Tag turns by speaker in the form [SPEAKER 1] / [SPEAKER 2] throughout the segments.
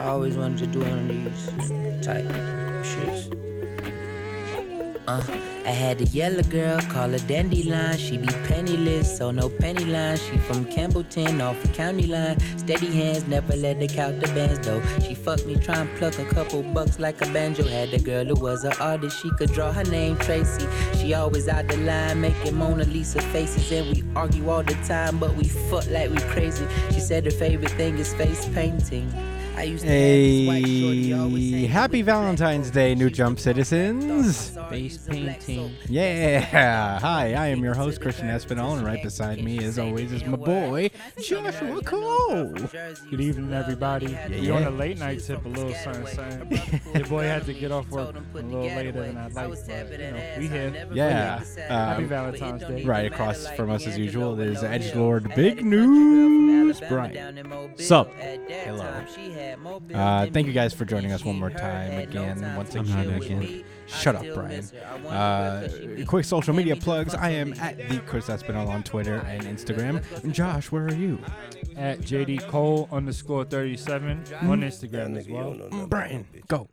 [SPEAKER 1] always wanted to do one of these type shits. Uh, I had a yellow girl, call her Dandelion. She be penniless, so no penny line. She from Campbellton, off the county line. Steady hands, never let her count the bands though. She fucked me, try and pluck a couple bucks like a banjo. Had a girl who was an artist, she could draw her name Tracy. She always out the line, making Mona Lisa faces. And we argue all the time, but we fuck like we crazy. She said her favorite thing is face painting. I used to have this white shorty always
[SPEAKER 2] Hey,
[SPEAKER 1] hanging
[SPEAKER 2] happy
[SPEAKER 1] with black
[SPEAKER 2] Valentine's Day, New Jump Citizens.
[SPEAKER 1] Face painting.
[SPEAKER 2] Yeah. Hi, I am your host, Christian Espinal, and right beside me, as always, is my boy, Joshua Cole.
[SPEAKER 3] Good evening, everybody.
[SPEAKER 2] yeah.
[SPEAKER 3] You're on a late night tip, a little sunshine. Your boy had to get off work a little later than I'd like, but you know, we here.
[SPEAKER 2] Yeah.
[SPEAKER 3] Happy
[SPEAKER 2] Um,
[SPEAKER 3] Valentine's Day.
[SPEAKER 2] right across from us, as usual, is Edgelord Big News
[SPEAKER 1] News,
[SPEAKER 2] Brian.
[SPEAKER 1] Brian.
[SPEAKER 4] Sup?
[SPEAKER 2] Hello.
[SPEAKER 1] Hello.
[SPEAKER 2] Uh, thank you guys for joining us one more time again. Once
[SPEAKER 4] I'm
[SPEAKER 2] again,
[SPEAKER 4] not again.
[SPEAKER 2] Shut up, Brian. Uh, quick social media plugs. I am at the Chris Espinal on Twitter and Instagram. And Josh, where are you?
[SPEAKER 3] At JD Cole underscore 37 on Instagram as well.
[SPEAKER 2] Brian, go.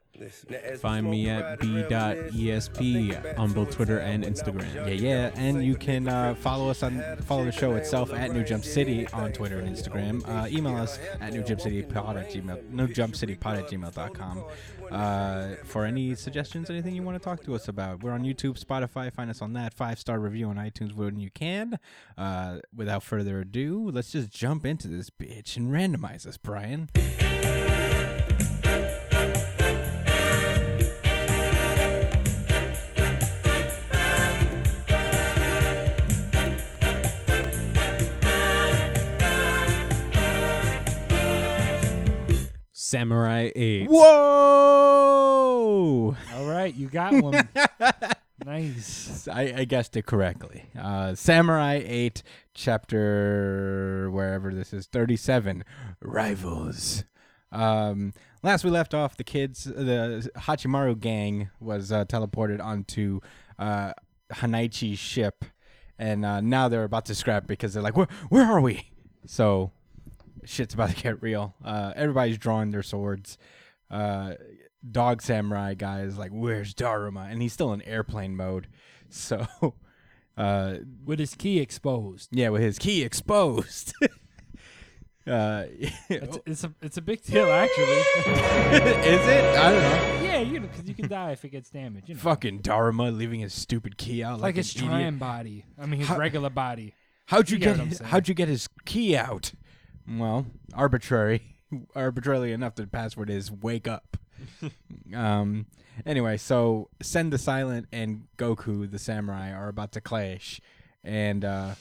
[SPEAKER 4] Find me at
[SPEAKER 2] E
[SPEAKER 4] b.esp on both Twitter and Instagram.
[SPEAKER 2] Yeah, yeah, and you can uh, follow us on follow the show itself at New Jump City on Twitter and Instagram. Uh, email us at newjumpcitypod at gmail newjumpcitypod at gmail.com uh, for any suggestions, anything you want to talk to us about. We're on YouTube, Spotify. Find us on that five star review on iTunes when you can. Uh, without further ado, let's just jump into this bitch and randomize this, Brian.
[SPEAKER 4] Samurai 8.
[SPEAKER 2] Whoa!
[SPEAKER 3] All right, you got one. nice.
[SPEAKER 2] I, I guessed it correctly. Uh, Samurai 8, chapter wherever this is, 37, Rivals. Um, last we left off, the kids, the Hachimaru gang was uh, teleported onto uh, Hanaichi's ship, and uh, now they're about to scrap because they're like, where, where are we? So shit's about to get real. Uh, everybody's drawing their swords. Uh, Dog Samurai guy is like, "Where's Daruma?" And he's still in airplane mode. So, uh,
[SPEAKER 3] With his key exposed.
[SPEAKER 2] yeah, with his key exposed. uh, is
[SPEAKER 3] It's, it's, a, it's a big deal, actually.
[SPEAKER 2] it? I don't know.
[SPEAKER 3] yeah, you know, because you can die if it gets damaged. You know.
[SPEAKER 2] Fucking Daruma leaving his stupid key out like,
[SPEAKER 3] Like
[SPEAKER 2] an
[SPEAKER 3] his
[SPEAKER 2] idiot.
[SPEAKER 3] trying body. I mean, his
[SPEAKER 2] How-
[SPEAKER 3] regular body.
[SPEAKER 2] How'd you,
[SPEAKER 3] You get
[SPEAKER 2] get?
[SPEAKER 3] what I'm
[SPEAKER 2] his-
[SPEAKER 3] saying.
[SPEAKER 2] how'd you get his key out? Well, arbitrary, arbitrarily enough, the password is "wake up." um. Anyway, so Send the Silent and Goku the Samurai are about to clash, and uh,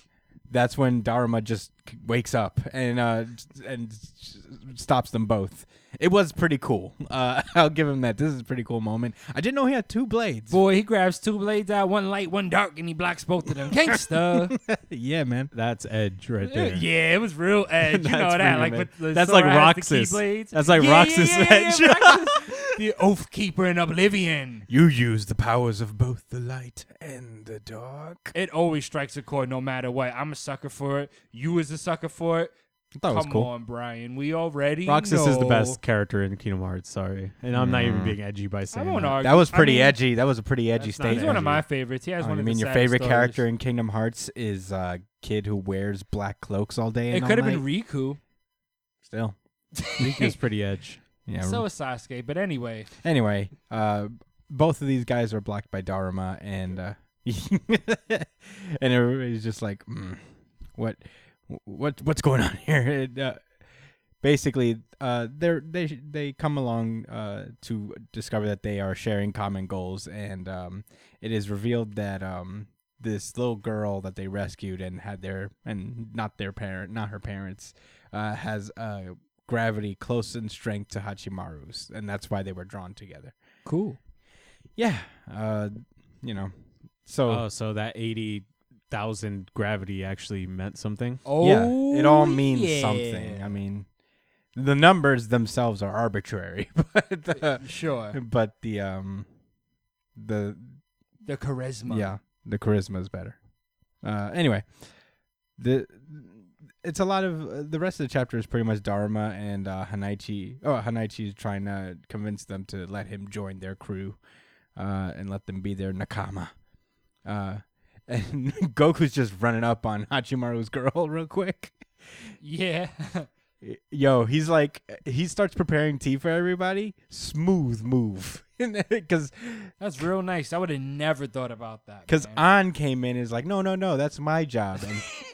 [SPEAKER 2] that's when Daruma just k- wakes up and uh, and s- stops them both. It was pretty cool. Uh, I'll give him that. This is a pretty cool moment. I didn't know he had two blades.
[SPEAKER 3] Boy, he grabs two blades out, one light, one dark, and he blocks both of them. Gangsta.
[SPEAKER 2] yeah, man.
[SPEAKER 4] That's Edge right there.
[SPEAKER 3] yeah, it was real edge. You know
[SPEAKER 4] That's
[SPEAKER 3] that.
[SPEAKER 4] pretty
[SPEAKER 3] Like
[SPEAKER 4] mad.
[SPEAKER 3] with the
[SPEAKER 4] That's like
[SPEAKER 3] Sora has the
[SPEAKER 4] Roxas.
[SPEAKER 3] keyblades.
[SPEAKER 4] That's like
[SPEAKER 3] yeah,
[SPEAKER 4] Roxas
[SPEAKER 3] yeah, yeah,
[SPEAKER 4] edge.
[SPEAKER 3] Yeah, Roxas. the Oath Keeper in Oblivion.
[SPEAKER 2] You use the powers of both the light and the dark.
[SPEAKER 3] It always strikes a chord no matter what. I'm a sucker for it. You is a sucker for it.
[SPEAKER 2] I thought it was
[SPEAKER 3] Come
[SPEAKER 2] cool.
[SPEAKER 3] on, Brian. We already
[SPEAKER 4] Roxas is the
[SPEAKER 3] know.
[SPEAKER 4] best character in Kingdom Hearts, sorry. And I'm not even being edgy by
[SPEAKER 3] I
[SPEAKER 4] saying
[SPEAKER 3] won't
[SPEAKER 4] that.
[SPEAKER 3] argue.
[SPEAKER 2] That was
[SPEAKER 3] I
[SPEAKER 2] pretty
[SPEAKER 3] mean,
[SPEAKER 2] edgy. That was a pretty edgy
[SPEAKER 4] that's not
[SPEAKER 2] statement.
[SPEAKER 3] He's one of my favorites. He has
[SPEAKER 2] Oh,
[SPEAKER 3] one
[SPEAKER 2] you
[SPEAKER 3] of
[SPEAKER 2] mean
[SPEAKER 3] the
[SPEAKER 2] your
[SPEAKER 3] saddest
[SPEAKER 2] favorite
[SPEAKER 3] stories.
[SPEAKER 2] character in Kingdom Hearts is uh, kid who wears black cloaks all day?
[SPEAKER 3] It
[SPEAKER 2] and all
[SPEAKER 3] could have
[SPEAKER 2] night?
[SPEAKER 3] been Riku.
[SPEAKER 2] still.
[SPEAKER 4] Riku's pretty edge.
[SPEAKER 2] Yeah.
[SPEAKER 3] So is Sasuke. But anyway,
[SPEAKER 2] anyway, uh, both of these guys are blocked by Daruma, and uh, and everybody's just like, mm, what, what, what's going on here? And, uh, basically, uh, they're, they they come along uh, to discover that they are sharing common goals, and um, it is revealed that um, this little girl that they rescued and had their and not their parent, not her parents, uh, has uh, gravity close in strength to Hachimaru's, and that's why they were drawn together.
[SPEAKER 3] cool.
[SPEAKER 2] Yeah, uh, you know, so
[SPEAKER 3] Uh,
[SPEAKER 4] Oh, so that 80,000 gravity actually meant something?
[SPEAKER 3] Oh,
[SPEAKER 2] yeah, it all means
[SPEAKER 3] yeah.
[SPEAKER 2] something. I mean, the numbers themselves are arbitrary, but the,
[SPEAKER 3] Sure.
[SPEAKER 2] but the um the
[SPEAKER 3] the charisma.
[SPEAKER 2] yeah the charisma is better. Uh, anyway, the it's a lot of uh, the rest of the chapter is pretty much Dharma and uh, Hanaichi. Oh, Hanaichi is trying to convince them to let him join their crew, uh, and let them be their nakama. Uh, and Goku's just running up on Hachimaru's girl real quick.
[SPEAKER 3] Yeah.
[SPEAKER 2] Yo, he's like he starts preparing tea for everybody. Smooth move, because
[SPEAKER 3] That's real nice. I would have never thought about that.
[SPEAKER 2] Because
[SPEAKER 3] man.
[SPEAKER 2] An came in and is like, no, no, no, that's my job.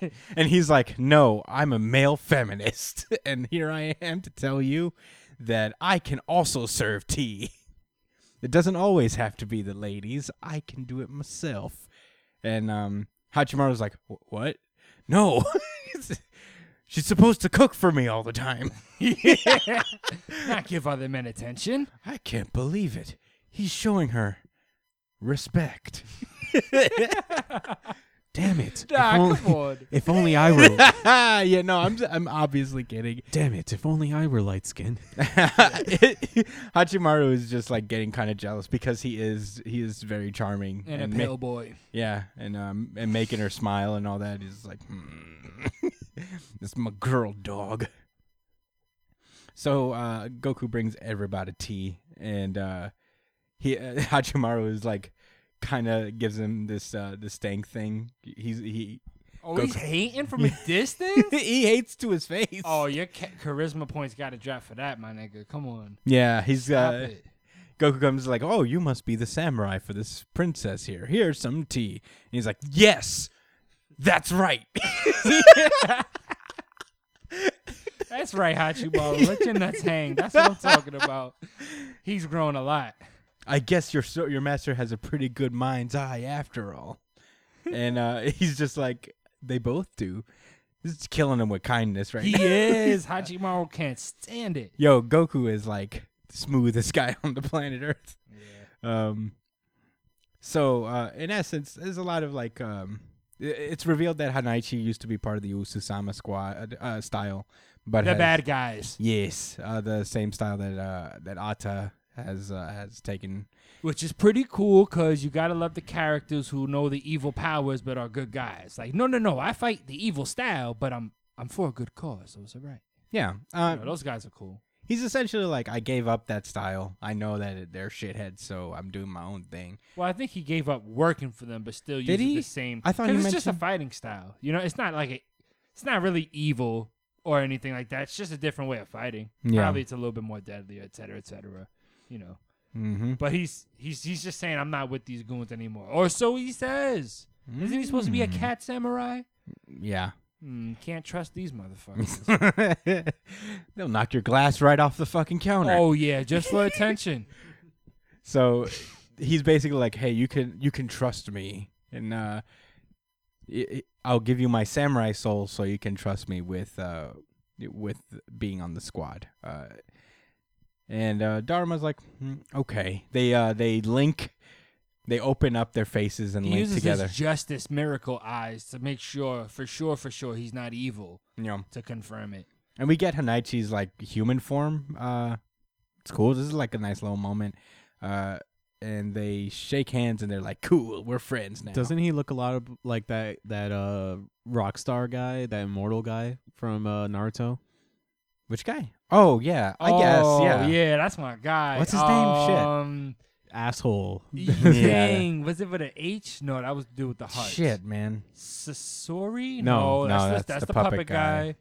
[SPEAKER 2] And, and he's like, no, I'm a male feminist. And here I am to tell you that I can also serve tea. It doesn't always have to be the ladies, I can do it myself. And um, Hachimaru's like, "Wh- what? No. She's supposed to cook for me all the time.
[SPEAKER 3] not give other men attention.
[SPEAKER 2] I can't believe it. He's showing her respect. Damn it.
[SPEAKER 3] Nah,
[SPEAKER 4] If only-
[SPEAKER 3] Ah, come on.
[SPEAKER 4] If only I were.
[SPEAKER 2] yeah, no, I'm I'm obviously kidding.
[SPEAKER 4] damn it! If only I were light skinned.
[SPEAKER 2] Hachimaru is just like getting kind of jealous because he is he is very charming
[SPEAKER 3] And, a
[SPEAKER 2] ma-
[SPEAKER 3] pale boy.
[SPEAKER 2] yeah, and um and making her smile and all that is like hmm. this is my girl dog. So uh Goku brings everybody tea and uh he uh, Hachimaru is like kind of gives him this uh this stank thing. He's he
[SPEAKER 3] Oh,
[SPEAKER 2] Go-
[SPEAKER 3] he's hating from a distance.
[SPEAKER 2] he hates to his face.
[SPEAKER 3] oh, your ca- charisma points got to drop for that, my nigga. Come on.
[SPEAKER 2] Yeah, he's
[SPEAKER 3] Stop
[SPEAKER 2] uh,
[SPEAKER 3] it.
[SPEAKER 2] Goku comes like, "Oh, you must be the samurai for this princess here. Here's some tea." And he's like, "Yes, that's right."
[SPEAKER 3] That's right, Hachimaru. Let your nuts hang. That's what I'm talking about. He's grown a lot.
[SPEAKER 2] I guess your so- your master has a pretty good mind's eye after all. And uh, he's just like, they both do. This is killing him with kindness, right?
[SPEAKER 3] He
[SPEAKER 2] now.
[SPEAKER 3] is. Hachimaru can't stand it.
[SPEAKER 2] Yo, Goku is like the smoothest guy on the planet Earth. Um, so uh, in essence, there's a lot of like um, i- it's revealed that Hanaichi used to be part of the Ususama squad uh, style, but
[SPEAKER 3] The
[SPEAKER 2] has-
[SPEAKER 3] bad guys,
[SPEAKER 2] yes, uh, the same style that uh, that Ata has uh, has taken.
[SPEAKER 3] which is pretty cool because you gotta love the characters who know the evil powers but are good guys. Like, no, no, no, I fight the evil style, but I'm I'm for a good cause. So it's all right.
[SPEAKER 2] Yeah, uh,
[SPEAKER 3] You know, those guys are cool.
[SPEAKER 2] he's essentially like I gave up that style. I know that it- they're shitheads, so I'm doing my own thing.
[SPEAKER 3] Well, I think he gave up working for them, but still uses
[SPEAKER 2] he?
[SPEAKER 3] the same.
[SPEAKER 2] I thought
[SPEAKER 3] 'cause
[SPEAKER 2] he
[SPEAKER 3] it's just a
[SPEAKER 2] mentioned-
[SPEAKER 3] fighting style. You know, it's not like a, it's not really evil or anything like that. It's just a different way of fighting.
[SPEAKER 2] Yeah.
[SPEAKER 3] Probably it's a little bit more deadly, et cetera, et cetera. You know,
[SPEAKER 2] Mm-hmm.
[SPEAKER 3] but he's he's he's just saying I'm not with these goons anymore, or so he says. Isn't he supposed to be
[SPEAKER 2] Mm.
[SPEAKER 3] a cat samurai?
[SPEAKER 2] Yeah.
[SPEAKER 3] Hmm, can't trust these motherfuckers.
[SPEAKER 2] They'll knock your glass right off the fucking counter.
[SPEAKER 3] oh yeah, just for attention.
[SPEAKER 2] So he's basically like, "Hey, you can you can trust me, and uh, i- i- I'll give you my samurai soul, so you can trust me with uh, with being on the squad." Uh, and uh, Dharma's like, "Hmm, "Okay." They uh, they link, they open up their faces and
[SPEAKER 3] He
[SPEAKER 2] link
[SPEAKER 3] uses
[SPEAKER 2] together.
[SPEAKER 3] his justice miracle eyes to make sure, for sure, for sure, he's not evil
[SPEAKER 2] You know,
[SPEAKER 3] to confirm it.
[SPEAKER 2] and we get Hanaichi's like human form. Uh, it's cool. This is like a nice little moment. Uh, and they shake hands and they're like, "Cool, we're friends now."
[SPEAKER 4] Doesn't he look a lot of like that that uh rock star guy, that immortal guy from uh, Naruto?
[SPEAKER 2] Which guy? Oh yeah, I
[SPEAKER 3] Oh,
[SPEAKER 2] guess yeah.
[SPEAKER 3] yeah, that's my guy.
[SPEAKER 2] What's his name? Shit.
[SPEAKER 3] Um,
[SPEAKER 4] Asshole.
[SPEAKER 3] Dang, was it with an H? No, that was the dude with the heart.
[SPEAKER 2] Shit, man.
[SPEAKER 3] Sasori?
[SPEAKER 2] No, no,
[SPEAKER 3] that's, the-
[SPEAKER 2] that's
[SPEAKER 3] that's, the, puppet, guy.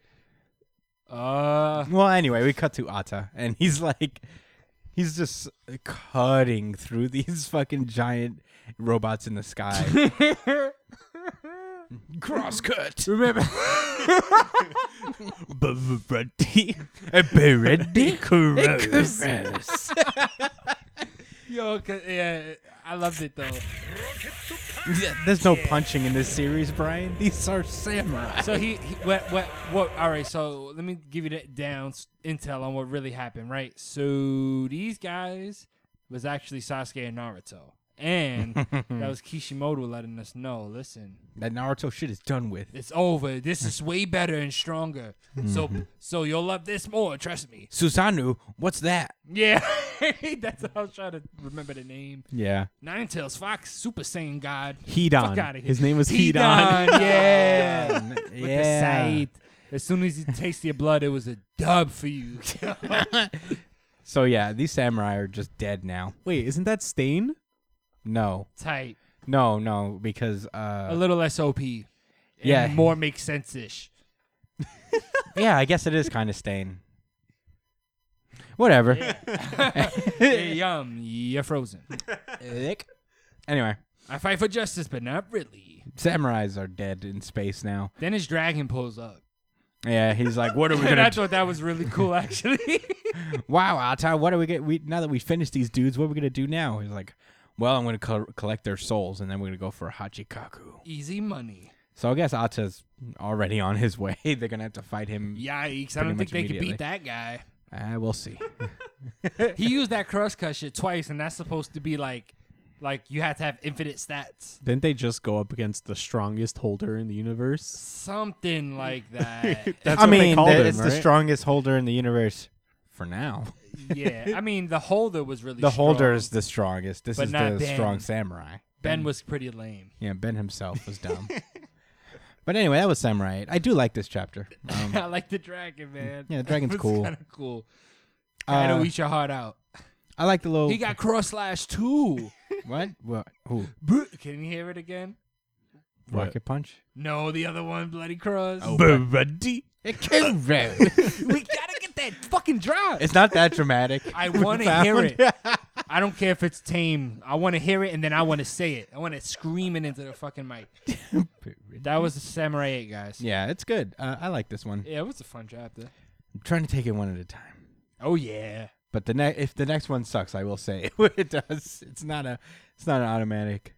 [SPEAKER 3] Uh,
[SPEAKER 2] Well, anyway, we cut to Atta, and he's like, he's just cutting through these fucking giant robots in the sky. Cross cut.
[SPEAKER 3] remember? Yo, 'cause- yeah, I loved it though.
[SPEAKER 2] There's no punching in this series, Brian. These are samurai.
[SPEAKER 3] So he, he what, what, what? All right, so let me give you that down s- intel on what really happened, right? So these guys was actually Sasuke and Naruto, and that was Kishimoto letting us know. Listen,
[SPEAKER 2] That Naruto shit is done with.
[SPEAKER 3] it's over. This is way better and stronger. So,
[SPEAKER 2] Mm-hmm.
[SPEAKER 3] so you'll love this more. Trust me.
[SPEAKER 2] Susanu, what's that?
[SPEAKER 3] Yeah, that's what I was trying to remember the name.
[SPEAKER 2] Yeah.
[SPEAKER 3] Nine Tails Fox, Super Saiyan God.
[SPEAKER 4] Hedon.
[SPEAKER 3] Fuck outta here.
[SPEAKER 4] His name was Hedon.
[SPEAKER 3] Hedon, yeah.
[SPEAKER 2] yeah.
[SPEAKER 3] With the scythe. As soon as he tasted your blood, it was a dub for you.
[SPEAKER 2] So yeah, these samurai are just dead now.
[SPEAKER 4] Wait, isn't that Stain?
[SPEAKER 2] No,
[SPEAKER 3] Tight.
[SPEAKER 2] no, no, because
[SPEAKER 3] A
[SPEAKER 2] uh,
[SPEAKER 3] little less OP. And
[SPEAKER 2] Yeah.
[SPEAKER 3] More makes sense ish.
[SPEAKER 2] yeah, I guess it is kind of stain. Whatever.
[SPEAKER 3] Yum. You're frozen.
[SPEAKER 2] Ick. Anyway,
[SPEAKER 3] I fight for justice, but not really.
[SPEAKER 2] samurais are dead in space now.
[SPEAKER 3] Then his dragon pulls up.
[SPEAKER 2] Yeah, he's like, what are we
[SPEAKER 3] And I
[SPEAKER 2] gonna?
[SPEAKER 3] thought that was really cool, actually.
[SPEAKER 2] wow, Altai, what are we gonna? We now that we finished these dudes, what are we gonna do now? He's like, well, I'm gonna col- collect their souls, and then we're gonna go for a hachikaku.
[SPEAKER 3] Easy money.
[SPEAKER 2] So I guess Alta's already on his way. They're gonna have to fight him.
[SPEAKER 3] Yikes. I
[SPEAKER 2] Pretty
[SPEAKER 3] don't
[SPEAKER 2] much
[SPEAKER 3] think they could
[SPEAKER 2] immediately.
[SPEAKER 3] beat that guy.
[SPEAKER 2] Uh, we'll see.
[SPEAKER 3] He used that cross cut shit twice, and that's supposed to be like, like you have to have infinite stats.
[SPEAKER 4] Didn't they just go up against the strongest holder in the universe?
[SPEAKER 3] Something like that.
[SPEAKER 4] That's
[SPEAKER 2] I
[SPEAKER 4] what they
[SPEAKER 2] mean,
[SPEAKER 4] called
[SPEAKER 2] the-
[SPEAKER 4] him,
[SPEAKER 2] it's the
[SPEAKER 4] right?
[SPEAKER 2] strongest holder in the universe for now.
[SPEAKER 3] yeah. I mean, the holder was really
[SPEAKER 2] The holder
[SPEAKER 3] strong.
[SPEAKER 2] is the strongest. This
[SPEAKER 3] But
[SPEAKER 2] is
[SPEAKER 3] not
[SPEAKER 2] the
[SPEAKER 3] Ben.
[SPEAKER 2] strong samurai.
[SPEAKER 3] Ben was pretty lame.
[SPEAKER 2] Yeah, Ben himself was dumb. but anyway, that was Samurai. eight. I do like this chapter. Um,
[SPEAKER 3] I like the dragon, man.
[SPEAKER 2] Yeah, the dragon's cool.
[SPEAKER 3] Kind of cool. I
[SPEAKER 2] uh, oh.
[SPEAKER 3] know eat your heart out.
[SPEAKER 2] I like the little.
[SPEAKER 3] He got cross slash too.
[SPEAKER 2] what? What? Who?
[SPEAKER 3] Bruh. Can you hear it again?
[SPEAKER 4] What?
[SPEAKER 2] Rocket punch.
[SPEAKER 3] No, the other one, bloody cross.
[SPEAKER 2] Oh, it's
[SPEAKER 3] We gotta get that fucking drop.
[SPEAKER 2] not that dramatic.
[SPEAKER 3] I want to hear it. I don't care if it's tame. I want to hear it, and then I want to say it. I want to scream it into the fucking mic. That was the Samurai Eight, guys.
[SPEAKER 2] yeah, it's good. Uh, I like this one.
[SPEAKER 3] yeah, it was a fun chapter.
[SPEAKER 2] I'm trying to take it one at a time.
[SPEAKER 3] Oh yeah.
[SPEAKER 2] But the next, if the next one sucks, I will say it, does. It's not a, it's not an automatic.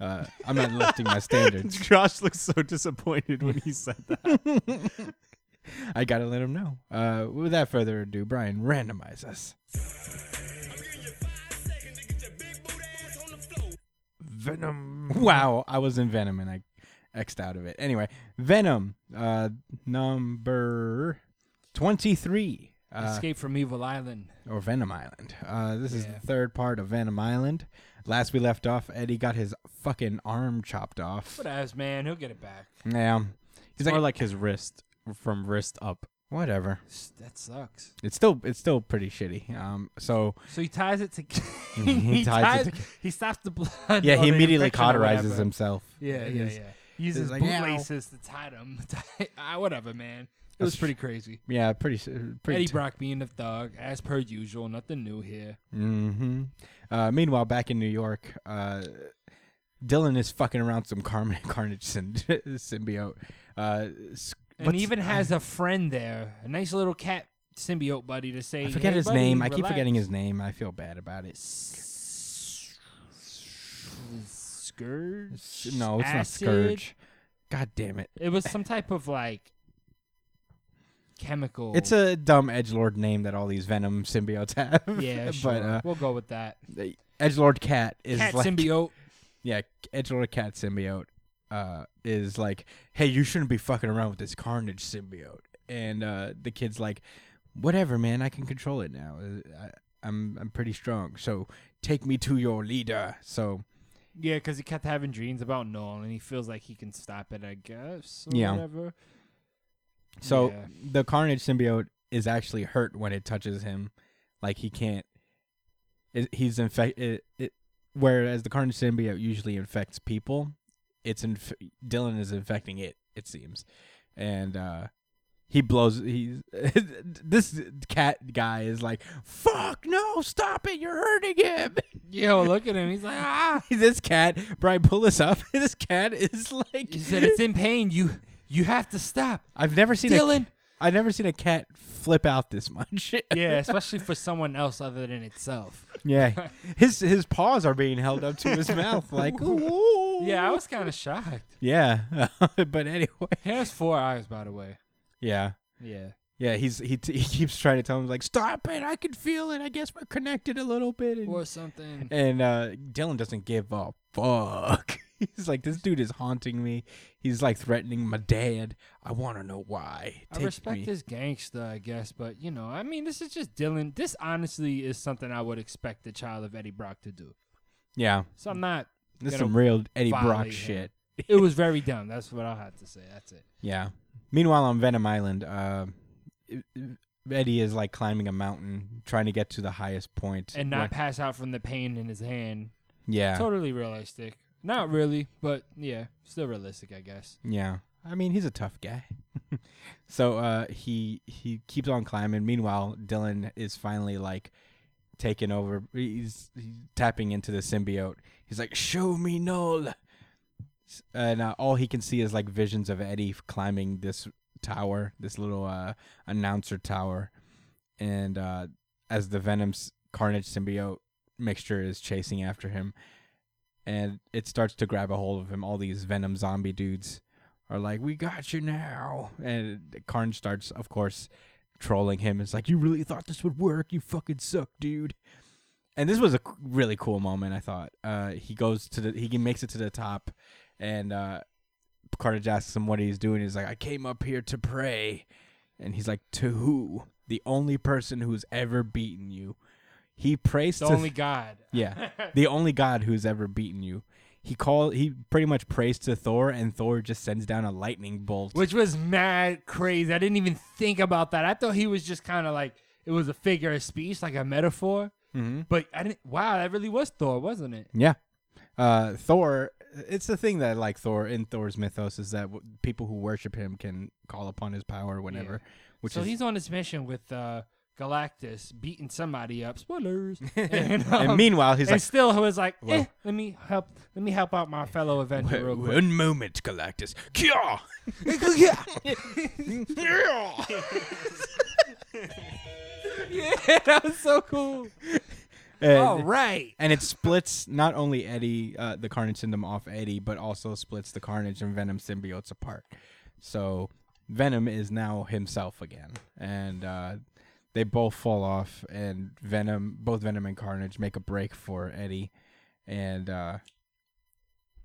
[SPEAKER 2] Uh, I'm not lifting my standards.
[SPEAKER 4] Josh looks so disappointed when he said that.
[SPEAKER 2] I gotta let him know. Uh, without further ado, Brian, randomize us. Venom. Wow, I was in Venom and I xed out of it. Anyway, Venom, uh, number twenty-three. Uh,
[SPEAKER 3] Escape from Evil Island.
[SPEAKER 2] or Venom Island. Uh, this is
[SPEAKER 3] Yeah.
[SPEAKER 2] the third part of Venom Island. Last we left off, Eddie got his fucking arm chopped off.
[SPEAKER 3] What ass man? He'll get it back.
[SPEAKER 2] Yeah. He's
[SPEAKER 4] Or
[SPEAKER 2] like,
[SPEAKER 4] like his wrist from wrist up.
[SPEAKER 2] whatever.
[SPEAKER 3] S- That sucks.
[SPEAKER 2] It's still it's still pretty shitty. Um, so
[SPEAKER 3] So he ties it to. he,
[SPEAKER 2] He ties
[SPEAKER 3] ties.
[SPEAKER 2] it
[SPEAKER 3] he stops the blood.
[SPEAKER 2] yeah,
[SPEAKER 3] or
[SPEAKER 2] he
[SPEAKER 3] Oh, the
[SPEAKER 2] immediately
[SPEAKER 3] infection or
[SPEAKER 2] cauterizes
[SPEAKER 3] whatever.
[SPEAKER 2] himself.
[SPEAKER 3] Yeah,
[SPEAKER 2] It
[SPEAKER 3] yeah,
[SPEAKER 2] is-
[SPEAKER 3] yeah. He uses
[SPEAKER 2] like, "Ow."
[SPEAKER 3] bootlaces to tie them. Ah, whatever, man. It
[SPEAKER 2] That's
[SPEAKER 3] was
[SPEAKER 2] tr-
[SPEAKER 3] pretty crazy.
[SPEAKER 2] yeah, pretty s- uh, pretty.
[SPEAKER 3] Eddie Brock being the thug, as per usual. Nothing new here.
[SPEAKER 2] mm-hmm. Uh, meanwhile, back in New York, uh, Dylan is fucking around some Carmen Carnage syn- symbiote. Uh, s-
[SPEAKER 3] And
[SPEAKER 2] what's-
[SPEAKER 3] even has a friend there, a nice little cat symbiote buddy to say.
[SPEAKER 2] I forget
[SPEAKER 3] "Hey,
[SPEAKER 2] his
[SPEAKER 3] buddy,
[SPEAKER 2] name. I keep
[SPEAKER 3] relax."
[SPEAKER 2] forgetting his name. I feel bad about it.
[SPEAKER 3] Scourge.
[SPEAKER 2] S- No, it's not
[SPEAKER 3] Acid?
[SPEAKER 2] Scourge. God damn it.
[SPEAKER 3] It was some type of like chemical.
[SPEAKER 2] It's a dumb edgelord name that all these Venom symbiotes have.
[SPEAKER 3] Oh. yeah,
[SPEAKER 2] But uh,
[SPEAKER 3] we'll go with that.
[SPEAKER 2] the Edgelord Cat is
[SPEAKER 3] Cat
[SPEAKER 2] like
[SPEAKER 3] symbiote.
[SPEAKER 2] Yeah, Edgelord Cat symbiote uh is like, "Hey, you shouldn't be fucking around with this Carnage symbiote." And uh the kid's like, "Whatever, man. I can control it now. Uh, I, I'm I'm pretty strong. So take me to your leader." So
[SPEAKER 3] Yeah, because he kept having dreams about Noel, and he feels like he can stop it. I guess. Or
[SPEAKER 2] Yeah.
[SPEAKER 3] Whatever.
[SPEAKER 2] So
[SPEAKER 3] Yeah.
[SPEAKER 2] the Carnage symbiote is actually hurt when it touches him, like he can't. It, he's infected. It, it, whereas the Carnage symbiote usually infects people, it's inf- Dylan is infecting it. It seems, and uh, he blows. He's this cat guy is like, "Fuck no! Stop it! You're hurting him."
[SPEAKER 3] Yo, look at him. He's like, ah.
[SPEAKER 2] this cat, Brian, pull this up. this cat is like,
[SPEAKER 3] He said, "It's in pain. You, you have to stop,
[SPEAKER 2] I've never seen
[SPEAKER 3] Dylan."
[SPEAKER 2] A, I've never seen a cat flip out this much.
[SPEAKER 3] Yeah, especially for someone else other than itself.
[SPEAKER 2] Yeah, his his paws are being held up to his mouth, like ooh.
[SPEAKER 3] Yeah, I was kind of shocked.
[SPEAKER 2] yeah. but anyway,
[SPEAKER 3] He has four eyes, by the way.
[SPEAKER 2] yeah,
[SPEAKER 3] Yeah.
[SPEAKER 2] yeah. He's he t- he keeps trying to tell him like, stop it. I can feel it. I guess we're connected a little bit. And,
[SPEAKER 3] Or something.
[SPEAKER 2] and uh, Dylan doesn't give a fuck. He's like, this dude is haunting me. He's like threatening my dad. I want to know why.
[SPEAKER 3] I
[SPEAKER 2] Take
[SPEAKER 3] respect
[SPEAKER 2] me.
[SPEAKER 3] his gangster, I guess, but you know, I mean, this is just Dylan. This honestly is something I would expect the child of Eddie Brock to do.
[SPEAKER 2] Yeah,
[SPEAKER 3] So I'm not.
[SPEAKER 2] this is
[SPEAKER 3] Gonna
[SPEAKER 2] some real Eddie Brock
[SPEAKER 3] violate him.
[SPEAKER 2] shit.
[SPEAKER 3] It was very dumb. That's what I had to say. That's it.
[SPEAKER 2] Yeah. Meanwhile, on Venom Island, uh, Eddie is like climbing a mountain, trying to get to the highest point.
[SPEAKER 3] and not
[SPEAKER 2] Like-
[SPEAKER 3] pass out from the pain in his hand.
[SPEAKER 2] yeah,
[SPEAKER 3] Totally realistic. Not really, but yeah, still realistic, I guess.
[SPEAKER 2] yeah. I mean, he's a tough guy. so uh, he he keeps on climbing. Meanwhile, Dylan is finally like taking over. He's, he's tapping into the symbiote. He's like, "Show me Null," S- and uh, all he can see is like visions of Eddie climbing this tower, this little uh, announcer tower, and uh, as the Venom's Carnage symbiote mixture is chasing after him, and it starts to grab a hold of him. All these Venom zombie dudes are like, "We got you now," and Carnage starts, of course, trolling him. It's like, "You really thought this would work? You fucking suck, dude." And this was a c- really cool moment. I thought uh, he goes to the he makes it to the top, and uh, Carnage asks him what he's doing. He's like, "I came up here to pray," and he's like, "To who? The only person who's ever beaten you." He prays
[SPEAKER 3] The
[SPEAKER 2] to
[SPEAKER 3] only God.
[SPEAKER 2] yeah. The only god who's ever beaten you. He call he pretty much prays to Thor and Thor just sends down a lightning bolt.
[SPEAKER 3] Which was mad crazy. I didn't even think about that. I thought he was just kind of like, it was a figure of speech, like a metaphor.
[SPEAKER 2] Mhm.
[SPEAKER 3] But I didn't, wow, that really was Thor, wasn't it?
[SPEAKER 2] Yeah. Uh Thor it's the thing that like Thor in Thor's mythos is that w- people who worship him can call upon his power whenever, which
[SPEAKER 3] so
[SPEAKER 2] is
[SPEAKER 3] he's on this mission with uh, Galactus, beating somebody up. Spoilers. and, um,
[SPEAKER 2] And meanwhile he's
[SPEAKER 3] and
[SPEAKER 2] like
[SPEAKER 3] still he was like, eh,
[SPEAKER 2] Well-
[SPEAKER 3] let me help, let me help out my fellow Avenger real
[SPEAKER 2] "W-
[SPEAKER 3] quick.
[SPEAKER 2] one moment, Galactus. Kya! Yeah!
[SPEAKER 3] yeah, that was so cool.
[SPEAKER 2] And-
[SPEAKER 3] All right.
[SPEAKER 2] and it splits not only Eddie, uh, the Carnage Syndom off Eddie, but also splits the Carnage and Venom symbiotes apart. So Venom is now himself again, and uh, they both fall off, and Venom, both Venom and Carnage, make a break for Eddie, and uh,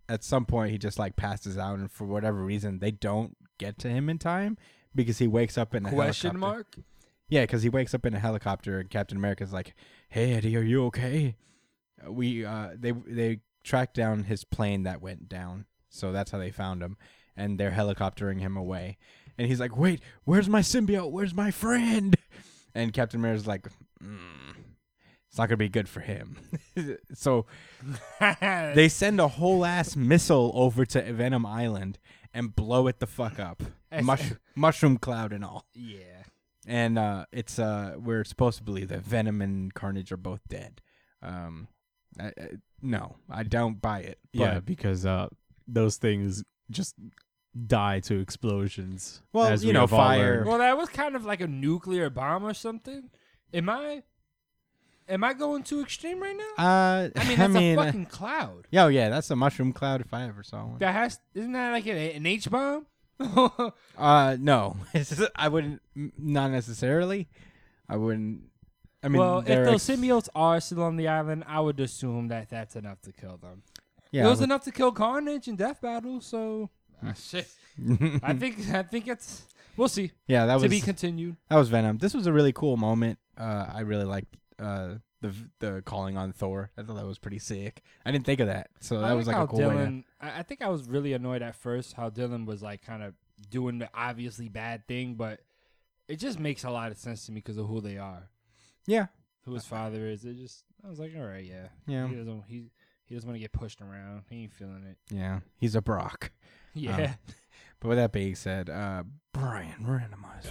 [SPEAKER 2] at some point he just like passes out, and for whatever reason they don't get to him in time because he wakes up in a
[SPEAKER 3] Question
[SPEAKER 2] helicopter.
[SPEAKER 3] mark?
[SPEAKER 2] Yeah, because he wakes up in a helicopter, and Captain America's like, "Hey, Eddie, are you okay?" Uh, We uh, they they tracked down his plane that went down, so that's how they found him, and they're helicoptering him away. And he's like, "Wait, where's my symbiote? Where's my friend?" And Captain America's like, mm, "It's not gonna be good for him." so they send a whole ass missile over to Venom Island and blow it the fuck up, Mush- mushroom cloud and all
[SPEAKER 3] yeah.
[SPEAKER 2] and uh, it's uh, we're supposed to believe that Venom and Carnage are both dead. Um, I, I, no, I don't buy it. But,
[SPEAKER 4] yeah, because uh, those things just die to explosions.
[SPEAKER 2] Well,
[SPEAKER 4] as
[SPEAKER 2] you
[SPEAKER 4] we
[SPEAKER 2] know,
[SPEAKER 4] have all
[SPEAKER 2] fire-
[SPEAKER 4] learned.
[SPEAKER 3] Well, that was kind of like a nuclear bomb or something. Am I? Am I going too extreme right now?
[SPEAKER 2] Uh,
[SPEAKER 3] I mean,
[SPEAKER 2] I
[SPEAKER 3] that's
[SPEAKER 2] mean,
[SPEAKER 3] a fucking cloud.
[SPEAKER 2] yo, yeah, that's a mushroom cloud if I ever saw one.
[SPEAKER 3] That has isn't that like an, an H bomb?
[SPEAKER 2] Uh, no, It's- I wouldn't, m- not necessarily. I wouldn't. I mean,
[SPEAKER 3] well, if
[SPEAKER 2] they're
[SPEAKER 3] those
[SPEAKER 2] ex-
[SPEAKER 3] symbiotes are still on the island, I would assume that that's enough to kill them.
[SPEAKER 2] yeah,
[SPEAKER 3] it was
[SPEAKER 2] but-
[SPEAKER 3] enough to kill Carnage in Death Battle, so Ah, shit. I think I think it's we'll see
[SPEAKER 2] yeah, that
[SPEAKER 3] to
[SPEAKER 2] was
[SPEAKER 3] be continued.
[SPEAKER 2] that was Venom. This was a really cool moment. Uh, I really liked uh the v- the calling on Thor. I thought that was pretty sick. I didn't think of that, so that
[SPEAKER 3] I
[SPEAKER 2] was like
[SPEAKER 3] how
[SPEAKER 2] a cool way. to-
[SPEAKER 3] Dylan, I, I think I was really annoyed at first how Dylan was like kind of doing the obviously bad thing, but it just makes a lot of sense to me because of who they are,
[SPEAKER 2] Yeah,
[SPEAKER 3] who his father is. It just I was like, all right, yeah,
[SPEAKER 2] yeah.
[SPEAKER 3] he doesn't he he doesn't want to get pushed around. He ain't feeling it.
[SPEAKER 2] Yeah, he's a Brock.
[SPEAKER 3] Yeah,
[SPEAKER 2] But with that being said, uh, Brian, randomize.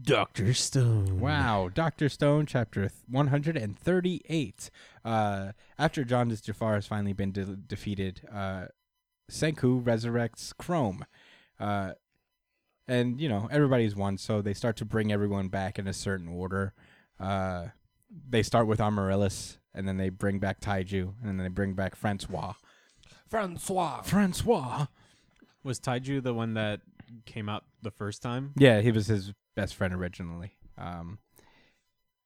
[SPEAKER 4] Doctor Stone.
[SPEAKER 2] Wow, Doctor Stone, chapter th- 138. Uh, after Jaundice Jafar has finally been de- defeated, uh, Senku resurrects Chrome. Uh, and, you know, everybody's won, so they start to bring everyone back in a certain order. Uh, they start with Amaryllis, and then they bring back Taiju, and then they bring back Francois.
[SPEAKER 3] Francois.
[SPEAKER 2] Francois?
[SPEAKER 4] Was Taiju the one that came out the first time?
[SPEAKER 2] Yeah, he was his best friend originally. Um,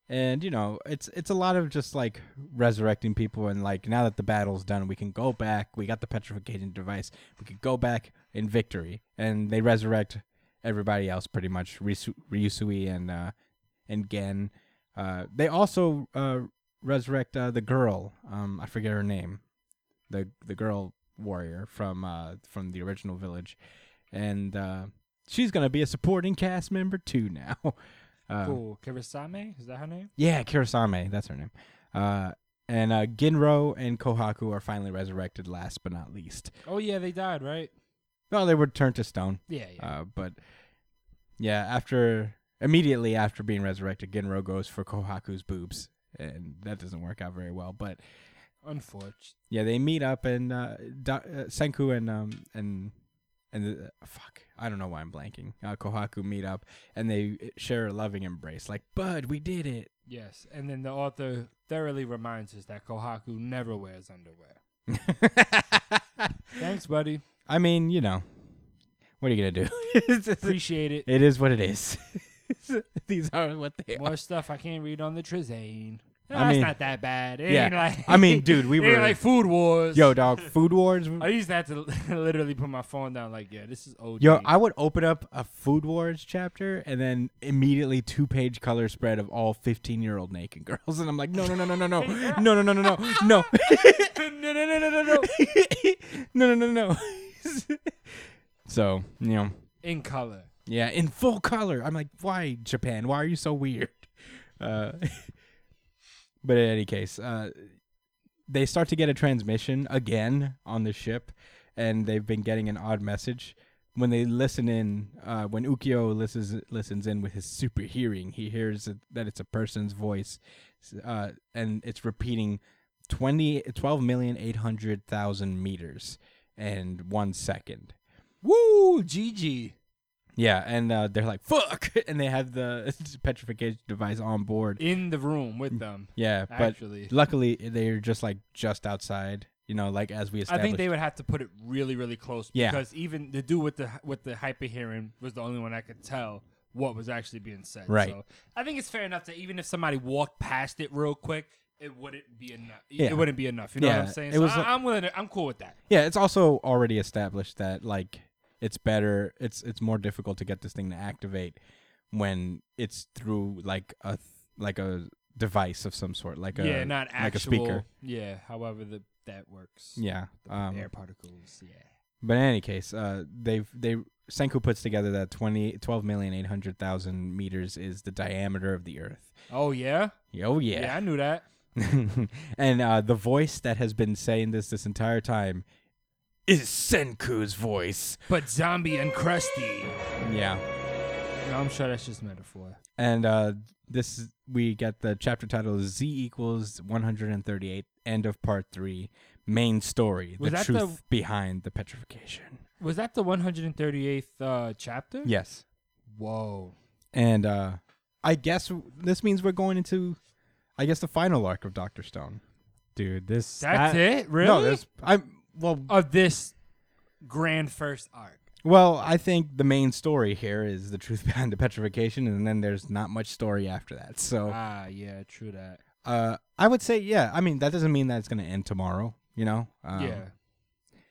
[SPEAKER 2] and you know, it's it's a lot of just like resurrecting people, and like now that the battle's done, we can go back. We got the petrification device. We could go back in victory, and they resurrect everybody else pretty much. Ryusu- Ryusui and uh, and Gen. Uh, they also uh, resurrect uh, the girl. Um, I forget her name, the the girl warrior from uh from the original village, and uh, she's gonna be a supporting cast member too now. Uh,
[SPEAKER 3] cool. Kirisame? Is that her name?
[SPEAKER 2] Yeah, Kirasame, that's her name. Uh, and uh, Ginro and Kohaku are finally resurrected, last but not least.
[SPEAKER 3] Oh, yeah, they died, right?
[SPEAKER 2] Well, they were turned to stone.
[SPEAKER 3] Yeah, yeah.
[SPEAKER 2] Uh, but yeah, after immediately after being resurrected, Ginro goes for Kohaku's boobs, and that doesn't work out very well. But
[SPEAKER 3] Unfortunate.
[SPEAKER 2] yeah, they meet up, and uh, Do- uh, Senku and um and and the, uh, fuck, I don't know why I'm blanking. Uh, Kohaku meet up, and they uh, share a loving embrace, like "Bud, we did it."
[SPEAKER 3] Yes. And then the author thoroughly reminds us that Kohaku never wears underwear. Thanks, buddy.
[SPEAKER 2] I mean, you know, what are you gonna do? It's just-
[SPEAKER 3] Appreciate it.
[SPEAKER 2] it is what it is. These are what they are.
[SPEAKER 3] More stuff I can't read on the Trizane.
[SPEAKER 2] I
[SPEAKER 3] That's
[SPEAKER 2] mean-
[SPEAKER 3] not that bad. It
[SPEAKER 2] Yeah.
[SPEAKER 3] ain't like,
[SPEAKER 2] I mean, dude, we
[SPEAKER 3] it ain't
[SPEAKER 2] were-
[SPEAKER 3] like Food Wars.
[SPEAKER 2] Yo, dog, Food Wars.
[SPEAKER 3] I used to have to literally put my phone down, like, yeah, this is OD.
[SPEAKER 2] Yo, I would open up a Food Wars chapter and then immediately two page color spread of all 15 year old naked girls. And I'm like, no, no, no, no, no, no, no, no, no, no, no, no,
[SPEAKER 3] no, no, no, no, no, no.
[SPEAKER 2] no, no, no, no. So, you know,
[SPEAKER 3] In color.
[SPEAKER 2] yeah, in full color. I'm like, why, Japan? Why are you so weird? Uh, but in any case, uh, they start to get a transmission again on the ship, and they've been getting an odd message. When they listen in, uh, when Ukio listens listens in with his super hearing, he hears that- that it's a person's voice, uh, and it's repeating 20, 12,800,000 meters and one second.
[SPEAKER 3] Woo, GG.
[SPEAKER 2] Yeah, and uh, they're like, "Fuck!" and they have the petrification device on board.
[SPEAKER 3] In the room with them.
[SPEAKER 2] Yeah, but
[SPEAKER 3] Actually,
[SPEAKER 2] luckily they're just like just outside. You know, like as we
[SPEAKER 3] I
[SPEAKER 2] established.
[SPEAKER 3] think they would have to put it really, really close.
[SPEAKER 2] Yeah.
[SPEAKER 3] Because even the dude with the with the hyper hearing was the only one I could tell what was actually being said.
[SPEAKER 2] Right.
[SPEAKER 3] So I think it's fair enough that even if somebody walked past it real quick, it wouldn't be enough.
[SPEAKER 2] Yeah.
[SPEAKER 3] It wouldn't be enough. You know what
[SPEAKER 2] Yeah,
[SPEAKER 3] I'm saying?
[SPEAKER 2] it
[SPEAKER 3] so
[SPEAKER 2] was
[SPEAKER 3] I,
[SPEAKER 2] like-
[SPEAKER 3] I'm willing. To, I'm cool with that.
[SPEAKER 2] yeah, it's also already established that like it's better. It's it's more difficult to get this thing to activate when it's through like a th- like a device of some sort, like a
[SPEAKER 3] yeah, not actual.
[SPEAKER 2] like a speaker.
[SPEAKER 3] Yeah. However, the, that works.
[SPEAKER 2] Yeah.
[SPEAKER 3] The
[SPEAKER 2] Um,
[SPEAKER 3] air particles. Yeah.
[SPEAKER 2] But in any case, uh, they've they Senku puts together that 20, 12,800,000 meters is the diameter of the Earth.
[SPEAKER 3] Oh yeah.
[SPEAKER 2] Oh
[SPEAKER 3] Yeah,
[SPEAKER 2] yeah,
[SPEAKER 3] I knew that.
[SPEAKER 2] and uh, the voice that has been saying this this entire time is Senku's voice.
[SPEAKER 3] But zombie and crusty.
[SPEAKER 2] Yeah,
[SPEAKER 3] No, I'm sure that's just metaphor.
[SPEAKER 2] and uh, this is- we get the chapter title Z equals one hundred and thirty eight. End of part three. Main story:
[SPEAKER 3] Was
[SPEAKER 2] the
[SPEAKER 3] that
[SPEAKER 2] truth
[SPEAKER 3] the-
[SPEAKER 2] behind the petrification.
[SPEAKER 3] Was that the 138th uh, chapter?
[SPEAKER 2] Yes,
[SPEAKER 3] Whoa.
[SPEAKER 2] and uh, I guess this means we're going into, I guess, the final arc of Doctor Stone.
[SPEAKER 4] dude. This
[SPEAKER 3] That's
[SPEAKER 4] that-
[SPEAKER 3] it? Really?
[SPEAKER 2] No, this I'm well.
[SPEAKER 3] of this grand first arc.
[SPEAKER 2] Well, I think the main story here is the truth behind the petrification, and then there's not much story after that. So
[SPEAKER 3] Ah, yeah, true that.
[SPEAKER 2] uh, I would say, yeah. I mean, that doesn't mean that it's going to end tomorrow, you know? Um,
[SPEAKER 3] yeah.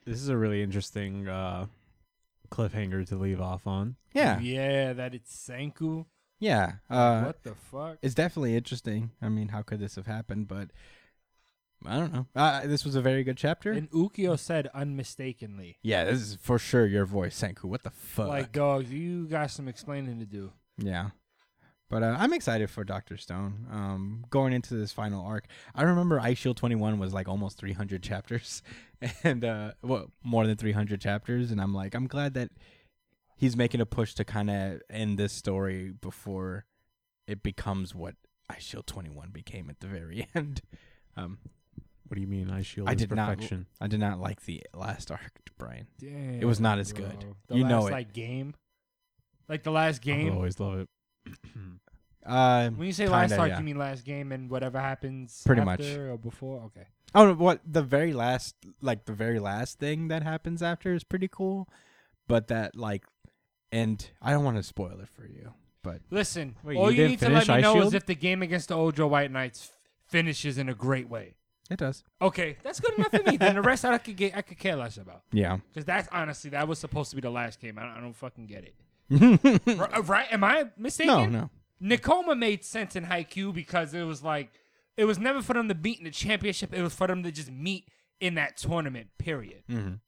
[SPEAKER 4] This is a really interesting uh, cliffhanger to leave off on.
[SPEAKER 2] Yeah.
[SPEAKER 3] Yeah, that it's Senku.
[SPEAKER 2] Yeah. Uh,
[SPEAKER 3] what the fuck?
[SPEAKER 2] it's definitely interesting. I mean, how could this have happened? But I don't know. Uh, this was a very good chapter.
[SPEAKER 3] And Ukio said unmistakenly,
[SPEAKER 2] yeah, this is for sure your voice, Senku. What the fuck?
[SPEAKER 3] like, dog, you got some explaining to do.
[SPEAKER 2] Yeah. But uh, I'm excited for Doctor Stone. Um, going into this final arc, I remember Ice Shield 21 was like almost 300 chapters, and uh, well, more than 300 chapters. And I'm like, I'm glad that he's making a push to kind of end this story before it becomes what Ice Shield 21 became at the very end. Um,
[SPEAKER 4] What do you mean? I shield
[SPEAKER 2] I
[SPEAKER 4] is
[SPEAKER 2] did not-
[SPEAKER 4] perfection.
[SPEAKER 2] I did not like the last arc, Brian.
[SPEAKER 3] Damn.
[SPEAKER 2] was not as
[SPEAKER 3] bro.
[SPEAKER 2] good.
[SPEAKER 3] The
[SPEAKER 2] You
[SPEAKER 3] last,
[SPEAKER 2] know it. Oh,
[SPEAKER 3] like, game? Like the last
[SPEAKER 4] I
[SPEAKER 3] game?
[SPEAKER 4] always love it.
[SPEAKER 2] Uh,
[SPEAKER 3] When you say
[SPEAKER 2] Kinda,
[SPEAKER 3] last arc,
[SPEAKER 2] yeah.
[SPEAKER 3] you mean last game and whatever happens
[SPEAKER 2] Pretty
[SPEAKER 3] after
[SPEAKER 2] much.
[SPEAKER 3] or before? Okay.
[SPEAKER 2] Oh, no, what the very last, like the very last thing that happens after is pretty cool, but that like, and I don't want to spoil it for you, but
[SPEAKER 3] Listen,
[SPEAKER 4] Wait,
[SPEAKER 3] all
[SPEAKER 4] you
[SPEAKER 3] you,
[SPEAKER 4] didn't
[SPEAKER 3] need to let
[SPEAKER 4] finish
[SPEAKER 3] me
[SPEAKER 4] Ice
[SPEAKER 3] know
[SPEAKER 4] Shield?
[SPEAKER 3] is if the game against the Ojo White Knights f- finishes in a great way.
[SPEAKER 2] it does.
[SPEAKER 3] Okay, that's good enough for me. Then the rest I could get, I could care less about.
[SPEAKER 2] Yeah.
[SPEAKER 3] Because that's honestly, that was supposed to be the last game. I don't, I don't fucking get it. R- right? Am I mistaken?
[SPEAKER 2] no, no.
[SPEAKER 3] Nakoma made sense in Haikyuu because it was like It was never for them to beat in the championship. It was for them to just meet in that tournament. Period.
[SPEAKER 2] Mhm.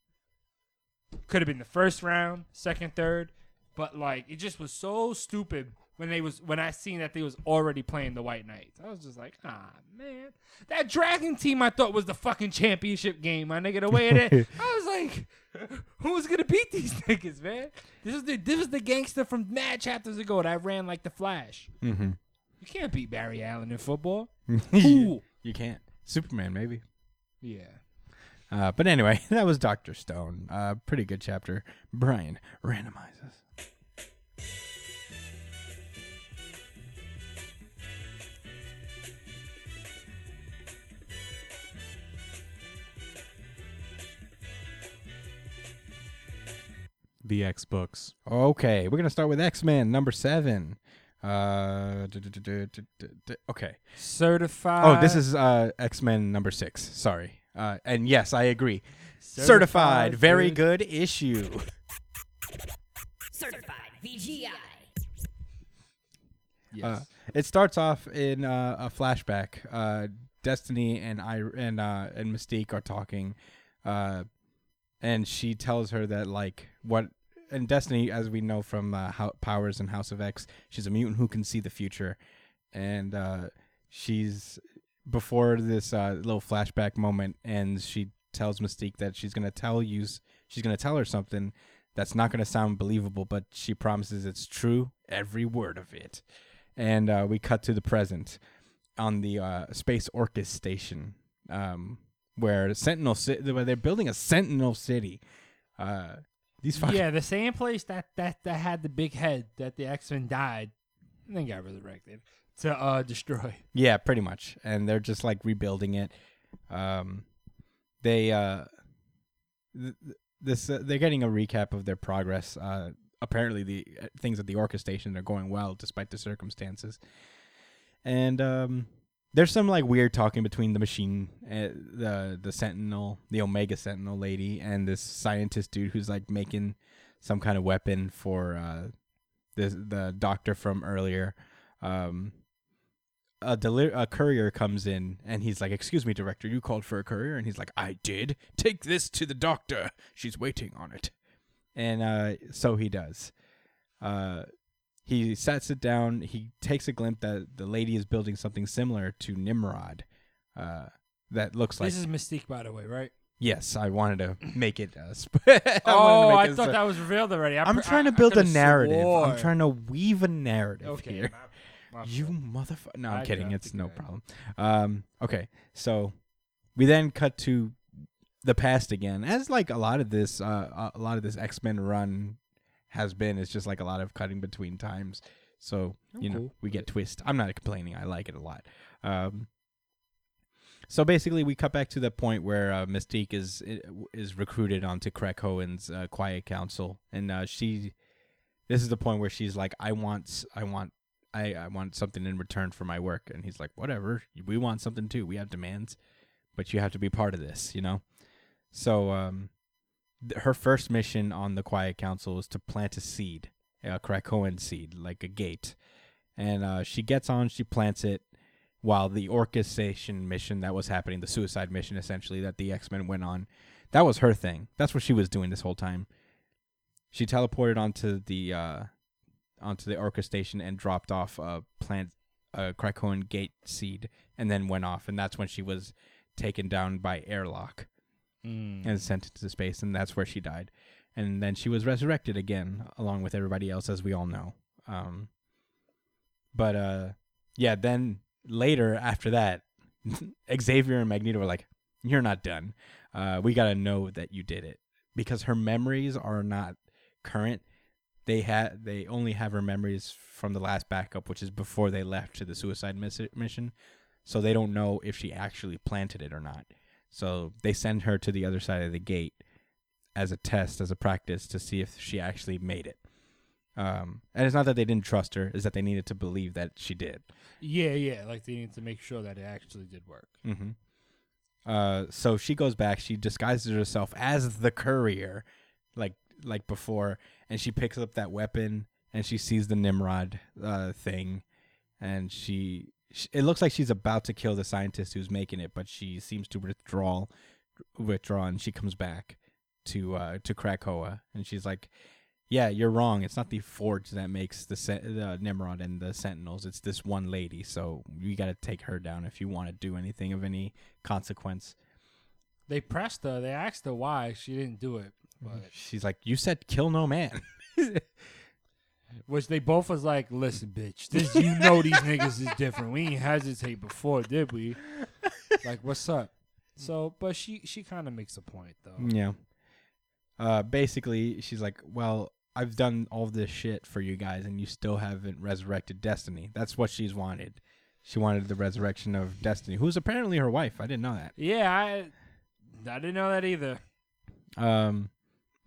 [SPEAKER 3] Could have been the first round, second, third, but like it just was so stupid when they was when I seen that they was already playing the White Knights. I was just like, ah man, that Dragon team I thought was the fucking championship game. My nigga, the way it is, I was like, who's gonna beat these niggas, man? This is the this is the gangster from mad chapters ago that ran like the Flash.
[SPEAKER 2] Mhm.
[SPEAKER 3] You can't beat Barry Allen in football.
[SPEAKER 2] you, Mm-hmm. you can't. Superman, maybe.
[SPEAKER 3] Yeah.
[SPEAKER 2] Uh, but anyway, that was Doctor Stone. Uh, pretty good chapter. Brian randomizes.
[SPEAKER 4] The X books.
[SPEAKER 2] Okay, we're gonna start with X Men number seven. Uh, du- du- du- du- du- du- du- okay.
[SPEAKER 3] Certified.
[SPEAKER 2] Oh, this is uh, X Men number six. Sorry. Uh, and yes, I agree. Certified, very good issue.
[SPEAKER 5] Certified VGI.
[SPEAKER 3] Yes.
[SPEAKER 2] Uh, it starts off in uh, a flashback. Uh, Destiny and I and uh, and Mystique are talking, uh, and she tells her that like what and Destiny, as we know from uh, how, Powers and House of X, she's a mutant who can see the future, and uh, she's before this uh, little flashback moment ends, she tells Mystique that she's gonna tell you she's gonna tell her something. That's not going to sound believable, but she promises it's true, every word of it and uh, we cut to the present on the uh, Space Orcus station, um, where Sentinel City, where they're building a Sentinel City. Uh, these fucking
[SPEAKER 3] yeah, the same place that, that, that had the big head that the X Men died and then got resurrected to uh, destroy.
[SPEAKER 2] Yeah, pretty much. And they're just like rebuilding it. Um, they uh, th- th- this uh, they're getting a recap of their progress. Uh, apparently the uh, things at the orca station are going well despite the circumstances. And um, there's some like weird talking between the machine, uh, the the sentinel, the Omega Sentinel lady, and this scientist dude who's like making some kind of weapon for uh, the the doctor from earlier. Um, a, deli- a courier comes in and he's like, "Excuse me, director, you called for a courier?" And he's like, "I did. Take this to the doctor. She's waiting on it." And uh, so he does. Uh, he sets it down. He takes a glimpse that the lady is building something similar to Nimrod. Uh, that looks like
[SPEAKER 3] this is Mystique, by the way, right?
[SPEAKER 2] yes. I wanted to make it. Uh, sp-
[SPEAKER 3] oh,
[SPEAKER 2] wanted to
[SPEAKER 3] I
[SPEAKER 2] make it
[SPEAKER 3] thought
[SPEAKER 2] so-
[SPEAKER 3] that was revealed already. I
[SPEAKER 2] I'm
[SPEAKER 3] pr-
[SPEAKER 2] trying
[SPEAKER 3] I-
[SPEAKER 2] to
[SPEAKER 3] I
[SPEAKER 2] build a
[SPEAKER 3] could've
[SPEAKER 2] narrative. I'm
[SPEAKER 3] swore.
[SPEAKER 2] trying to weave a narrative
[SPEAKER 3] Okay.
[SPEAKER 2] here.
[SPEAKER 3] my- my
[SPEAKER 2] You
[SPEAKER 3] fault.
[SPEAKER 2] motherfucker. No, I'm
[SPEAKER 3] I
[SPEAKER 2] kidding.
[SPEAKER 3] dropped
[SPEAKER 2] It's
[SPEAKER 3] the
[SPEAKER 2] no
[SPEAKER 3] guy.
[SPEAKER 2] problem. Um, okay. So we then cut to the past again. As like a lot of this uh, a lot of this X-Men run has been it's just like a lot of cutting between times. So, you know, we get twist. I'm not complaining. I like it a lot. Um so basically, we cut back to the point where uh, Mystique is is recruited onto Craig Hohen's uh, Quiet Council, and uh, she, this is the point where she's like, "I want, s- I want I, I want something in return for my work. And he's like, whatever. We want something too. We have demands, but you have to be part of this, you know? So, um, th- her first mission on the Quiet Council is to plant a seed, a Krakoan seed, like a gate. And uh, she gets on, she plants it while the orchestration mission that was happening, the suicide mission essentially that the X Men went on, that was her thing. That's what she was doing this whole time. She teleported onto the uh, onto the orca station and dropped off a plant a Krakoan gate seed and then went off and that's when she was taken down by airlock
[SPEAKER 3] Mm.
[SPEAKER 2] and sent into space and that's where she died and then she was resurrected again along with everybody else as we all know um but uh yeah then later after that Xavier and Magneto were like you're not done uh we got to know that you did it because her memories are not current they had they only have her memories from the last backup, which is before they left to the suicide miss- mission. So they don't know if she actually planted it or not. So they send her to the other side of the gate as a test, as a practice, to see if she actually made it. Um, and it's not that they didn't trust her; is that they needed to believe that she did.
[SPEAKER 3] Yeah, yeah. Like they need to make sure that it actually did work.
[SPEAKER 2] Mm-hmm. Uh, so she goes back. She disguises herself as the courier, like like before, and she picks up that weapon and she sees the Nimrod uh, thing, and she sh- it looks like she's about to kill the scientist who's making it, but she seems to withdraw, withdraw, and she comes back to uh, to Krakoa, and she's like, "Yeah, you're wrong. It's not the forge that makes the sen- uh, Nimrod and the Sentinels. It's this one lady. So you got to take her down if you want to do anything of any consequence."
[SPEAKER 3] They pressed her. They asked her why she didn't do it, but
[SPEAKER 2] She's like, "You said kill no man."
[SPEAKER 3] which they both was like, "Listen, bitch, this you know these niggas is different. We ain't hesitate before, did we? Like, what's up?" So, but she she kind of makes a point though.
[SPEAKER 2] Yeah. Uh, basically, she's like, "Well, I've done all this shit for you guys, and you still haven't resurrected Destiny. That's what she's wanted. She wanted the resurrection of Destiny, who's apparently her wife. I didn't know that.
[SPEAKER 3] Yeah, I I didn't know that either.
[SPEAKER 2] Um,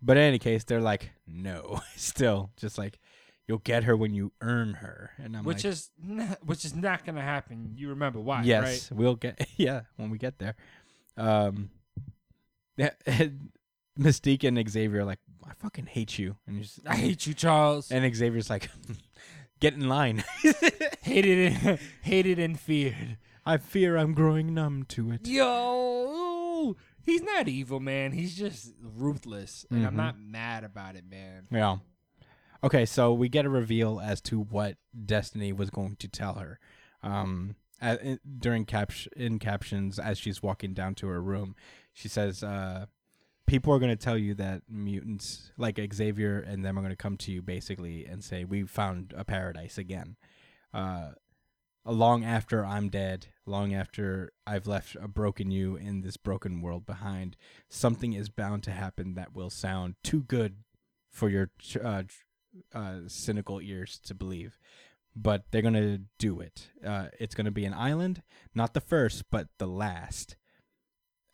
[SPEAKER 2] but in any case, they're like, no, still, just like, you'll get her when you earn her. And I'm like,
[SPEAKER 3] which is not, which is not gonna happen. You remember why?
[SPEAKER 2] yes,
[SPEAKER 3] right?
[SPEAKER 2] we'll get, yeah, when we get there. Um, yeah, Mystique and Xavier are like, I fucking hate you. And just,
[SPEAKER 3] I hate you, Charles.
[SPEAKER 2] And Xavier's like, get in line.
[SPEAKER 3] hated it, hated and feared.
[SPEAKER 2] I fear I'm growing numb to it.
[SPEAKER 3] Yo, he's not evil, man. He's just ruthless, and
[SPEAKER 2] Mhm.
[SPEAKER 3] I'm not mad about it, man.
[SPEAKER 2] Yeah. Okay, so we get a reveal as to what Destiny was going to tell her. Um, at, in, during caps in captions, as she's walking down to her room, she says, uh, "People are going to tell you that mutants like Xavier and them are going to come to you basically and say we found a paradise again." Uh, long after I'm dead, long after I've left a broken you in this broken world behind, something is bound to happen that will sound too good for your ch- uh, ch- uh, cynical ears to believe. But they're going to do it. Uh, it's going to be an island, not the first, but the last.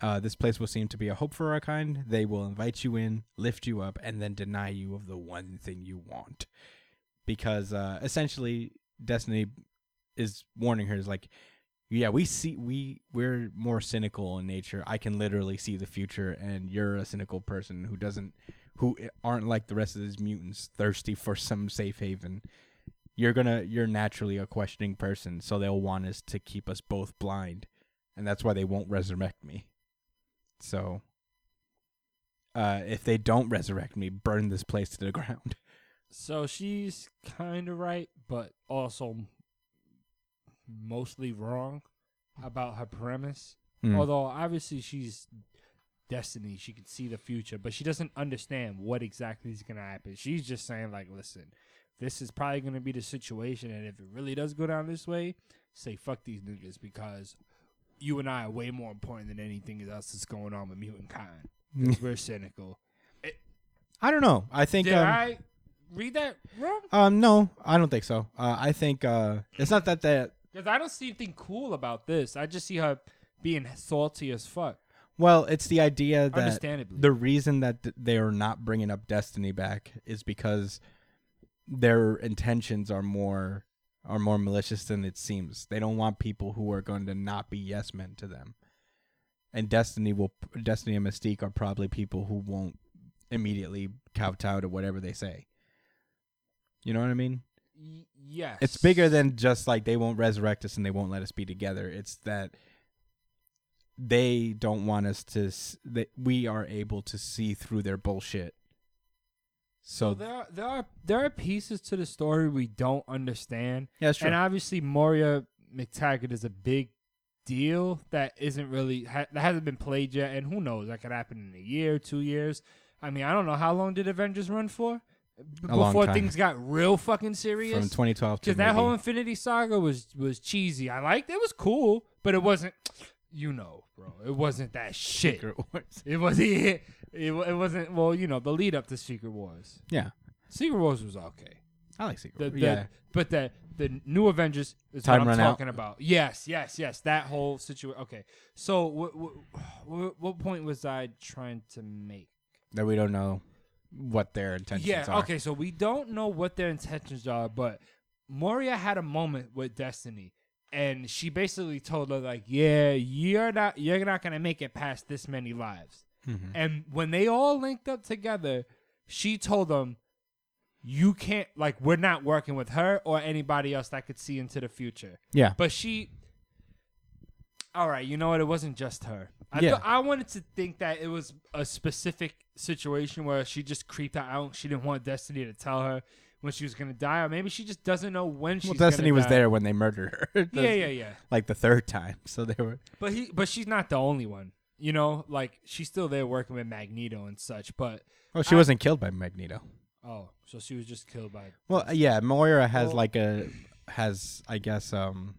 [SPEAKER 2] Uh, this place will seem to be a hope for our kind. They will invite you in, lift you up, and then deny you of the one thing you want. Because uh, essentially, Destiny is warning her is like, yeah, we see we we're more cynical in nature. I can literally see the future, and you're a cynical person who doesn't who aren't like the rest of these mutants, thirsty for some safe haven. You're gonna you're naturally a questioning person, so they'll want us to keep us both blind, and that's why they won't resurrect me. So, uh, if they don't resurrect me, burn this place to the ground.
[SPEAKER 3] So she's kind of right, but also mostly wrong about her premise.
[SPEAKER 2] Mm.
[SPEAKER 3] Although obviously she's destiny, she can see the future, but she doesn't understand what exactly is going to happen. She's just saying like, "Listen, this is probably going to be the situation, and if it really does go down this way, say fuck these niggas because you and I are way more important than anything else that's going on with mutant kind. 'Cause we're cynical."
[SPEAKER 2] I don't know. I think
[SPEAKER 3] Did
[SPEAKER 2] um,
[SPEAKER 3] I read that wrong?
[SPEAKER 2] um no, I don't think so. Uh, I think uh, it's not that that
[SPEAKER 3] Because I don't see anything cool about this. I just see her being salty as fuck.
[SPEAKER 2] Well, it's the idea that
[SPEAKER 3] Understandably.
[SPEAKER 2] the reason that th- they are not bringing up Destiny back is because their intentions are more are more malicious than it seems. They don't want people who are going to not be yes men to them. And Destiny will Destiny and Mystique are probably people who won't immediately kowtow to whatever they say. You know what I mean?
[SPEAKER 3] Y- yes.
[SPEAKER 2] it's bigger than just like they won't resurrect us and they won't let us be together. It's that they don't want us to s- that we are able to see through their bullshit. So
[SPEAKER 3] So there, are, there are there are pieces to the story we don't understand,
[SPEAKER 2] yeah, that's true.
[SPEAKER 3] and obviously Moria McTaggart is a big deal that isn't really ha- that hasn't been played yet, and who knows that could happen in a year, two years. I mean, I don't know how long did Avengers run for B-
[SPEAKER 2] A long
[SPEAKER 3] before
[SPEAKER 2] time.
[SPEAKER 3] things got real fucking
[SPEAKER 2] From
[SPEAKER 3] serious.
[SPEAKER 2] 2012 to
[SPEAKER 3] Because that whole
[SPEAKER 2] maybe-
[SPEAKER 3] Infinity Saga was was cheesy. I liked it. It was cool, but it wasn't. You know, bro, it wasn't that shit.
[SPEAKER 2] Secret Wars.
[SPEAKER 3] It was it, it. wa- It wasn't. Well, you know, the lead up to Secret Wars.
[SPEAKER 2] Yeah,
[SPEAKER 3] Secret Wars was okay.
[SPEAKER 2] I like Secret.
[SPEAKER 3] The,
[SPEAKER 2] Wars.
[SPEAKER 3] the,
[SPEAKER 2] yeah,
[SPEAKER 3] But the the new Avengers is
[SPEAKER 2] Time
[SPEAKER 3] what I'm
[SPEAKER 2] run out.
[SPEAKER 3] talking about. Yes, yes, yes. That whole situation. Okay. So what what what point was I trying to make?
[SPEAKER 2] that we don't know what their intentions
[SPEAKER 3] Yeah.
[SPEAKER 2] are.
[SPEAKER 3] Okay. So we don't know what their intentions are, but Moria had a moment with Destiny, and she basically told her like, "Yeah, you're not you're not gonna make it past this many lives."
[SPEAKER 2] Mhm.
[SPEAKER 3] And when they all linked up together, she told them, you can't like we're not working with her or anybody else that could see into the future.
[SPEAKER 2] Yeah.
[SPEAKER 3] But she All right, you know what? It wasn't just her. I
[SPEAKER 2] Yeah.
[SPEAKER 3] thought- I wanted to think that it was a specific situation where she just creeped her out. She didn't want Destiny to tell her when she was going to die or maybe she just doesn't know when she's
[SPEAKER 2] well,
[SPEAKER 3] gonna
[SPEAKER 2] Destiny was
[SPEAKER 3] die.
[SPEAKER 2] there when they murdered her.
[SPEAKER 3] Yeah, yeah, yeah.
[SPEAKER 2] Like the third time, so they were.
[SPEAKER 3] But he, but she's not the only one. You know, like she's still there working with Magneto and such. But
[SPEAKER 2] Oh, she
[SPEAKER 3] I-
[SPEAKER 2] wasn't killed by Magneto.
[SPEAKER 3] oh, so she was just killed by.
[SPEAKER 2] Well, uh, yeah, Moira has
[SPEAKER 3] Well-
[SPEAKER 2] like a has I guess um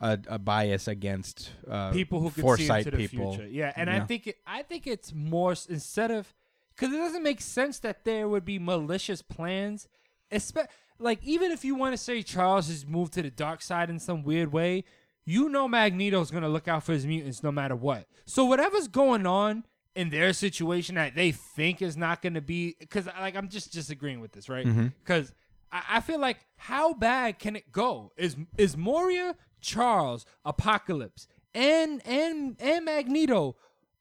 [SPEAKER 2] a, a bias against uh,
[SPEAKER 3] people who could see
[SPEAKER 2] foresight
[SPEAKER 3] into the
[SPEAKER 2] people.
[SPEAKER 3] future. Yeah, and
[SPEAKER 2] Yeah.
[SPEAKER 3] I think it, I think it's more s- instead of because it doesn't make sense that there would be malicious plans, espe- like even if you want to say Charles has moved to the dark side in some weird way, you know Magneto's gonna look out for his mutants no matter what. So whatever's going on in their situation that they think is not gonna be because like I'm just disagreeing with this right because. I I feel like how bad can it go? Is is Moria, Charles, Apocalypse, and and and Magneto?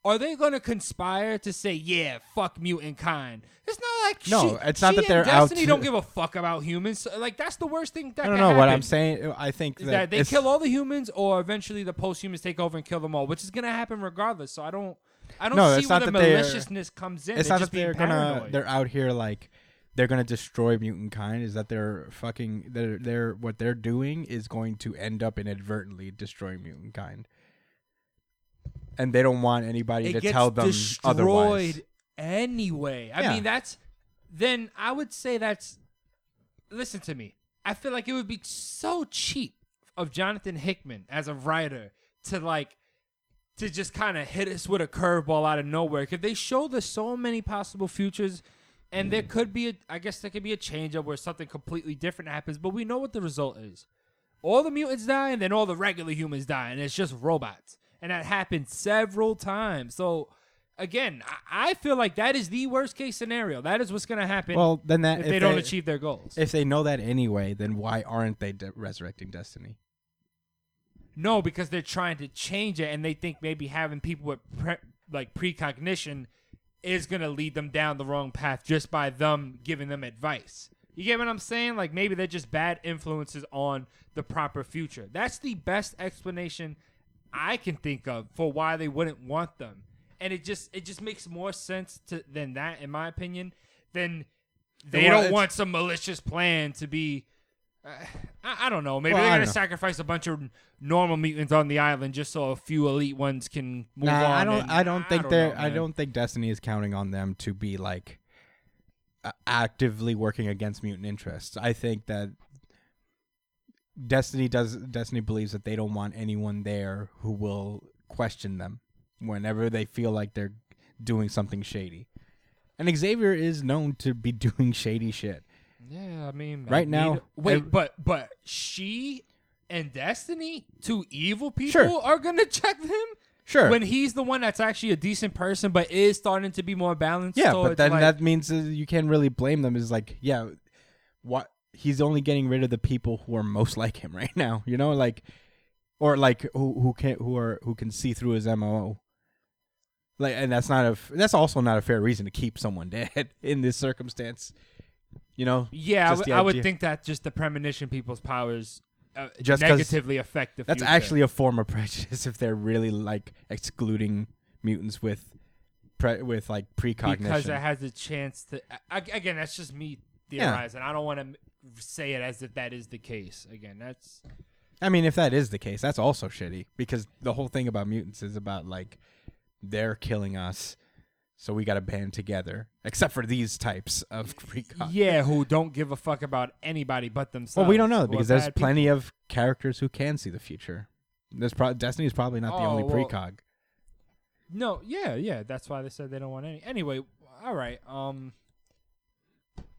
[SPEAKER 3] Are they gonna conspire to say, yeah, fuck mutant kind? It's not like
[SPEAKER 2] No,
[SPEAKER 3] she-
[SPEAKER 2] it's not
[SPEAKER 3] she
[SPEAKER 2] that
[SPEAKER 3] and
[SPEAKER 2] they're out
[SPEAKER 3] Destiny
[SPEAKER 2] to-
[SPEAKER 3] don't give a fuck about humans. So, like that's the worst thing that
[SPEAKER 2] I don't
[SPEAKER 3] can
[SPEAKER 2] know what
[SPEAKER 3] happen,
[SPEAKER 2] I'm saying. Uh, I think
[SPEAKER 3] is
[SPEAKER 2] that,
[SPEAKER 3] that they
[SPEAKER 2] it's-
[SPEAKER 3] kill all the humans, or eventually the post humans take over and kill them all, which is gonna happen regardless. So I don't, I don't
[SPEAKER 2] No,
[SPEAKER 3] see
[SPEAKER 2] it's
[SPEAKER 3] where
[SPEAKER 2] not
[SPEAKER 3] the
[SPEAKER 2] that they're-
[SPEAKER 3] maliciousness comes in.
[SPEAKER 2] It's not
[SPEAKER 3] just
[SPEAKER 2] that they're
[SPEAKER 3] being
[SPEAKER 2] gonna
[SPEAKER 3] paranoid.
[SPEAKER 2] they're out here like they're gonna destroy mutant kind. Is that they're fucking they're they're what they're doing is going to end up inadvertently destroying mutant kind. And they don't want anybody to tell them otherwise.
[SPEAKER 3] anyway. I
[SPEAKER 2] Yeah.
[SPEAKER 3] mean, that's then I would say that's. Listen to me. I feel like it would be so cheap of Jonathan Hickman as a writer to like to just kind of hit us with a curveball out of nowhere. Because they show there's so many possible futures, and there could be, a, I guess, there could be a change up where something completely different happens. But we know what the result is. All the mutants die, and then all the regular humans die, and it's just robots. And that happened several times. So, again, I, I feel like that is the worst case scenario. That is what's going to happen
[SPEAKER 2] Well, then that
[SPEAKER 3] if they don't achieve their goals.
[SPEAKER 2] If they know that anyway, then why aren't they de- resurrecting Destiny?
[SPEAKER 3] No, because they're trying to change it, and they think maybe having people with pre- like precognition is gonna lead them down the wrong path just by them giving them advice. You get what I'm saying? Like maybe they're just bad influences on the proper future. That's the best explanation I can think of for why they wouldn't want them. And it just it just makes more sense to than that, in my opinion, than they
[SPEAKER 2] Well,
[SPEAKER 3] don't
[SPEAKER 2] it's-
[SPEAKER 3] want some malicious plan to be. I, I don't know. Maybe
[SPEAKER 2] Well,
[SPEAKER 3] they're
[SPEAKER 2] I
[SPEAKER 3] gonna
[SPEAKER 2] don't know.
[SPEAKER 3] sacrifice a bunch of normal mutants on the island just so a few elite ones can move on.
[SPEAKER 2] Nah, I don't.
[SPEAKER 3] and-
[SPEAKER 2] I don't think they're.
[SPEAKER 3] know,
[SPEAKER 2] I
[SPEAKER 3] man.
[SPEAKER 2] don't think Destiny is counting on them to be like a- actively working against mutant interests. I think that Destiny does. Destiny believes that they don't want anyone there who will question them whenever they feel like they're doing something shady. And Xavier is known to be doing shady shit.
[SPEAKER 3] Yeah, I mean,
[SPEAKER 2] Right now,
[SPEAKER 3] Magneto- Wait,
[SPEAKER 2] ev-
[SPEAKER 3] but but she and Destiny, two evil people,
[SPEAKER 2] Sure.
[SPEAKER 3] are gonna check him.
[SPEAKER 2] Sure.
[SPEAKER 3] When he's the one that's actually a decent person, but is starting to be more balanced.
[SPEAKER 2] Yeah,
[SPEAKER 3] so
[SPEAKER 2] but
[SPEAKER 3] it's
[SPEAKER 2] then
[SPEAKER 3] like,
[SPEAKER 2] that means uh, you can't really blame them. Is like, yeah, what he's only getting rid of the people who are most like him right now. You know, like, or like who who can who are who can see through his mo. Like, and that's not a f- that's also not a fair reason to keep someone dead in this circumstance. You know,
[SPEAKER 3] yeah, I
[SPEAKER 2] just
[SPEAKER 3] would-
[SPEAKER 2] the
[SPEAKER 3] I would
[SPEAKER 2] idea-
[SPEAKER 3] think that just the premonition people's powers uh,
[SPEAKER 2] Just 'cause
[SPEAKER 3] negatively affect the.
[SPEAKER 2] that's
[SPEAKER 3] future.
[SPEAKER 2] actually a form of prejudice if they're really like excluding mutants with pre- with like precognition.
[SPEAKER 3] because it has a chance to. I, I- again, that's just me theorizing. I don't want to say it as if that is the case. Again, that's
[SPEAKER 2] I mean, if that is the case, that's also shitty because the whole thing about mutants is about like they're killing us, so we got to band together. Except for these types of precog.
[SPEAKER 3] yeah. Who don't give a fuck about anybody but themselves.
[SPEAKER 2] Well, we don't know
[SPEAKER 3] or
[SPEAKER 2] because there's
[SPEAKER 3] bad people.
[SPEAKER 2] plenty of characters who can see the future. There's pro- Destiny is probably not the
[SPEAKER 3] Oh,
[SPEAKER 2] only
[SPEAKER 3] well-
[SPEAKER 2] precog.
[SPEAKER 3] No, yeah, yeah. That's why they said they don't want any. Anyway, all right. Um,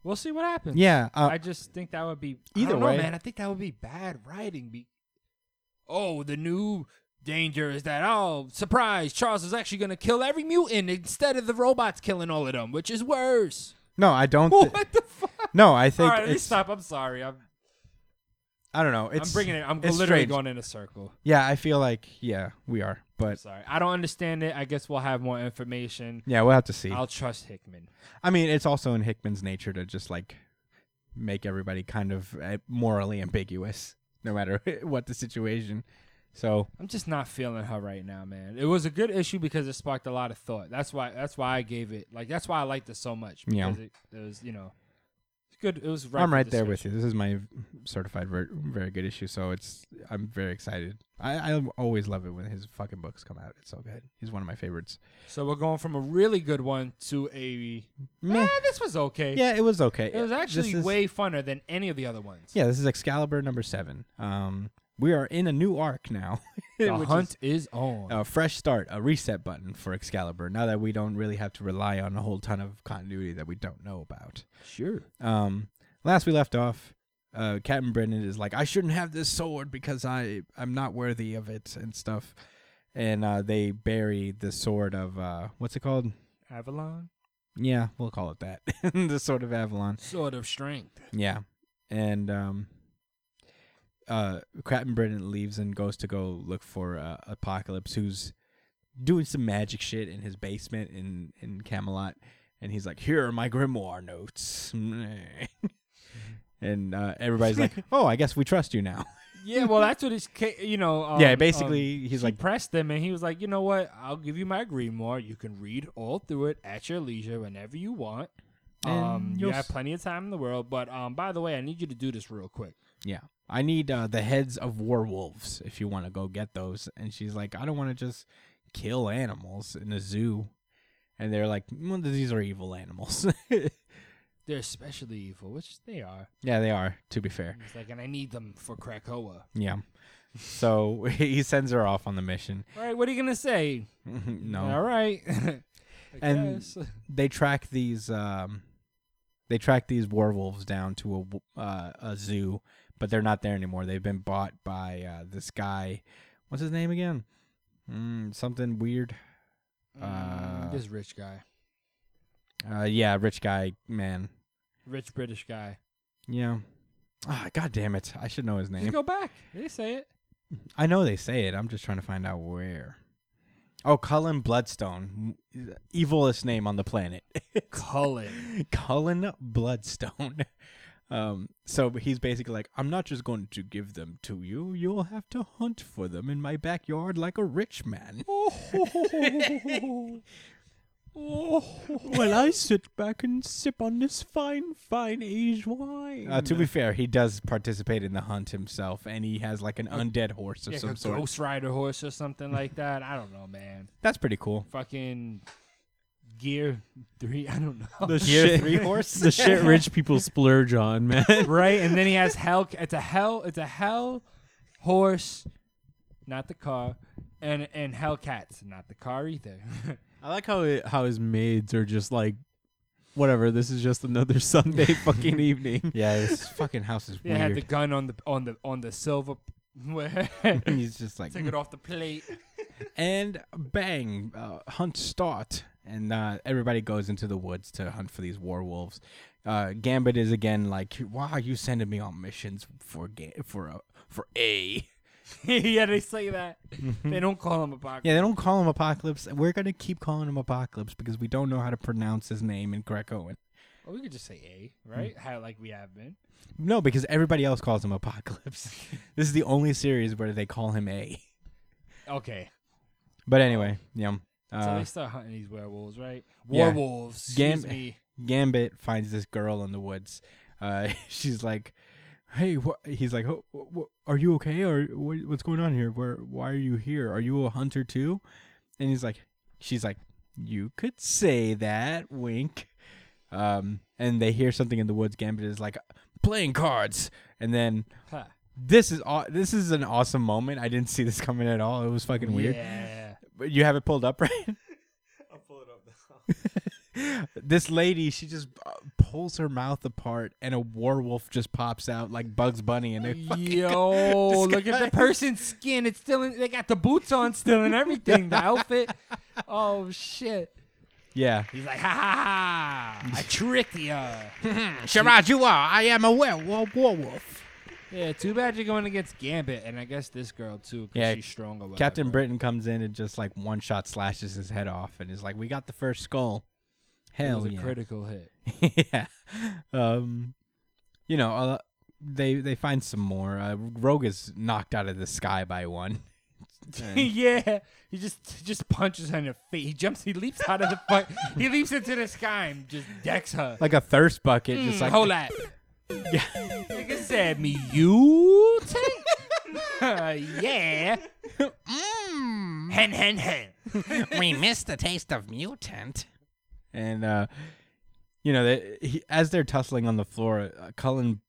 [SPEAKER 3] we'll see what happens.
[SPEAKER 2] Yeah, uh,
[SPEAKER 3] I just think that would be I
[SPEAKER 2] Either
[SPEAKER 3] don't know,
[SPEAKER 2] way-
[SPEAKER 3] man. I think that would be bad writing. Be oh, the new danger is that oh, surprise! Charles is actually going to kill every mutant instead of the robots killing all of them, which is worse.
[SPEAKER 2] no, I don't. thi-
[SPEAKER 3] what the fuck?
[SPEAKER 2] no, I think
[SPEAKER 3] all right, let me
[SPEAKER 2] it's.
[SPEAKER 3] stop. I'm sorry. I'm
[SPEAKER 2] I don't know. It's
[SPEAKER 3] I'm bringing it. I'm
[SPEAKER 2] it's
[SPEAKER 3] literally
[SPEAKER 2] strange.
[SPEAKER 3] going in a circle.
[SPEAKER 2] Yeah, I feel like yeah, we are. But
[SPEAKER 3] Sorry, I don't understand it. I guess we'll have more information.
[SPEAKER 2] yeah, we'll have to see.
[SPEAKER 3] I'll trust Hickman.
[SPEAKER 2] I mean, it's also in Hickman's nature to just like make everybody kind of uh, morally ambiguous, no matter what the situation. So
[SPEAKER 3] I'm just not feeling her right now, man. It was a good issue because it sparked a lot of thought. That's why. That's why I gave it. Like that's why I liked it so much.
[SPEAKER 2] Yeah.
[SPEAKER 3] Because it, it was, you know, it's good. It was.
[SPEAKER 2] I'm right there with you. This is my certified ver- very good issue, so it's I'm very excited. I, I always love it when his fucking books come out. It's so good. He's one of my favorites.
[SPEAKER 3] So we're going from a really good one to a.
[SPEAKER 2] Meh.
[SPEAKER 3] Eh, this was okay.
[SPEAKER 2] Yeah, it was okay.
[SPEAKER 3] It was
[SPEAKER 2] This
[SPEAKER 3] actually
[SPEAKER 2] is-
[SPEAKER 3] way funner than any of the other ones.
[SPEAKER 2] Yeah, this is Excalibur number seven. Um, we are in a new arc now.
[SPEAKER 3] The
[SPEAKER 2] which is- Oh,
[SPEAKER 3] hunt is, on.
[SPEAKER 2] a fresh start, a reset button for Excalibur. Now that we don't really have to rely on a whole ton of continuity that we don't know about.
[SPEAKER 3] sure.
[SPEAKER 2] Um, last we left off, uh, Captain Brennan is like, "I shouldn't have this sword because I I'm not worthy of it and stuff." And uh, they bury the sword of uh, what's it called?
[SPEAKER 3] Avalon.
[SPEAKER 2] Yeah, we'll call it that. the sword of Avalon.
[SPEAKER 3] Sword of strength.
[SPEAKER 2] Yeah, and um, uh, Captain Brennan leaves and goes to go look for uh, Apocalypse, who's doing some magic shit in his basement in in Camelot, and he's like, "Here are my grimoire notes," and uh, everybody's like, "Oh, I guess we trust you now."
[SPEAKER 3] Yeah, well, that's what it's. ca- You know. Um,
[SPEAKER 2] yeah,
[SPEAKER 3] um,
[SPEAKER 2] basically, he's
[SPEAKER 3] he
[SPEAKER 2] like,
[SPEAKER 3] pressed them, and he was like, "You know what? I'll give you my grimoire. You can read all through it at your leisure whenever you want. Um,
[SPEAKER 2] And
[SPEAKER 3] you
[SPEAKER 2] you'll
[SPEAKER 3] have
[SPEAKER 2] s-
[SPEAKER 3] plenty of time in the world. But um, by the way, I need you to do this real quick.
[SPEAKER 2] "Yeah." I need uh, the heads of werewolves if you want to go get those. And she's like, I don't want to just kill animals in a zoo. And they're like, well, these are evil animals.
[SPEAKER 3] They're especially evil, which they are.
[SPEAKER 2] Yeah, they are, to be fair.
[SPEAKER 3] And He's like, and I need them for Krakoa.
[SPEAKER 2] Yeah. So he sends her off on the mission.
[SPEAKER 3] All right, what are you gonna say? All
[SPEAKER 2] no.
[SPEAKER 3] right. I
[SPEAKER 2] And- uh,
[SPEAKER 3] guess.
[SPEAKER 2] They track these um they track these werewolves down to a w- uh, a zoo, but they're not there anymore. They've been bought by uh, this guy. What's his name again? Mm, something weird.
[SPEAKER 3] Mm,
[SPEAKER 2] uh,
[SPEAKER 3] this rich guy,
[SPEAKER 2] Uh, yeah, rich guy man.
[SPEAKER 3] rich British guy.
[SPEAKER 2] Yeah. Ah, god damn it! I should know his
[SPEAKER 3] Just
[SPEAKER 2] name.
[SPEAKER 3] go back. They say it.
[SPEAKER 2] I know they say it. I'm just trying to find out where. Oh, Cullen Bloodstone, M- evilest name on the planet.
[SPEAKER 3] Cullen.
[SPEAKER 2] Cullen Bloodstone. Um, so he's basically like, I'm not just going to give them to you. You'll have to hunt for them in my backyard like a rich man.
[SPEAKER 4] Oh, well, I sit back and sip on this fine, fine age wine.
[SPEAKER 2] Uh, to be fair, he does participate in the hunt himself, and he has like an undead horse of
[SPEAKER 3] Yeah,
[SPEAKER 2] some
[SPEAKER 3] a
[SPEAKER 2] sort.
[SPEAKER 3] Ghost Rider horse or something like that. I don't know, man.
[SPEAKER 2] That's pretty cool.
[SPEAKER 3] Fucking Gear Three. I don't know.
[SPEAKER 4] the
[SPEAKER 2] Gear
[SPEAKER 4] Oh, shit,
[SPEAKER 2] three horse.
[SPEAKER 4] the shit rich people splurge on, man.
[SPEAKER 3] right? And then he has hell. It's a hell. It's a hell horse, not the car, and and Hellcats, not the car either.
[SPEAKER 4] I like how it, how his maids are just like, whatever. This is just another Sunday fucking evening.
[SPEAKER 2] yeah, this fucking house is
[SPEAKER 3] they
[SPEAKER 2] weird.
[SPEAKER 3] had the gun on the on the on the silver. Took
[SPEAKER 2] he's just like,
[SPEAKER 3] it off the plate.
[SPEAKER 2] and bang, uh, hunt start, and uh, everybody goes into the woods to hunt for these werewolves. Uh, Gambit is again like, "Why are you sending me on missions for ga- for a for a?"
[SPEAKER 3] yeah, they say that. They don't call him a box.
[SPEAKER 2] Hmm. Yeah, they don't call him Apocalypse. We're gonna keep calling him Apocalypse because we don't know how to pronounce his name in Greco.
[SPEAKER 3] Or we could just say A,
[SPEAKER 2] Hmm.
[SPEAKER 3] right? How like we have been.
[SPEAKER 2] No, because everybody else calls him Apocalypse. this is the only series where they call him A.
[SPEAKER 3] Okay,
[SPEAKER 2] But anyway, yeah.
[SPEAKER 3] so
[SPEAKER 2] Uh,
[SPEAKER 3] they start hunting these werewolves, right?
[SPEAKER 2] yeah.
[SPEAKER 3] Werewolves. Excuse
[SPEAKER 2] Gam-
[SPEAKER 3] me.
[SPEAKER 2] Gambit finds this girl in the woods. Uh, she's like, "Hey, what?" He's like, oh, wh- wh- "Are you okay? Or wh- what's going on here? Where? Why are you here? Are you a hunter too?" And he's like, "She's like, you could say that." Wink. Um, and they hear something in the woods. Gambit is like playing cards, and then
[SPEAKER 3] Huh.
[SPEAKER 2] this is aw- this is an awesome moment. I didn't see this coming at all. It was fucking weird.
[SPEAKER 3] Yeah.
[SPEAKER 2] But You have it pulled up, right?
[SPEAKER 3] I'll pull it up now.
[SPEAKER 2] this lady, she just uh, pulls her mouth apart, and a werewolf just pops out like Bugs Bunny, and they fucking
[SPEAKER 3] Yo,
[SPEAKER 2] This
[SPEAKER 3] look at the
[SPEAKER 2] guy-
[SPEAKER 3] person's skin. It's still in, they got the boots on still and everything, the outfit. Oh shit.
[SPEAKER 2] yeah.
[SPEAKER 3] He's like, ha ha ha. I tricked ya.
[SPEAKER 2] Sharaj, you are. I am a werewolf. werewolf.
[SPEAKER 3] Yeah, too bad you're going against Gambit, and I guess this girl too, 'cause
[SPEAKER 2] Yeah,
[SPEAKER 3] she's strong or whatever.
[SPEAKER 2] Captain Britain comes in and just like one shot slashes his head off and is like, "We got the first skull."
[SPEAKER 3] It
[SPEAKER 2] Hell
[SPEAKER 3] was a
[SPEAKER 2] yeah.
[SPEAKER 3] critical hit.
[SPEAKER 2] yeah. Um, you know, uh, they they find some more. Uh, Rogue is knocked out of the sky by one.
[SPEAKER 3] yeah, he just he just punches her in the face. He jumps, he leaps out of the fight. he leaps into the sky and just decks her.
[SPEAKER 2] Like a thirst bucket,
[SPEAKER 3] Mm,
[SPEAKER 2] just like
[SPEAKER 3] whole lot.
[SPEAKER 2] Yeah.
[SPEAKER 3] Nigga said me, you take? Uh, yeah. Hmm. Hen, hen, hen.
[SPEAKER 2] we missed the taste of mutant. And uh, you know, they, he, as they're tussling on the floor, uh, Cullen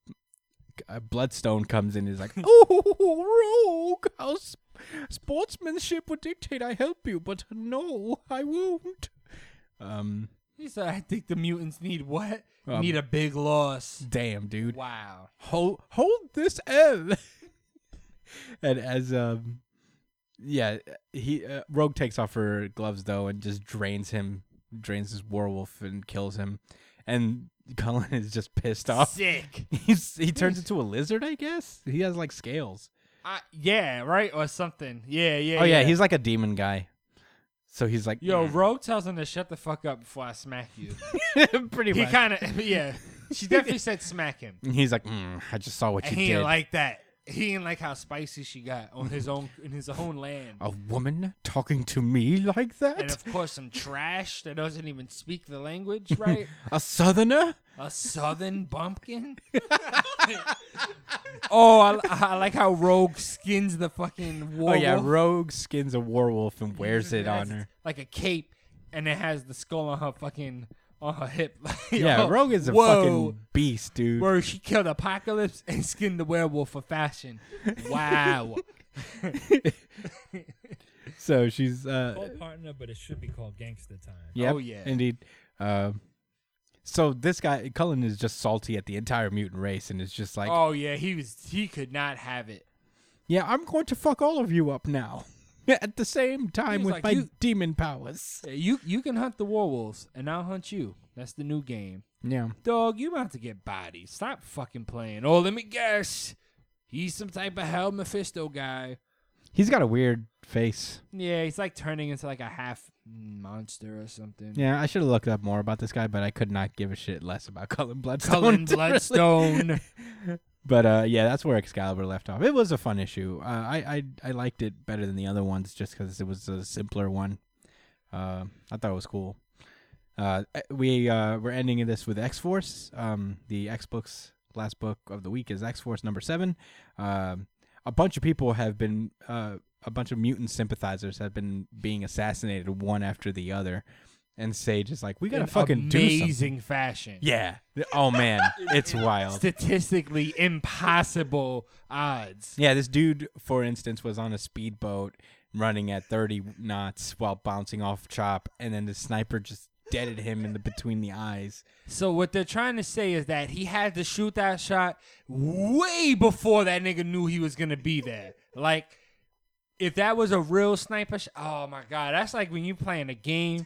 [SPEAKER 2] uh, Bloodstone comes in. And is like, "Oh, Rogue, how s- sportsmanship would dictate I help you, but no, I won't." Um,
[SPEAKER 3] He said, I think the mutants need what?
[SPEAKER 2] Um,
[SPEAKER 3] need a big loss.
[SPEAKER 2] damn, dude.
[SPEAKER 3] Wow.
[SPEAKER 2] hold hold this L. and as um, yeah, he uh, Rogue takes off her gloves though and just drains him, drains his werewolf and kills him. And Cullen is just pissed off.
[SPEAKER 3] Sick.
[SPEAKER 2] He's, he turns into a lizard, I guess. He has like scales.
[SPEAKER 3] I, yeah, right? Or something. Yeah, yeah.
[SPEAKER 2] Oh yeah, he's like a demon guy. So he's like, mm.
[SPEAKER 3] Yo, Rogue tells him to shut the fuck up before I smack you.
[SPEAKER 2] pretty
[SPEAKER 3] he
[SPEAKER 2] much.
[SPEAKER 3] kind of, yeah. She definitely said smack him.
[SPEAKER 2] And he's like, mm, I just saw what
[SPEAKER 3] And
[SPEAKER 2] you
[SPEAKER 3] he
[SPEAKER 2] did.
[SPEAKER 3] ain't like that. He ain't like how spicy she got on his own in his own land.
[SPEAKER 2] a woman talking to me like
[SPEAKER 3] And
[SPEAKER 2] that?
[SPEAKER 3] of course, some trash that doesn't even speak the language, right?
[SPEAKER 2] A southerner?
[SPEAKER 3] A southern bumpkin? oh, I, I like how Rogue skins the fucking
[SPEAKER 2] Oh
[SPEAKER 3] warlock.
[SPEAKER 2] yeah, Rogue skins a werewolf and wears it on her.
[SPEAKER 3] Like a cape, and it has the skull on her fucking on her hip.
[SPEAKER 2] Yeah,
[SPEAKER 3] Yo,
[SPEAKER 2] Rogue is a
[SPEAKER 3] whoa.
[SPEAKER 2] fucking beast, dude.
[SPEAKER 3] Word, she killed Apocalypse and skinned the werewolf for fashion. Wow.
[SPEAKER 2] So she's uh
[SPEAKER 5] Called Oh, partner, but it should be called gangster time.
[SPEAKER 2] yep,
[SPEAKER 3] Oh, yeah.
[SPEAKER 2] indeed. Um so this guy Cullen is just salty at the entire mutant race and is just like,
[SPEAKER 3] oh yeah, he was he could not have it.
[SPEAKER 2] "Yeah, I'm going to fuck all of you up now." At the same time
[SPEAKER 3] He's
[SPEAKER 2] with
[SPEAKER 3] like,
[SPEAKER 2] my
[SPEAKER 3] "You-
[SPEAKER 2] demon powers.
[SPEAKER 3] You you can hunt the werewolves, and I'll hunt you. That's the new game.
[SPEAKER 2] Yeah.
[SPEAKER 3] Dog, you about to get bodied. Stop fucking playing. Oh, let me guess. He's some type of Hell Mephisto guy.
[SPEAKER 2] He's got a weird face.
[SPEAKER 3] Yeah, he's like turning into like a half monster or something.
[SPEAKER 2] Yeah, I should have looked up more about this guy, but I could not give a shit less about Cullen Bloodstone.
[SPEAKER 3] Cullen
[SPEAKER 2] to really-
[SPEAKER 3] Bloodstone.
[SPEAKER 2] But uh, yeah, that's where Excalibur left off. It was a fun issue. Uh, I, I I liked it better than the other ones just because it was a simpler one. Uh, I thought it was cool. Uh, eh, we uh, we're ending this with X Force. Um, the X books last book of the week is X Force number seven. Um, a bunch of people have been uh, a bunch of mutant sympathizers have been being assassinated one after the other, and Sage is like, we gotta
[SPEAKER 3] In
[SPEAKER 2] fucking do something.
[SPEAKER 3] amazing fashion.
[SPEAKER 2] Yeah. Oh man, it's wild.
[SPEAKER 3] Statistically impossible odds.
[SPEAKER 2] Yeah, this dude, for instance, was on a speedboat running at 30 knots while bouncing off chop, and then the sniper just deaded him in the between the eyes.
[SPEAKER 3] So what they're trying to say is that he had to shoot that shot way before that nigga knew he was gonna be there. Like, if that was a real sniper, sh- oh my god, that's like when you playing a game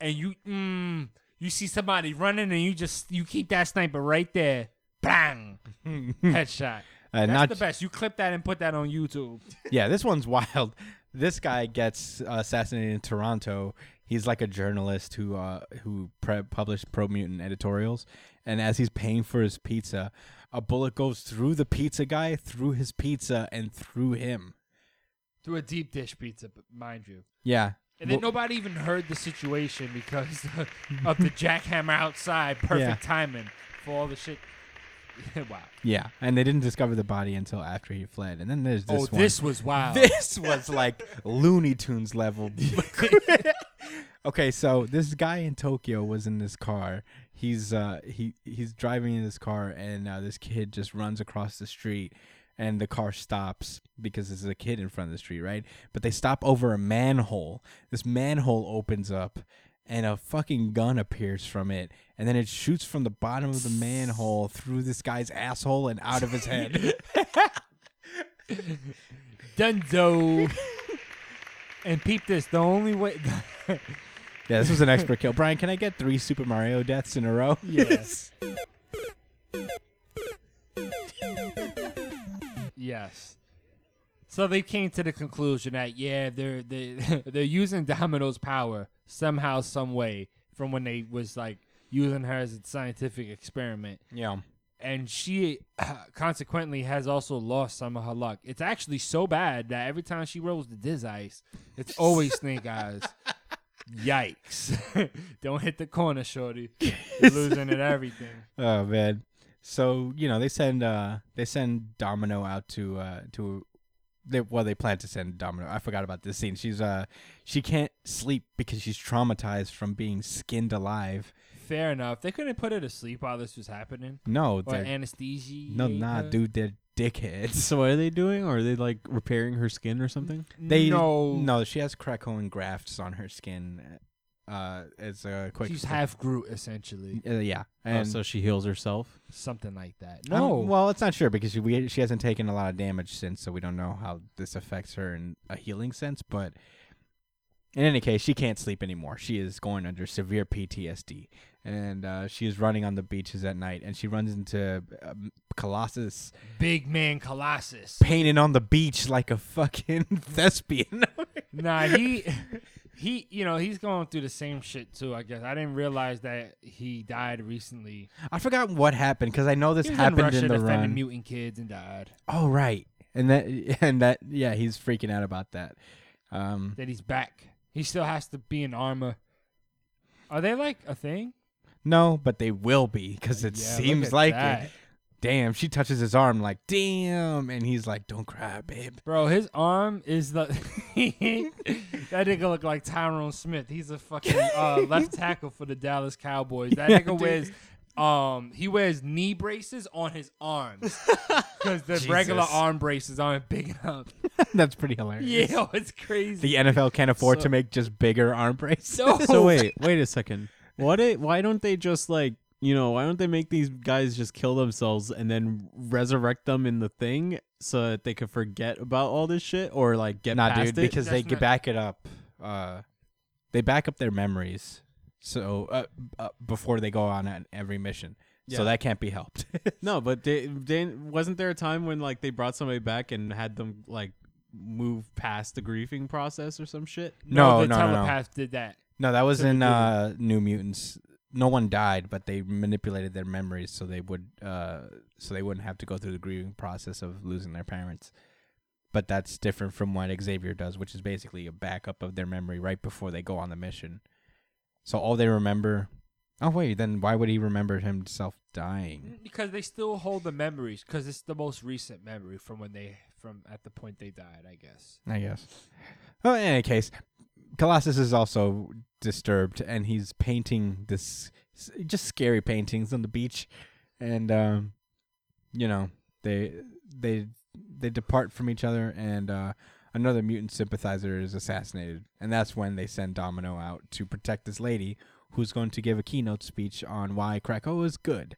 [SPEAKER 3] and you mm, you see somebody running and you just you keep that sniper right there, bang, headshot.
[SPEAKER 2] Uh,
[SPEAKER 3] That's
[SPEAKER 2] not
[SPEAKER 3] the best. You clip that and put that on YouTube.
[SPEAKER 2] yeah, this one's wild. This guy gets uh, assassinated in Toronto. He's like a journalist who uh, who pre- published pro mutant editorials, and as he's paying for his pizza, a bullet goes through the pizza guy, through his pizza, and through him.
[SPEAKER 3] Through a deep dish pizza, b- mind you.
[SPEAKER 2] Yeah,
[SPEAKER 3] And then nobody even heard the situation because of the jackhammer outside. Perfect
[SPEAKER 2] Yeah.
[SPEAKER 3] timing for all the shit. wow.
[SPEAKER 2] yeah, and they didn't discover the body until after he fled. And then there's this
[SPEAKER 3] oh,
[SPEAKER 2] one.
[SPEAKER 3] this was wild.
[SPEAKER 2] this was like Looney Tunes level. okay, so this guy in Tokyo was in this car. He's uh he he's driving in this car, and uh, this kid just runs across the street, and the car stops because there's a kid in front of the street, right? But they stop over a manhole. This manhole opens up. And a fucking gun appears from it, and then it shoots from the bottom of the manhole through this guy's asshole and out of his head.
[SPEAKER 3] Dunzo. and peep this. The only way.
[SPEAKER 2] Yeah, this was an expert kill. Brian, can I get three Super Mario deaths in a row?
[SPEAKER 3] yes. Yes. So they came to the conclusion that yeah, they're they they're using Domino's power somehow, some way from when they was like using her as a scientific experiment,
[SPEAKER 2] Yeah.
[SPEAKER 3] and she consequently has also lost some of her luck. It's actually so bad that every time she rolls the dis ice, it's always snake eyes. Yikes! Don't hit the corner, shorty. You're losing at everything.
[SPEAKER 2] Oh man. So you know they send uh they send Domino out to uh to they well they plan to send Domino. I forgot about this scene. She's uh she can't sleep because she's traumatized from being skinned alive.
[SPEAKER 3] Fair enough. They couldn't put her to sleep while this was happening.
[SPEAKER 2] No,
[SPEAKER 3] Or
[SPEAKER 2] they're,
[SPEAKER 3] anesthesia.
[SPEAKER 2] no, nah, dude, they're dickheads.
[SPEAKER 4] So are they doing? Or are they like repairing her skin or something?
[SPEAKER 2] They
[SPEAKER 3] no,
[SPEAKER 2] no, she has Krakoan grafts on her skin. Uh, as a quick
[SPEAKER 3] She's half Groot, essentially,
[SPEAKER 2] uh, yeah,
[SPEAKER 4] Oh,
[SPEAKER 2] and
[SPEAKER 4] so she heals herself.
[SPEAKER 3] something like that.
[SPEAKER 2] I
[SPEAKER 3] No,
[SPEAKER 2] don't- Oh, well, it's not sure because she, we, she hasn't taken a lot of damage since, so we don't know how this affects her in a healing sense. But in any case, she can't sleep anymore. She is going under severe PTSD, and uh, she is running on the beaches at night, and she runs into um, Colossus
[SPEAKER 3] big man Colossus.
[SPEAKER 2] painting on the beach like a fucking thespian.
[SPEAKER 3] nah, he, he, you know, he's going through the same shit too. I guess I didn't realize that he died recently.
[SPEAKER 2] I forgot what happened because I know this
[SPEAKER 3] He was in
[SPEAKER 2] happened
[SPEAKER 3] Russia
[SPEAKER 2] in the
[SPEAKER 3] defending
[SPEAKER 2] run.
[SPEAKER 3] mutant kids and died.
[SPEAKER 2] oh right, and that and that yeah, he's freaking out about that. Um,
[SPEAKER 3] That he's back. He still has to be in armor. Are they like a thing?
[SPEAKER 2] No, but they will be because it
[SPEAKER 3] Yeah, look
[SPEAKER 2] seems
[SPEAKER 3] at
[SPEAKER 2] like
[SPEAKER 3] that.
[SPEAKER 2] it. Damn, she touches his arm like, damn, and he's like, "Don't cry, babe."
[SPEAKER 3] Bro, his arm is the that nigga look like Tyrone Smith. He's a fucking uh, left tackle for the Dallas Cowboys. That
[SPEAKER 2] Yeah,
[SPEAKER 3] nigga
[SPEAKER 2] dude.
[SPEAKER 3] wears um he wears knee braces on his arms because the regular
[SPEAKER 2] Jesus.
[SPEAKER 3] arm braces aren't big enough.
[SPEAKER 2] That's pretty hilarious.
[SPEAKER 3] Yeah, it's crazy.
[SPEAKER 2] The NFL can't afford to make just bigger arm braces.
[SPEAKER 3] No.
[SPEAKER 4] So wait, wait a second. What? It, why don't they just like you know? Why don't they make these guys just kill themselves and then resurrect them in the thing so that they could forget about all this shit or like get
[SPEAKER 2] Nah,
[SPEAKER 4] past
[SPEAKER 2] dude,
[SPEAKER 4] it?
[SPEAKER 2] because they
[SPEAKER 3] That's
[SPEAKER 2] g-
[SPEAKER 3] not-
[SPEAKER 2] back it up. Uh, they back up their memories. So uh, uh, before they go on at every mission,
[SPEAKER 4] Yeah.
[SPEAKER 2] so that can't be helped.
[SPEAKER 4] No, but they, they wasn't there a time when like they brought somebody back and had them like move past the grieving process or some shit?
[SPEAKER 2] no,
[SPEAKER 3] the
[SPEAKER 2] no, no, no.
[SPEAKER 3] telepath did that.
[SPEAKER 2] No, that was
[SPEAKER 3] So they
[SPEAKER 2] in
[SPEAKER 3] didn't.
[SPEAKER 2] uh, New Mutants. No one died, but they manipulated their memories so they would uh, so they wouldn't have to go through the grieving process of losing their parents. But that's different from what Xavier does, which is basically a backup of their memory right before they go on the mission. So all they remember. Oh wait, then why would he remember himself dying?
[SPEAKER 3] Because they still hold the memories because it's the most recent memory from when they from at the point they died, I guess.
[SPEAKER 2] I guess. Well, in any case, Colossus is also disturbed, and he's painting this s- just scary paintings on the beach, and um, you know they they they depart from each other, and uh, another mutant sympathizer is assassinated, and that's when they send Domino out to protect this lady who's going to give a keynote speech on why Krakoa is good,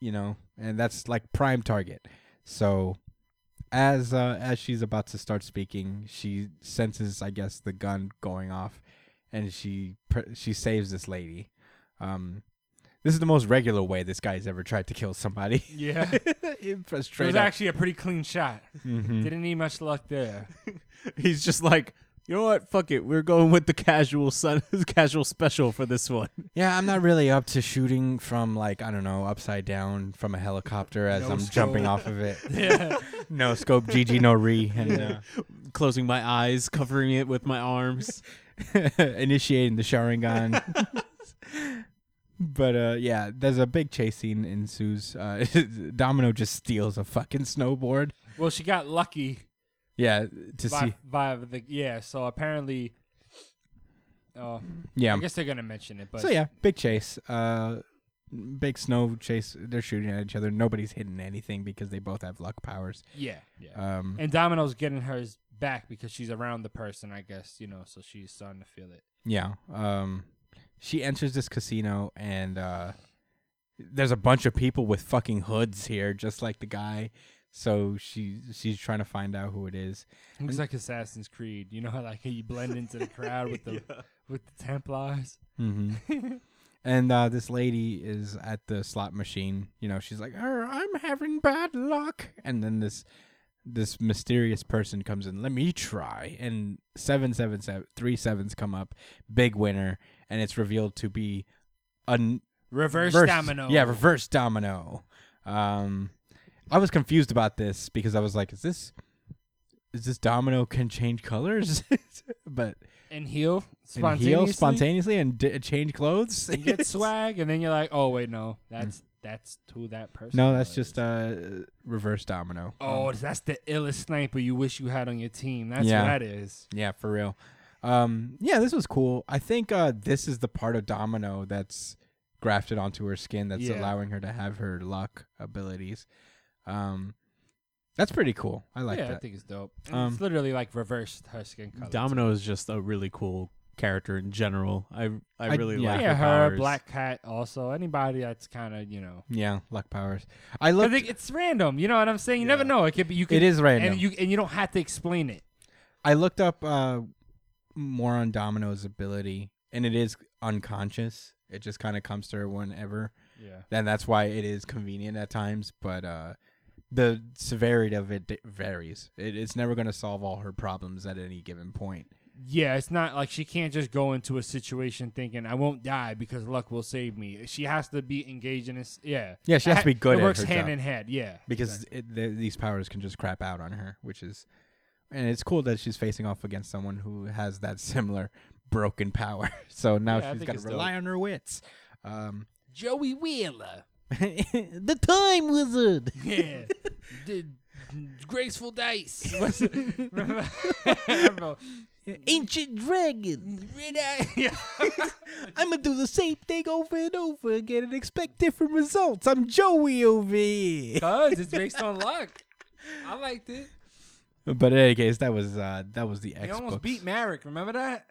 [SPEAKER 2] you know, and that's like prime target. So as uh, as she's about to start speaking, she senses, I guess, the gun going off, and she pr- she saves this lady. Um, this is the most regular way this guy's ever tried to kill somebody.
[SPEAKER 3] Yeah. it
[SPEAKER 2] Straight
[SPEAKER 3] was
[SPEAKER 2] up.
[SPEAKER 3] actually a pretty clean shot.
[SPEAKER 2] Mhm.
[SPEAKER 3] Didn't need much luck there.
[SPEAKER 4] He's just like, you know what? Fuck it. We're going with the casual sun, casual special for this one.
[SPEAKER 2] Yeah, I'm not really up to shooting from like I don't know upside down from a helicopter as
[SPEAKER 3] No
[SPEAKER 2] I'm
[SPEAKER 3] scope.
[SPEAKER 2] jumping off of it.
[SPEAKER 3] Yeah.
[SPEAKER 2] No scope, GG, no re, and uh,
[SPEAKER 4] Closing my eyes, covering it with my arms.
[SPEAKER 2] initiating the Sharingan. but uh, yeah, there's a big chase scene ensues. Uh, Domino just steals a fucking snowboard.
[SPEAKER 3] Well, she got lucky
[SPEAKER 2] Yeah, to
[SPEAKER 3] by,
[SPEAKER 2] see.
[SPEAKER 3] by the yeah. So apparently, uh, I
[SPEAKER 2] Yeah.
[SPEAKER 3] guess they're gonna mention it, but
[SPEAKER 2] Um, So yeah, big chase. Uh, big snow chase. They're shooting at each other. Nobody's hitting anything because they both have luck powers.
[SPEAKER 3] yeah, yeah.
[SPEAKER 2] Um,
[SPEAKER 3] and Domino's getting hers back because she's around the person, I guess you know. So she's starting to feel it.
[SPEAKER 2] Yeah. Um, she enters this casino and uh, there's a bunch of people with fucking hoods here, just like the guy. So she she's trying to find out who it is.
[SPEAKER 3] It was like Assassin's Creed, you know, how like you blend into the crowd with the with the Templars.
[SPEAKER 2] Mm-hmm. and uh, this lady is at the slot machine. You know, she's like, "Er, "I'm having bad luck," and then this this mysterious person comes in. Let me try, and seven, seven, seven, three sevens come up, big winner, and it's revealed to be a n-
[SPEAKER 3] Reverse,
[SPEAKER 2] reverse-
[SPEAKER 3] domino.
[SPEAKER 2] Yeah, reverse domino. Um, I was confused about this because I was like, is this is this domino can change colors, but
[SPEAKER 3] and heal
[SPEAKER 2] and
[SPEAKER 3] spontaneously.
[SPEAKER 2] heal spontaneously and d- change clothes.
[SPEAKER 3] You get swag, and then you're like, oh wait, no, that's that's who that person.
[SPEAKER 2] no, that's
[SPEAKER 3] was.
[SPEAKER 2] just uh, reverse domino. Um,
[SPEAKER 3] Oh, that's the illest sniper you wish you had on your team. That's
[SPEAKER 2] Yeah.
[SPEAKER 3] what that is.
[SPEAKER 2] Yeah, for real. Um, yeah, this was cool. I think uh, this is the part of Domino that's grafted onto her skin that's
[SPEAKER 3] Yeah.
[SPEAKER 2] allowing her to have her luck abilities. Um, that's pretty cool. I like
[SPEAKER 3] yeah, I
[SPEAKER 2] that.
[SPEAKER 3] think it's dope. And
[SPEAKER 2] Um,
[SPEAKER 3] it's literally like reversed her skin color.
[SPEAKER 4] Domino is just a really cool character in general. I
[SPEAKER 2] I-
[SPEAKER 4] I really
[SPEAKER 2] yeah.
[SPEAKER 4] like
[SPEAKER 3] Oh, Yeah,
[SPEAKER 4] her,
[SPEAKER 3] her
[SPEAKER 4] powers.
[SPEAKER 3] black cat. Also, anybody that's kind of you know.
[SPEAKER 2] yeah, luck powers. I
[SPEAKER 3] I
[SPEAKER 2] looked.
[SPEAKER 3] think it's random. You know what I'm saying? You never know. It could be. You could,
[SPEAKER 2] it is random.
[SPEAKER 3] and you and you don't have to explain it.
[SPEAKER 2] I looked up uh, more on Domino's ability, and it is unconscious. It just kind of comes to her whenever.
[SPEAKER 3] Yeah.
[SPEAKER 2] then that's why it is convenient at times but uh the severity of it di- varies it, it's never going to solve all her problems at any given point
[SPEAKER 3] Yeah, it's not like she can't just go into a situation thinking I won't die because luck will save me. She has to be engaged in this. Yeah.
[SPEAKER 2] Yeah, she has to be good
[SPEAKER 3] It
[SPEAKER 2] at
[SPEAKER 3] works
[SPEAKER 2] her
[SPEAKER 3] hand
[SPEAKER 2] job.
[SPEAKER 3] in hand. Yeah.
[SPEAKER 2] because it, th- these powers can just crap out on her which is and it's cool that she's facing off against someone who has that similar broken power so now
[SPEAKER 3] Yeah, I
[SPEAKER 2] she's
[SPEAKER 3] think
[SPEAKER 2] got to
[SPEAKER 3] it's dope.
[SPEAKER 2] rely on her wits um
[SPEAKER 3] Joey Wheeler.
[SPEAKER 2] the time wizard
[SPEAKER 3] Yeah. the graceful dice. What's it? Remember? Remember?
[SPEAKER 2] ancient dragon
[SPEAKER 3] Red eye. Yeah.
[SPEAKER 2] i'm gonna do the same thing over and over again and expect different results i'm joey over here
[SPEAKER 3] Cause it's based on luck. I liked it.
[SPEAKER 2] But in any case, that was uh that was the
[SPEAKER 3] He
[SPEAKER 2] X
[SPEAKER 3] almost
[SPEAKER 2] books.
[SPEAKER 3] beat Merrick. Remember that?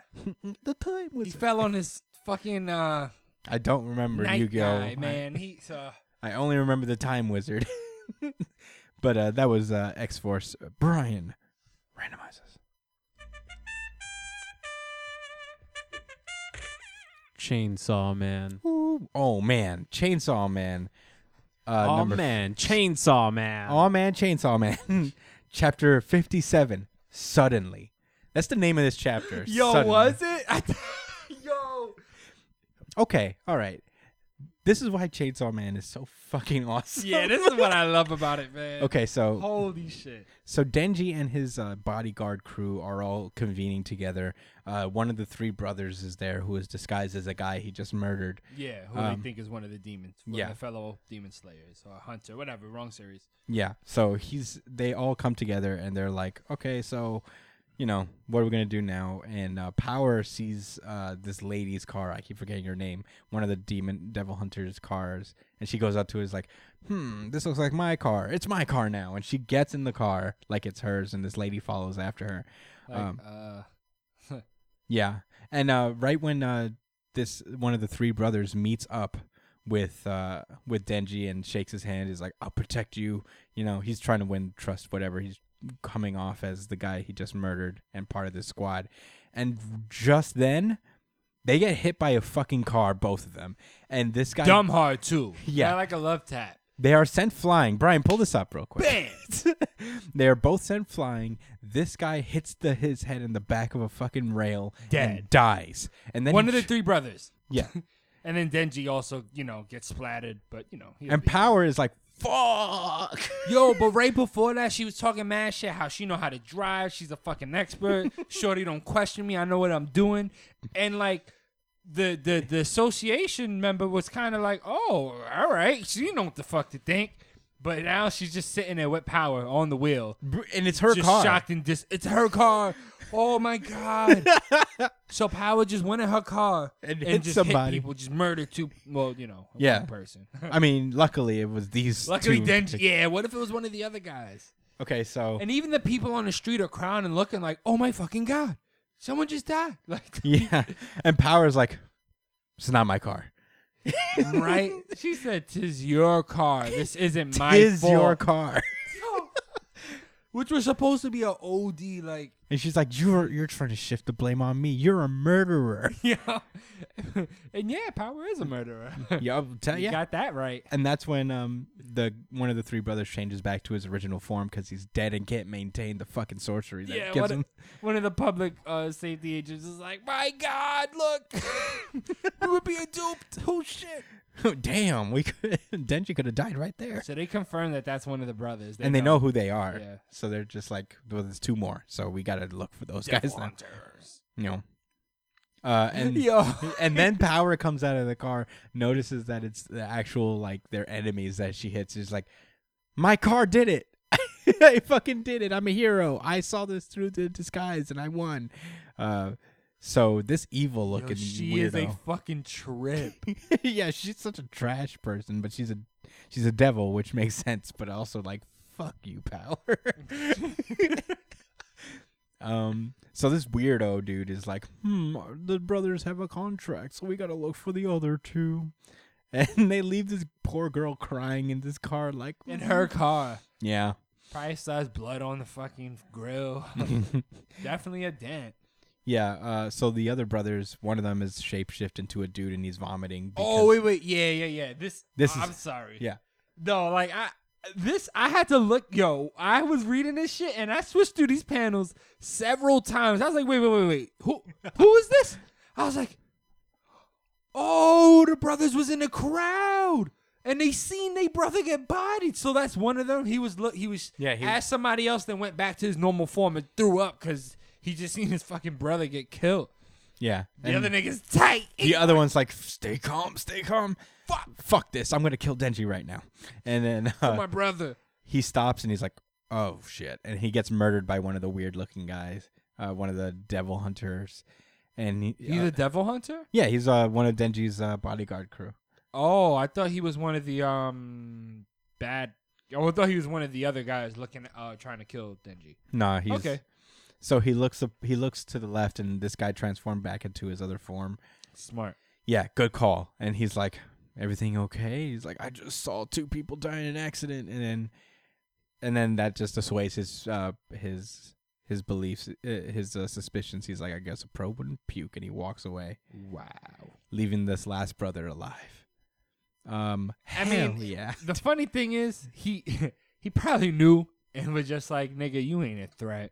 [SPEAKER 2] the time
[SPEAKER 3] He
[SPEAKER 2] was.
[SPEAKER 3] fell on his fucking uh,
[SPEAKER 2] I don't remember
[SPEAKER 3] night
[SPEAKER 2] Yu-Gi-Oh.
[SPEAKER 3] guy,
[SPEAKER 2] I-
[SPEAKER 3] man. He uh,
[SPEAKER 2] I, only remember the Time Wizard. but uh that was uh X Force. Brian randomizes.
[SPEAKER 4] Chainsaw Man.
[SPEAKER 2] Ooh, oh man, Chainsaw Man. Uh,
[SPEAKER 4] oh
[SPEAKER 2] number
[SPEAKER 4] man, Chainsaw Man.
[SPEAKER 2] Oh man, Chainsaw Man. chapter fifty-seven. Suddenly, that's the name of this chapter.
[SPEAKER 3] yo,
[SPEAKER 2] Suddenly.
[SPEAKER 3] was it? I th- yo,
[SPEAKER 2] okay, all right. This is why Chainsaw Man is so fucking awesome.
[SPEAKER 3] yeah. This is what I love about it, man.
[SPEAKER 2] Okay, so
[SPEAKER 3] Holy shit.
[SPEAKER 2] So Denji and his uh, bodyguard crew are all convening together. Uh, one of the three brothers is there who is disguised as a guy he just murdered.
[SPEAKER 3] Yeah, who
[SPEAKER 2] Um,
[SPEAKER 3] they think is one of the demons, one
[SPEAKER 2] yeah.
[SPEAKER 3] of the fellow demon slayers or hunter, whatever. Wrong series.
[SPEAKER 2] Yeah. So he's they all come together and they're like, okay, so you know what are we gonna do now? And uh, Power sees uh, this lady's car. I keep forgetting her name. One of the demon devil hunters' cars, and she goes up to it, is like, hmm, this looks like my car. It's my car now. And she gets in the car like it's hers, and this lady follows after her.
[SPEAKER 3] Like,
[SPEAKER 2] Um,
[SPEAKER 3] uh,
[SPEAKER 2] Yeah. And uh, right when uh, this one of the three brothers meets up with uh, with Denji and shakes his hand, is like, "I'll protect you." You know, he's trying to win trust, whatever. He's coming off as the guy he just murdered and part of this squad. And just then, they get hit by a fucking car, both of them. And this guy,
[SPEAKER 3] dumb hard too.
[SPEAKER 2] Yeah.
[SPEAKER 3] Kinda like a love tap.
[SPEAKER 2] they are sent flying. Brian, pull this up real quick.
[SPEAKER 3] Bam.
[SPEAKER 2] they are both sent flying. This guy hits the his head in the back of a fucking rail and
[SPEAKER 3] Dead.
[SPEAKER 2] dies. And then
[SPEAKER 3] One
[SPEAKER 2] he
[SPEAKER 3] of the
[SPEAKER 2] ch-
[SPEAKER 3] three brothers.
[SPEAKER 2] yeah.
[SPEAKER 3] And then Denji also, you know, gets splattered, but you know. he'll
[SPEAKER 2] And
[SPEAKER 3] be-
[SPEAKER 2] Power is like, fuck.
[SPEAKER 3] Yo, but right before that, she was talking mad shit. How she know how to drive? She's a fucking expert. Shorty, don't question me. I know what I'm doing. And like, the the the association member was kind of like, oh, all right, she didn't know what the fuck to think. But now she's just sitting there with power on the wheel,
[SPEAKER 2] And it's her
[SPEAKER 3] just
[SPEAKER 2] car.
[SPEAKER 3] shocked and dis. It's her car. Oh my god! so Power just went in her car
[SPEAKER 2] And hit
[SPEAKER 3] just
[SPEAKER 2] somebody.
[SPEAKER 3] people, just murdered two. Well, you know,
[SPEAKER 2] Yeah.
[SPEAKER 3] one person.
[SPEAKER 2] I mean, luckily it was these.
[SPEAKER 3] Luckily,
[SPEAKER 2] two.
[SPEAKER 3] then yeah. What if it was one of the other guys?
[SPEAKER 2] Okay, so
[SPEAKER 3] And even the people on the street are crying and looking like, "Oh my fucking god, someone just died!" Like,
[SPEAKER 2] yeah, and Power's like, it's not my car.
[SPEAKER 3] right? She said, "Tis your car. This isn't my
[SPEAKER 2] Is
[SPEAKER 3] fault."
[SPEAKER 2] your car?
[SPEAKER 3] Which was supposed to be a OD like
[SPEAKER 2] And she's like, "You're you're trying to shift the blame on me. You're a murderer."
[SPEAKER 3] yeah. and yeah, Power is a murderer.
[SPEAKER 2] yeah, I'll tell
[SPEAKER 3] you
[SPEAKER 2] ya.
[SPEAKER 3] got that right.
[SPEAKER 2] and that's when um the one of the three brothers changes back to his original form because he's dead and can't maintain the fucking sorcery that
[SPEAKER 3] Yeah,
[SPEAKER 2] gives
[SPEAKER 3] one,
[SPEAKER 2] him.
[SPEAKER 3] of- one of the public uh, safety agents is like, "My God, look, we would be duped. Oh shit!"
[SPEAKER 2] Oh, damn, we could Denji could have died right there.
[SPEAKER 3] So they confirm that that's one of the brothers,
[SPEAKER 2] and they know who they are,
[SPEAKER 3] Yeah.
[SPEAKER 2] so they're just like, well, there's two more, so we gotta look for those guys. Then.
[SPEAKER 3] hunters.
[SPEAKER 2] You know. Uh, and
[SPEAKER 3] Yo,
[SPEAKER 2] and then Power comes out of the car, notices that it's the actual like their enemies that she hits. Is like, my car did it. I fucking did it. I'm a hero. I saw this through the disguise and I won. Uh, so this evil
[SPEAKER 3] Yo,
[SPEAKER 2] looking
[SPEAKER 3] she
[SPEAKER 2] weirdo.
[SPEAKER 3] is a fucking trip.
[SPEAKER 2] yeah, she's such a trash person, but she's a she's a devil, which makes sense, but also like fuck you, power. um so this weirdo dude is like, "Hmm, the brothers have a contract, so we got to look for the other two. And they leave this poor girl crying in this car like
[SPEAKER 3] In her car,
[SPEAKER 2] Yeah.
[SPEAKER 3] probably still has blood on the fucking grill. Definitely a dent.
[SPEAKER 2] Yeah, uh so the other brothers, one of them is shapeshift into a dude and he's vomiting
[SPEAKER 3] Oh wait, wait, yeah, yeah, yeah. This,
[SPEAKER 2] This
[SPEAKER 3] this
[SPEAKER 2] is-
[SPEAKER 3] I'm sorry.
[SPEAKER 2] yeah.
[SPEAKER 3] No, like I, this I had to look. Yo, I was reading this shit and I switched through these panels several times. I was like, wait, wait, wait, wait. Who, who is this? I was like, oh, the brothers was in the crowd. And they seen they brother get bodied, so that's one of them. He was look, he was
[SPEAKER 2] Yeah, he-
[SPEAKER 3] asked somebody else, then went back to his normal form and threw up because he just seen his fucking brother get killed.
[SPEAKER 2] yeah.
[SPEAKER 3] The
[SPEAKER 2] and-
[SPEAKER 3] other nigga's tight.
[SPEAKER 2] the other one's like, "Stay calm, stay calm. Fuck, fuck this. I'm gonna kill Denji right now." And then uh,
[SPEAKER 3] my brother.
[SPEAKER 2] he stops and he's like, "Oh shit!" And he gets murdered by one of the weird-looking guys, uh, one of the devil hunters. And he,
[SPEAKER 3] He's
[SPEAKER 2] uh,
[SPEAKER 3] a devil hunter?
[SPEAKER 2] yeah, he's uh, one of Denji's uh, bodyguard crew.
[SPEAKER 3] Oh, I thought he was one of the um bad. Oh, I thought he was one of the other guys looking, uh, trying to kill Denji.
[SPEAKER 2] Nah, he's
[SPEAKER 3] Okay.
[SPEAKER 2] So he looks up, he looks to the left, and this guy transformed back into his other form.
[SPEAKER 3] Smart.
[SPEAKER 2] Yeah, good call. And he's like, everything okay? He's like, I just saw two people die in an accident, and then, and then that just assuages his uh, his his beliefs, uh, his uh, suspicions. He's like, I guess a pro wouldn't puke, and he walks away,
[SPEAKER 3] Wow.
[SPEAKER 2] leaving this last brother alive. Um,
[SPEAKER 3] I
[SPEAKER 2] hell
[SPEAKER 3] mean,
[SPEAKER 2] yeah,
[SPEAKER 3] The funny thing is, he he probably knew and was just like, "Nigga, you ain't a threat.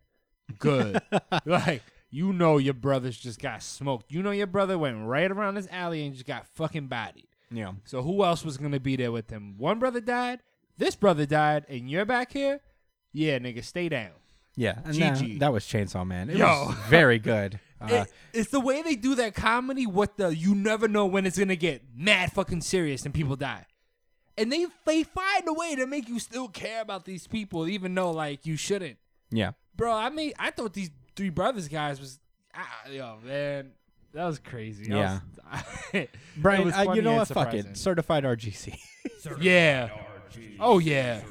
[SPEAKER 3] Good. like, you know your brothers just got smoked. You know your brother went right around this alley and just got fucking bodied.
[SPEAKER 2] yeah,
[SPEAKER 3] So who else was gonna be there with him? One brother died. This brother died, and you're back here. Yeah, nigga, stay down."
[SPEAKER 2] yeah. And that,
[SPEAKER 3] GG.
[SPEAKER 2] that was Chainsaw Man. It
[SPEAKER 3] Yo.
[SPEAKER 2] was very good. Uh,
[SPEAKER 3] It- it's the way they do that comedy with the you never know when it's gonna get mad fucking serious and people die. And they they find a way to make you still care about these people, even though like you shouldn't.
[SPEAKER 2] yeah.
[SPEAKER 3] Bro, I mean I thought these three brothers guys was ah, yo, man. That was crazy. That
[SPEAKER 2] Yeah.
[SPEAKER 3] was- it
[SPEAKER 2] Brian,
[SPEAKER 3] was
[SPEAKER 2] uh, you
[SPEAKER 3] funny
[SPEAKER 2] know
[SPEAKER 3] and
[SPEAKER 2] what? Fuck
[SPEAKER 3] surprising.
[SPEAKER 2] it. Certified RGC.
[SPEAKER 3] Yeah. Oh yeah.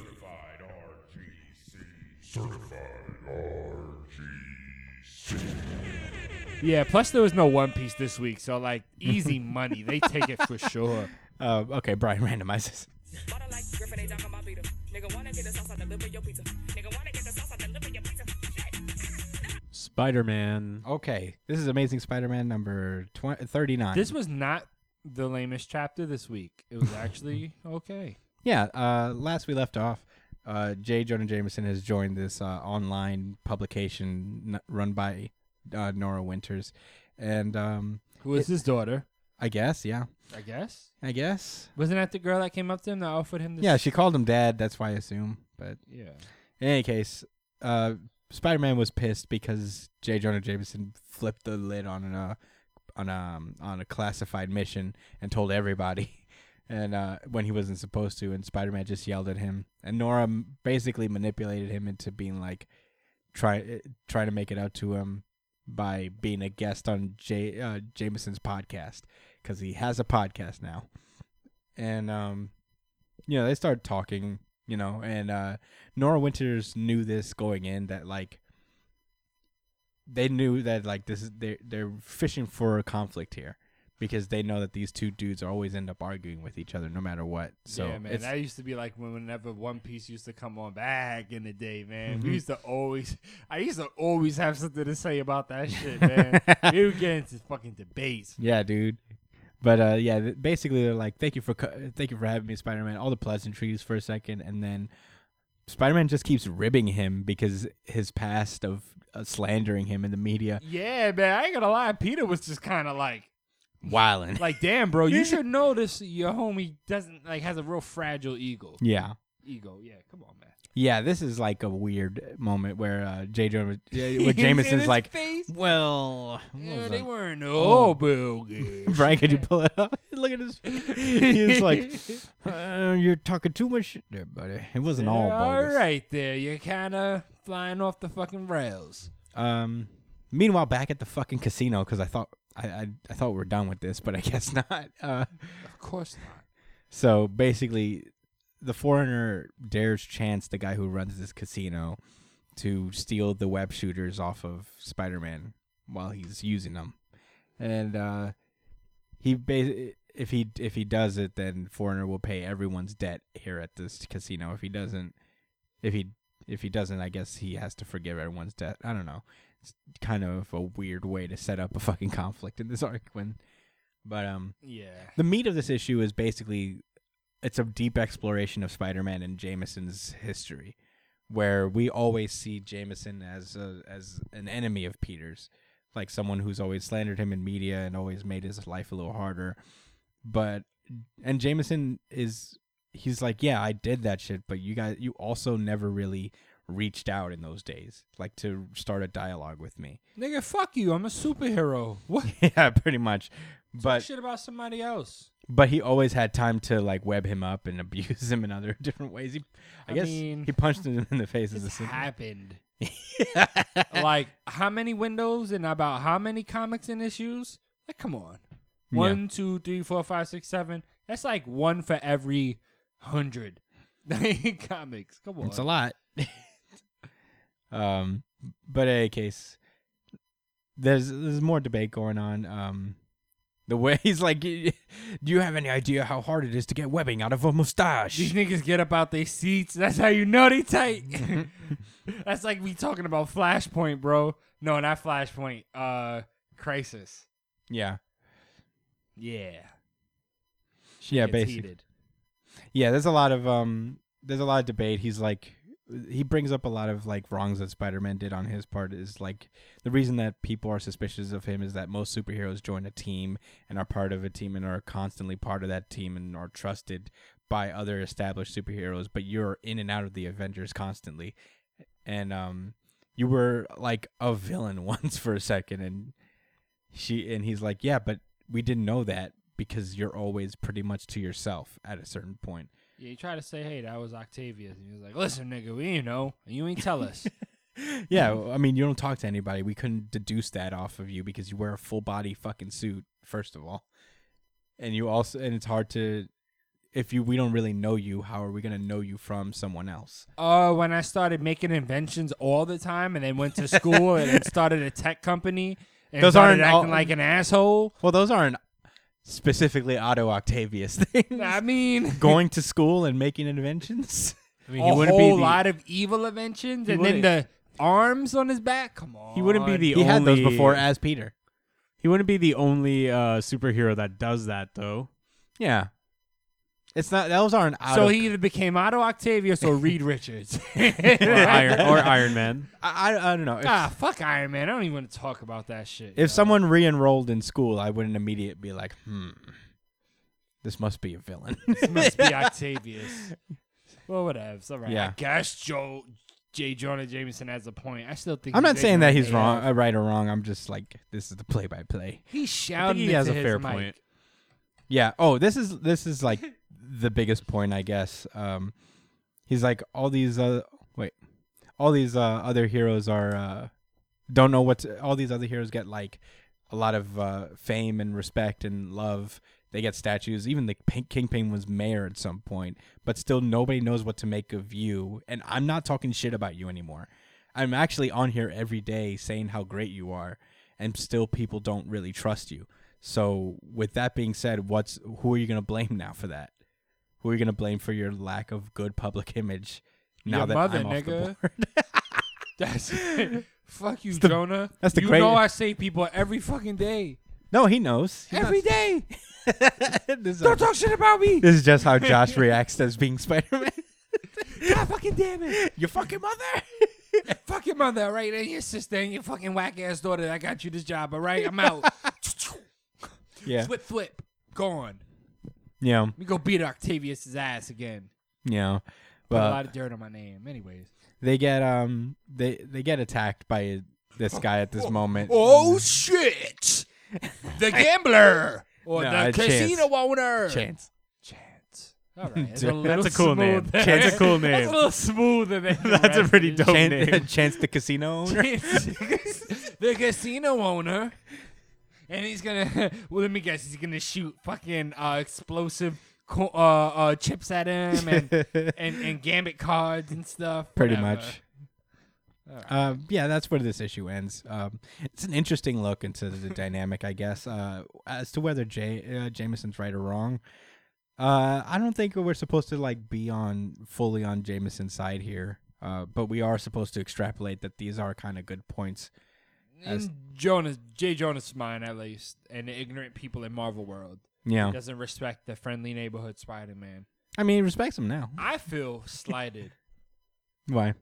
[SPEAKER 3] Yeah, plus there was no One Piece this week, so like easy money. They take it for sure.
[SPEAKER 2] uh, okay, Brian randomizes.
[SPEAKER 6] Water like Griffin, they dunk on my beater. Nigga wanna get the sauce, I deliver your pizza. Nigga wanna get the sauce, I deliver your pizza.
[SPEAKER 4] Spider Man.
[SPEAKER 2] Okay, this is Amazing Spider-Man number 20, 39.
[SPEAKER 3] This was not the lamest chapter this week. It was actually okay.
[SPEAKER 2] Yeah, uh, last we left off, uh, J. Jonah Jameson has joined this uh, online publication n- run by uh, Nora Winters. And um,
[SPEAKER 3] Who is his daughter?
[SPEAKER 2] I guess, yeah,
[SPEAKER 3] I guess.
[SPEAKER 2] I guess.
[SPEAKER 3] Wasn't that the girl that came up to him that offered him this?
[SPEAKER 2] Yeah, she called him dad. That's why I assume. But
[SPEAKER 3] Yeah.
[SPEAKER 2] in any case, uh, Spider-Man was pissed because J. Jonah Jameson flipped the lid on a on a, um, on a classified mission and told everybody, and uh, when he wasn't supposed to, and Spider-Man just yelled at him, and Nora m- basically manipulated him into being like try uh, trying to make it out to him by being a guest on J uh, Jameson's podcast because he has a podcast now, and um, you know they started talking, you know, and uh. Nora Winters knew this going in that like they knew that like this is they're they're fishing for a conflict here because they know that these two dudes always end up arguing with each other no matter what. So
[SPEAKER 3] yeah, man,
[SPEAKER 2] it's-
[SPEAKER 3] that used to be like when- whenever One Piece used to come on back in the day, man.
[SPEAKER 2] Mm-hmm.
[SPEAKER 3] We used to always, I used to always have something to say about that shit, man. we would get into fucking debates.
[SPEAKER 2] Yeah, dude. But uh, yeah, th- basically they're like, "Thank you for co- thank you for having me, Spider Man." All the pleasantries for a second, and then Spider Man just keeps ribbing him because his past of uh, slandering him in the media,
[SPEAKER 3] Yeah, man, I ain't gonna lie. Peter was just kind of like,
[SPEAKER 2] whiling.
[SPEAKER 3] like, damn, bro, you should know this. Your homie doesn't like has a real fragile ego.
[SPEAKER 2] yeah,
[SPEAKER 3] Ego, yeah, come on, man.
[SPEAKER 2] yeah. This is like a weird moment where uh, J. Jonah, yeah, where
[SPEAKER 3] You see
[SPEAKER 2] Jameson's
[SPEAKER 3] his
[SPEAKER 2] like,
[SPEAKER 3] face?
[SPEAKER 2] "Well, what
[SPEAKER 3] Yeah,
[SPEAKER 2] was
[SPEAKER 3] they
[SPEAKER 2] that?"
[SPEAKER 3] weren't all Bill
[SPEAKER 2] Brian, could you pull it up? Look at his. He's like, uh, "You're talking too much shit there, buddy. It wasn't all
[SPEAKER 3] all
[SPEAKER 2] bogus."
[SPEAKER 3] right, there, you're kind of flying off the fucking rails.
[SPEAKER 2] Um, meanwhile, back at the fucking casino, because I thought I, I I thought we were done with this, but I guess not. Uh,
[SPEAKER 3] Of course not.
[SPEAKER 2] so basically, the foreigner dares Chance, the guy who runs this casino, to steal the web shooters off of Spider-Man while he's using them, and uh, he bas- if he if he does it, then foreigner will pay everyone's debt here at this casino. If he doesn't, if he if he doesn't, I guess he has to forgive everyone's debt. I don't know. It's kind of a weird way to set up a fucking conflict in this arc when, but um
[SPEAKER 3] Yeah.
[SPEAKER 2] the meat of this issue is basically it's a deep exploration of Spider-Man and Jameson's history, where we always see Jameson as a, as an enemy of Peter's, like someone who's always slandered him in media and always made his life a little harder. But and Jameson is he's like, yeah, I did that shit, but you guys, you also never really reached out in those days, like to start a dialogue with me.
[SPEAKER 3] Nigga, fuck you. I'm a superhero. What?
[SPEAKER 2] yeah, pretty much. But
[SPEAKER 3] shit about somebody else.
[SPEAKER 2] but he always had time to like web him up and abuse him in other different ways. He, I,
[SPEAKER 3] I
[SPEAKER 2] guess
[SPEAKER 3] mean,
[SPEAKER 2] he punched him in the face as a
[SPEAKER 3] This
[SPEAKER 2] sin-
[SPEAKER 3] happened. like, how many windows and about how many comics and issues? Like, come on.
[SPEAKER 2] Yeah.
[SPEAKER 3] One, two, three, four, five, six, seven. That's like one for every hundred comics. Come on.
[SPEAKER 2] It's a lot. um, but in any case, there's there's more debate going on. Um, the way he's like, do you have any idea how hard it is to get webbing out of a
[SPEAKER 3] These
[SPEAKER 2] mustache?
[SPEAKER 3] niggas get up out their seats. That's how you know they tight. That's like we talking about Flashpoint, bro. No, not Flashpoint. Uh, Crisis.
[SPEAKER 2] yeah,
[SPEAKER 3] Yeah.
[SPEAKER 2] yeah,
[SPEAKER 3] Gets
[SPEAKER 2] basically.
[SPEAKER 3] heated.
[SPEAKER 2] yeah there's a lot of um there's a lot of debate he's like he brings up a lot of like wrongs that spider-man did on his part is like the reason that people are suspicious of him is that most superheroes join a team and are part of a team and are constantly part of that team and are trusted by other established superheroes but you're in and out of the avengers constantly and um you were like a villain once for a second and she and he's like yeah but we didn't know that because you're always pretty much to yourself at a certain point
[SPEAKER 3] Yeah, you try to say, "Hey, that was Octavius," and he was like, "Listen, nigga, we ain't know, and you ain't tell us."
[SPEAKER 2] Yeah, well, I mean, you don't talk to anybody. We couldn't deduce that off of you because you wear a full body fucking suit, first of all, and you also, and it's hard to, if you, we don't really know you. How are we gonna know you from someone else?
[SPEAKER 3] Oh, when I started making inventions all the time, and then went to school and then started a tech company, and
[SPEAKER 2] Those aren't
[SPEAKER 3] started acting
[SPEAKER 2] all-
[SPEAKER 3] like an asshole.
[SPEAKER 2] Well, those aren't specifically Otto Octavius things.
[SPEAKER 3] I mean,
[SPEAKER 2] Going to school and making inventions.
[SPEAKER 3] I mean
[SPEAKER 4] he
[SPEAKER 3] a
[SPEAKER 4] wouldn't be
[SPEAKER 3] whole
[SPEAKER 4] the-
[SPEAKER 3] lot of evil inventions, and then
[SPEAKER 4] wouldn't-
[SPEAKER 3] the arms on his back. Come on,
[SPEAKER 4] He wouldn't be the
[SPEAKER 2] he
[SPEAKER 4] only.
[SPEAKER 2] had those before as Peter.
[SPEAKER 4] He wouldn't be the only uh, superhero that does that though.
[SPEAKER 2] Yeah, it's not. Those aren't Otto.
[SPEAKER 3] So he either became Otto Octavius or Reed Richards.
[SPEAKER 4] Or Iron or Iron Man.
[SPEAKER 2] I, I, I don't know. If,
[SPEAKER 3] ah, fuck Iron Man. I don't even want to talk about that shit. yo.
[SPEAKER 2] If someone re-enrolled in school, I wouldn't immediately be like, "Hmm, this must be a villain."
[SPEAKER 3] This must be Octavius. Well, whatevs. All right.
[SPEAKER 2] Yeah.
[SPEAKER 3] I guess Joe J. Jonah Jameson has a point. I still think
[SPEAKER 2] I'm not
[SPEAKER 3] he's
[SPEAKER 2] saying that
[SPEAKER 3] ignorant
[SPEAKER 2] he's wrong,
[SPEAKER 3] AF.
[SPEAKER 2] uh, right or wrong. I'm just like, this is the play-by-play.
[SPEAKER 3] He shouted.
[SPEAKER 4] he
[SPEAKER 3] into
[SPEAKER 4] has a
[SPEAKER 3] his
[SPEAKER 4] fair
[SPEAKER 3] mic.
[SPEAKER 4] point.
[SPEAKER 2] Yeah. Oh, this is this is like the biggest point, I guess. Um, he's like all these. Uh, wait, all these uh, other heroes are uh, don't know what's. All these other heroes get like a lot of uh, fame and respect and love. They get statues. Even the Pink Kingpin was mayor at some point, but still nobody knows what to make of you. And I'm not talking shit about you anymore. I'm actually on here every day saying how great you are, and still people don't really trust you. So with that being said, what's who are you gonna blame now for that? Who are you gonna blame for your lack of good public image? Now
[SPEAKER 3] Your
[SPEAKER 2] that
[SPEAKER 3] mother,
[SPEAKER 2] I'm off the
[SPEAKER 3] nigga.
[SPEAKER 2] board,
[SPEAKER 3] That's it. Fuck you,
[SPEAKER 2] the-
[SPEAKER 3] Jonah.
[SPEAKER 2] that's the
[SPEAKER 3] you
[SPEAKER 2] great-
[SPEAKER 3] know I save people every fucking day.
[SPEAKER 2] no, he knows. He
[SPEAKER 3] Every
[SPEAKER 2] knows.
[SPEAKER 3] day.
[SPEAKER 2] this, is
[SPEAKER 3] Don't
[SPEAKER 2] how,
[SPEAKER 3] talk shit about me.
[SPEAKER 2] this is just how Josh reacts as being Spider-Man.
[SPEAKER 3] God fucking damn it.
[SPEAKER 2] your fucking mother.
[SPEAKER 3] Fuck your mother, all right? And your sister and your fucking whack ass daughter. I got you this job, all right? I'm out.
[SPEAKER 2] yeah,
[SPEAKER 3] Flip, flip. Gone.
[SPEAKER 2] yeah,
[SPEAKER 3] Let me go beat Octavius's ass again.
[SPEAKER 2] yeah.
[SPEAKER 3] Put a
[SPEAKER 2] But
[SPEAKER 3] lot of dirt on my name. Anyways.
[SPEAKER 2] they get um they they get attacked by this guy at this moment.
[SPEAKER 3] Oh shit! The gambler or
[SPEAKER 2] No,
[SPEAKER 3] the
[SPEAKER 2] uh, Chance.
[SPEAKER 3] casino owner.
[SPEAKER 2] Chance.
[SPEAKER 3] Chance. All right, it's a
[SPEAKER 2] Dude,
[SPEAKER 3] little
[SPEAKER 4] that's a cool name.
[SPEAKER 3] smoother.
[SPEAKER 4] Chance a cool
[SPEAKER 3] That's a
[SPEAKER 4] name.
[SPEAKER 3] little smoother than the
[SPEAKER 4] That's a
[SPEAKER 3] rest
[SPEAKER 4] pretty
[SPEAKER 3] of this
[SPEAKER 4] dope
[SPEAKER 3] shit.
[SPEAKER 4] name.
[SPEAKER 2] Chance the casino owner.
[SPEAKER 3] Chance, the casino owner, and he's gonna. Well, let me guess. He's gonna shoot fucking uh, explosive co- uh, uh, chips at him and, and and gambit cards and stuff.
[SPEAKER 2] pretty
[SPEAKER 3] whatever.
[SPEAKER 2] much.
[SPEAKER 3] uh,
[SPEAKER 2] Um, yeah, that's where this issue ends. Um, it's an interesting look into the dynamic, I guess, uh, as to whether Jay, uh, Jameson's right or wrong. Uh, I don't think we're supposed to like be on fully on Jameson's side here, uh, but we are supposed to extrapolate that these are kind of good points. As-
[SPEAKER 3] In Jonas, Jay Jonas' mind at least, and the ignorant people in Marvel world.
[SPEAKER 2] Yeah,
[SPEAKER 3] doesn't respect the friendly neighborhood Spider Man.
[SPEAKER 2] I mean, he respects him now.
[SPEAKER 3] I feel slighted
[SPEAKER 2] Why?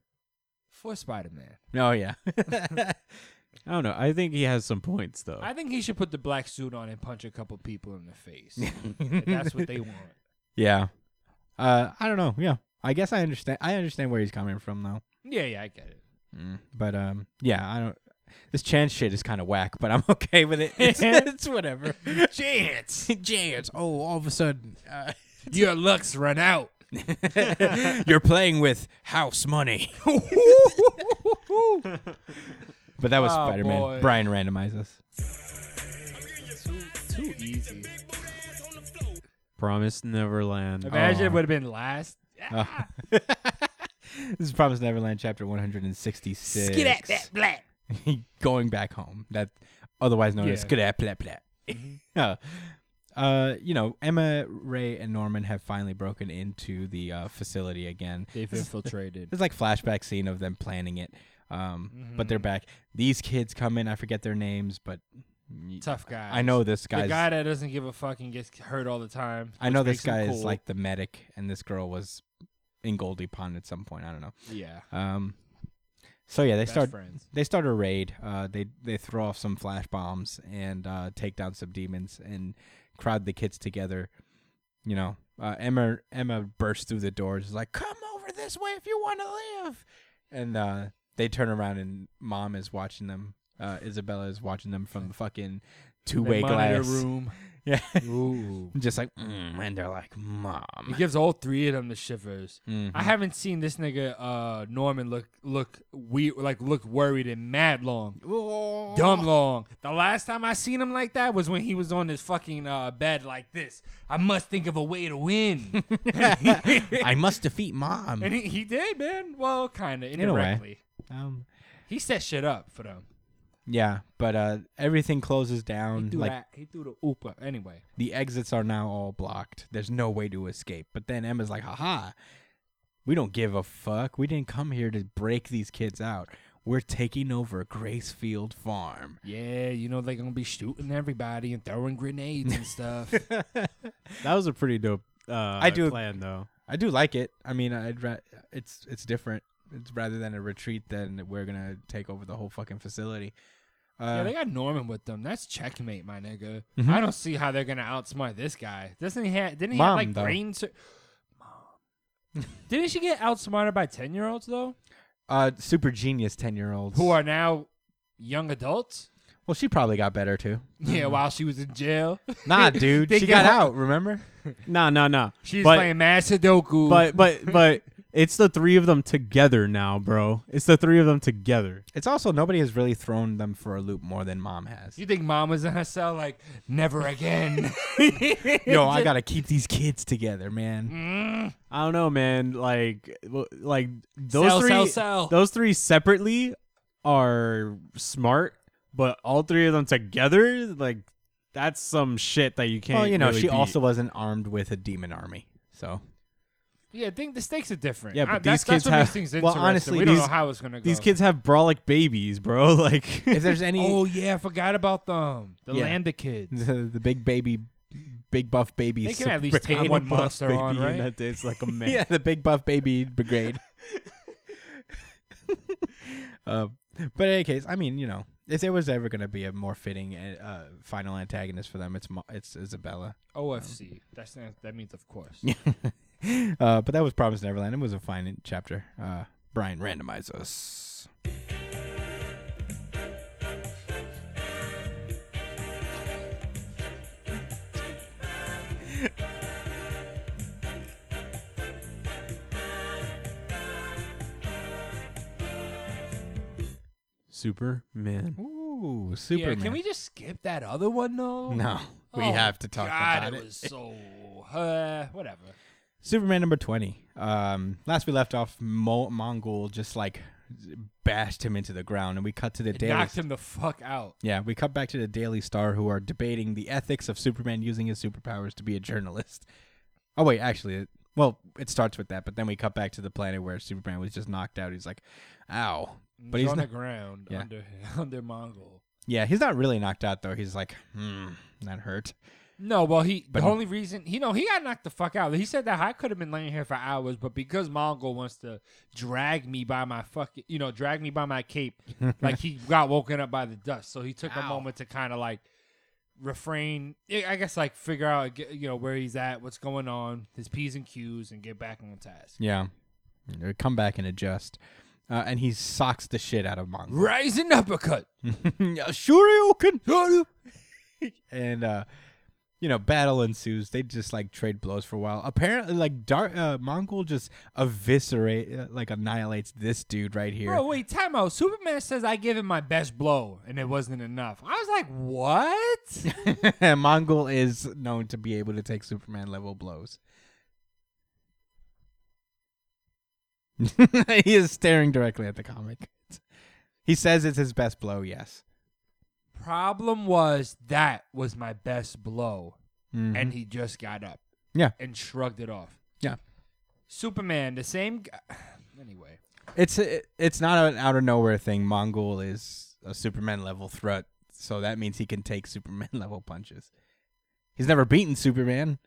[SPEAKER 3] for Spider Man.
[SPEAKER 2] Oh yeah,
[SPEAKER 4] I don't know. I think he has some points
[SPEAKER 2] Oh.
[SPEAKER 4] though.
[SPEAKER 3] I think he should put the black suit on and punch a couple people in the face. if that's what they want.
[SPEAKER 2] yeah. Uh, I don't know. Yeah, I guess I understand. I understand where he's coming from though.
[SPEAKER 3] Yeah, yeah, I get it.
[SPEAKER 2] But um, yeah, I don't. This chance shit is kind of whack, but I'm okay with it. It's, it's whatever. Chance, chance. Oh, all of a sudden, uh,
[SPEAKER 3] Your luck's run out.
[SPEAKER 2] you're playing with house money. but that was
[SPEAKER 3] Oh,
[SPEAKER 2] Spider-Man.
[SPEAKER 3] boy.
[SPEAKER 2] Brian randomizes.
[SPEAKER 3] Too easy.
[SPEAKER 4] Promised Neverland.
[SPEAKER 3] Imagine
[SPEAKER 2] Aw.
[SPEAKER 3] it would have been last.
[SPEAKER 2] this is Promised Neverland, chapter 166.
[SPEAKER 3] Skid that black.
[SPEAKER 2] going back home. That otherwise known as
[SPEAKER 3] Yeah.
[SPEAKER 2] skedap plat plat. Uh, uh, you know, Emma, Ray, and Norman have finally broken into the uh, facility again.
[SPEAKER 3] They've infiltrated.
[SPEAKER 2] There's like flashback scene of them planning it, um, but
[SPEAKER 3] Mm-hmm.
[SPEAKER 2] they're back. These kids come in. I forget their names, but
[SPEAKER 3] Tough guy.
[SPEAKER 2] I know this
[SPEAKER 3] The
[SPEAKER 2] guy's.
[SPEAKER 3] guy that doesn't give a fuck and gets hurt all the time.
[SPEAKER 2] I know
[SPEAKER 3] which
[SPEAKER 2] this
[SPEAKER 3] makes him
[SPEAKER 2] guy is
[SPEAKER 3] cool.
[SPEAKER 2] like the medic, and this girl was in Goldie Pond at some point. I don't know.
[SPEAKER 3] yeah,
[SPEAKER 2] Um, so yeah, they
[SPEAKER 3] best
[SPEAKER 2] start
[SPEAKER 3] friends.
[SPEAKER 2] they start a raid. Uh, they they throw off some flash bombs and uh, take down some demons and crowd the kids together. You know, uh, Emma Emma bursts through the doors. Is like, "Come over this way if you want to live." And uh, they turn around and mom is watching them. Uh, Isabella is watching them from the fucking two way
[SPEAKER 3] They monitor
[SPEAKER 2] glass.
[SPEAKER 3] room.
[SPEAKER 2] Yeah,
[SPEAKER 3] Ooh.
[SPEAKER 2] just like, mm, and they're like, "Mom."
[SPEAKER 3] It gives all three of them the shivers. I
[SPEAKER 2] Mhm.
[SPEAKER 3] haven't seen this nigga uh, Norman look look we like look worried and mad long, dumb long. The last time I seen him like that was when he was on his fucking uh, bed like this. I must think of a way to win,
[SPEAKER 2] I must defeat mom.
[SPEAKER 3] and he, he did, man. Well, kind of
[SPEAKER 2] a way.
[SPEAKER 3] indirectly.
[SPEAKER 2] Um,
[SPEAKER 3] He set shit up for them.
[SPEAKER 2] yeah, but uh, everything closes
[SPEAKER 3] He
[SPEAKER 2] down.
[SPEAKER 3] threw
[SPEAKER 2] Like
[SPEAKER 3] that. He threw the oopa. Anyway,
[SPEAKER 2] the exits are now all blocked. There's no way to escape. But then Emma's like, haha, we don't give a fuck. We didn't come here to break these kids out. We're taking over Gracefield Farm.
[SPEAKER 3] yeah, you know they're gonna be shooting everybody and throwing grenades and stuff.
[SPEAKER 4] Oh, that was a pretty dope. Uh,
[SPEAKER 2] I do-
[SPEAKER 4] plan though.
[SPEAKER 2] I do like it. I mean, I'd ra- it's it's different. It's rather than a retreat than we're gonna take over the whole fucking facility.
[SPEAKER 3] Yeah,
[SPEAKER 2] Uh,
[SPEAKER 3] they got Norman with them. That's checkmate, my nigga. I don't see how they're gonna outsmart this guy. Doesn't he have? Didn't he
[SPEAKER 2] Mom,
[SPEAKER 3] have like
[SPEAKER 2] though.
[SPEAKER 3] brain? Sur- Mom. didn't she get outsmarted by ten year olds though,
[SPEAKER 2] uh, super genius ten year olds.
[SPEAKER 3] who are now young adults?
[SPEAKER 2] well, she probably got better too.
[SPEAKER 3] Yeah, while she was in jail,
[SPEAKER 2] Nah, dude,
[SPEAKER 3] They
[SPEAKER 2] she
[SPEAKER 3] get
[SPEAKER 2] got
[SPEAKER 3] her-
[SPEAKER 2] out. Remember?
[SPEAKER 4] Nah, nah, nah.
[SPEAKER 3] she's
[SPEAKER 4] but,
[SPEAKER 3] playing Mad Sudoku.
[SPEAKER 4] but but but it's the three of them together now, bro. It's the three of them together.
[SPEAKER 2] It's also nobody has really thrown them for a loop more than mom has.
[SPEAKER 3] you think mom was in her cell like never again?
[SPEAKER 2] Yo, I gotta keep these kids together, man.
[SPEAKER 3] Mm.
[SPEAKER 4] I don't know, man. Like, w- like those
[SPEAKER 3] Sell,
[SPEAKER 4] three,
[SPEAKER 3] sell, sell.
[SPEAKER 4] those three separately are smart, but all three of them together, like that's some shit that you can't.
[SPEAKER 2] Well, you know,
[SPEAKER 4] really
[SPEAKER 2] she
[SPEAKER 4] beat.
[SPEAKER 2] also wasn't armed with a demon army. So
[SPEAKER 3] Yeah, I think the stakes are different.
[SPEAKER 2] Yeah, but
[SPEAKER 3] I-
[SPEAKER 2] these
[SPEAKER 3] that's,
[SPEAKER 2] kids
[SPEAKER 3] that's what
[SPEAKER 2] have-
[SPEAKER 3] makes things
[SPEAKER 2] well,
[SPEAKER 3] interesting.
[SPEAKER 2] honestly,
[SPEAKER 3] we don't
[SPEAKER 2] these-
[SPEAKER 3] know how it's gonna go.
[SPEAKER 4] these kids have brolic babies, bro. Like,
[SPEAKER 2] if there's any
[SPEAKER 3] Oh yeah, I forgot about them. The
[SPEAKER 2] Yeah.
[SPEAKER 3] Landa kids.
[SPEAKER 2] the, the big baby, big buff baby.
[SPEAKER 3] They can at least
[SPEAKER 2] Supreme-
[SPEAKER 3] take
[SPEAKER 4] I'm a
[SPEAKER 3] one
[SPEAKER 4] buff
[SPEAKER 3] monster
[SPEAKER 4] baby
[SPEAKER 3] on,
[SPEAKER 4] and
[SPEAKER 3] right?
[SPEAKER 4] that day it's like a man.
[SPEAKER 2] yeah, the big buff baby brigade. uh, but in any case, I mean, you know, if there was ever going to be a more fitting uh, final antagonist for them, it's Mo- it's Isabella.
[SPEAKER 3] OFC. That stands. Um, That means of course.
[SPEAKER 2] uh, but that was Promise Neverland. It was a fine chapter. Uh, Brian, randomize us.
[SPEAKER 4] Superman.
[SPEAKER 2] Ooh, Superman.
[SPEAKER 3] Yeah, can we just skip that other one though?
[SPEAKER 2] No, we
[SPEAKER 3] Oh,
[SPEAKER 2] have to talk
[SPEAKER 3] God,
[SPEAKER 2] about it.
[SPEAKER 3] it was so uh, whatever.
[SPEAKER 2] Superman number 20. Um, last we left off, Mo- Mongol just like bashed him into the ground, and we cut to the
[SPEAKER 3] It
[SPEAKER 2] Daily
[SPEAKER 3] knocked him the fuck out.
[SPEAKER 2] Yeah, we cut back to the Daily Star, who are debating the ethics of Superman using his superpowers to be a journalist. Oh wait, actually, it, well, it starts with that, but then we cut back to the planet where Superman was just knocked out. He's like, "Ow!" But
[SPEAKER 3] He's
[SPEAKER 2] he's
[SPEAKER 3] on
[SPEAKER 2] not.
[SPEAKER 3] the ground
[SPEAKER 2] Yeah.
[SPEAKER 3] under under Mongol.
[SPEAKER 2] Yeah, he's not really knocked out though. He's like, "Hmm, that hurt."
[SPEAKER 3] No, well, he
[SPEAKER 2] But-
[SPEAKER 3] the only reason he no he got knocked the fuck out. He said that I could have been laying here for hours, but because Mongol wants to drag me by my fucking you know drag me by my cape, like he got woken up by the dust. So he took a moment to kind of like refrain. I I guess like figure out get- you know where he's at, what's going on, his p's and q's, and get back on task.
[SPEAKER 2] Yeah, They come back and adjust, uh, and he socks the shit out of Mongol.
[SPEAKER 3] Rising uppercut.
[SPEAKER 2] Shoryuken. and uh you know, battle ensues. They just like trade blows for a while. Apparently, like Dark uh, Mongol just eviscerate, uh, like annihilates this dude right here.
[SPEAKER 3] Bro, wait, time out. Superman says I gave him my best blow, and it wasn't enough. I was like, what?
[SPEAKER 2] Mongol is known to be able to take Superman level blows. he is staring directly at the comic. He says it's his best blow. Yes.
[SPEAKER 3] Problem was that was my best blow,
[SPEAKER 2] Mhm.
[SPEAKER 3] and he just got up.
[SPEAKER 2] Yeah.
[SPEAKER 3] and shrugged it off.
[SPEAKER 2] Yeah.
[SPEAKER 3] Superman, the same. G- anyway,
[SPEAKER 2] It's it, it's not an out of nowhere thing. Mongol is a Superman level threat, so that means he can take Superman level punches. He's never beaten Superman,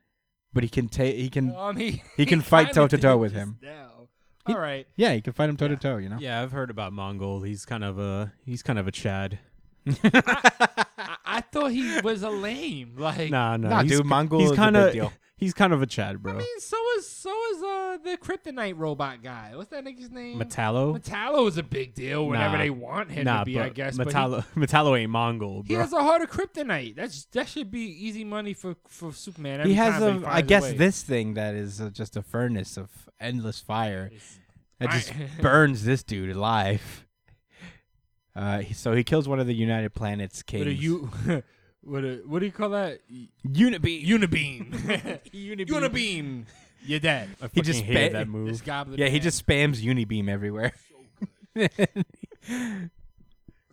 [SPEAKER 2] but he can take he can
[SPEAKER 3] um, he,
[SPEAKER 2] Mm. He can fight
[SPEAKER 3] kinda
[SPEAKER 2] toe-to-toe
[SPEAKER 3] did
[SPEAKER 2] with
[SPEAKER 3] just
[SPEAKER 2] him.
[SPEAKER 3] now.
[SPEAKER 2] He-
[SPEAKER 3] All right,
[SPEAKER 2] yeah he can fight him toe to toe. You know.
[SPEAKER 4] Yeah, I've heard about Mongol. He's kind of a he's kind of a Chad.
[SPEAKER 3] I, I thought he was a lame. Like,
[SPEAKER 4] Nah, nah,
[SPEAKER 2] Nah,
[SPEAKER 4] he's,
[SPEAKER 2] dude,
[SPEAKER 4] ki-
[SPEAKER 2] Mongol
[SPEAKER 4] he's
[SPEAKER 2] is a
[SPEAKER 4] kind
[SPEAKER 2] big deal.
[SPEAKER 4] of he's kind of a Chad,
[SPEAKER 3] I
[SPEAKER 4] bro.
[SPEAKER 3] mean, so is so is uh the kryptonite robot guy. What's that nigga's name?
[SPEAKER 4] Metallo,
[SPEAKER 3] Metallo is a big deal whenever
[SPEAKER 4] Nah.
[SPEAKER 3] they want him
[SPEAKER 4] nah,
[SPEAKER 3] to be,
[SPEAKER 4] but
[SPEAKER 3] I guess. but he-
[SPEAKER 4] Metallo, Metallo ain't Mongol,
[SPEAKER 3] he,
[SPEAKER 4] bro.
[SPEAKER 3] has a heart of kryptonite. That's that should be easy money for for Superman. Every
[SPEAKER 2] He has
[SPEAKER 3] time
[SPEAKER 2] a
[SPEAKER 3] he
[SPEAKER 2] I
[SPEAKER 3] finds
[SPEAKER 2] guess
[SPEAKER 3] way.
[SPEAKER 2] this thing that is uh, just a furnace of endless fire that
[SPEAKER 3] I-
[SPEAKER 2] just burns this dude alive. Uh, he- so he kills one of the United Planets kings.
[SPEAKER 3] What a you? What a what do you call that?
[SPEAKER 2] Unibeam.
[SPEAKER 3] Unibeam. Unibeam. Unibeam. You're dead.
[SPEAKER 2] he just
[SPEAKER 4] hated
[SPEAKER 2] ba-
[SPEAKER 4] that
[SPEAKER 3] This
[SPEAKER 4] move.
[SPEAKER 3] goblin.
[SPEAKER 2] Yeah, he
[SPEAKER 3] man.
[SPEAKER 2] just spams Unibeam everywhere.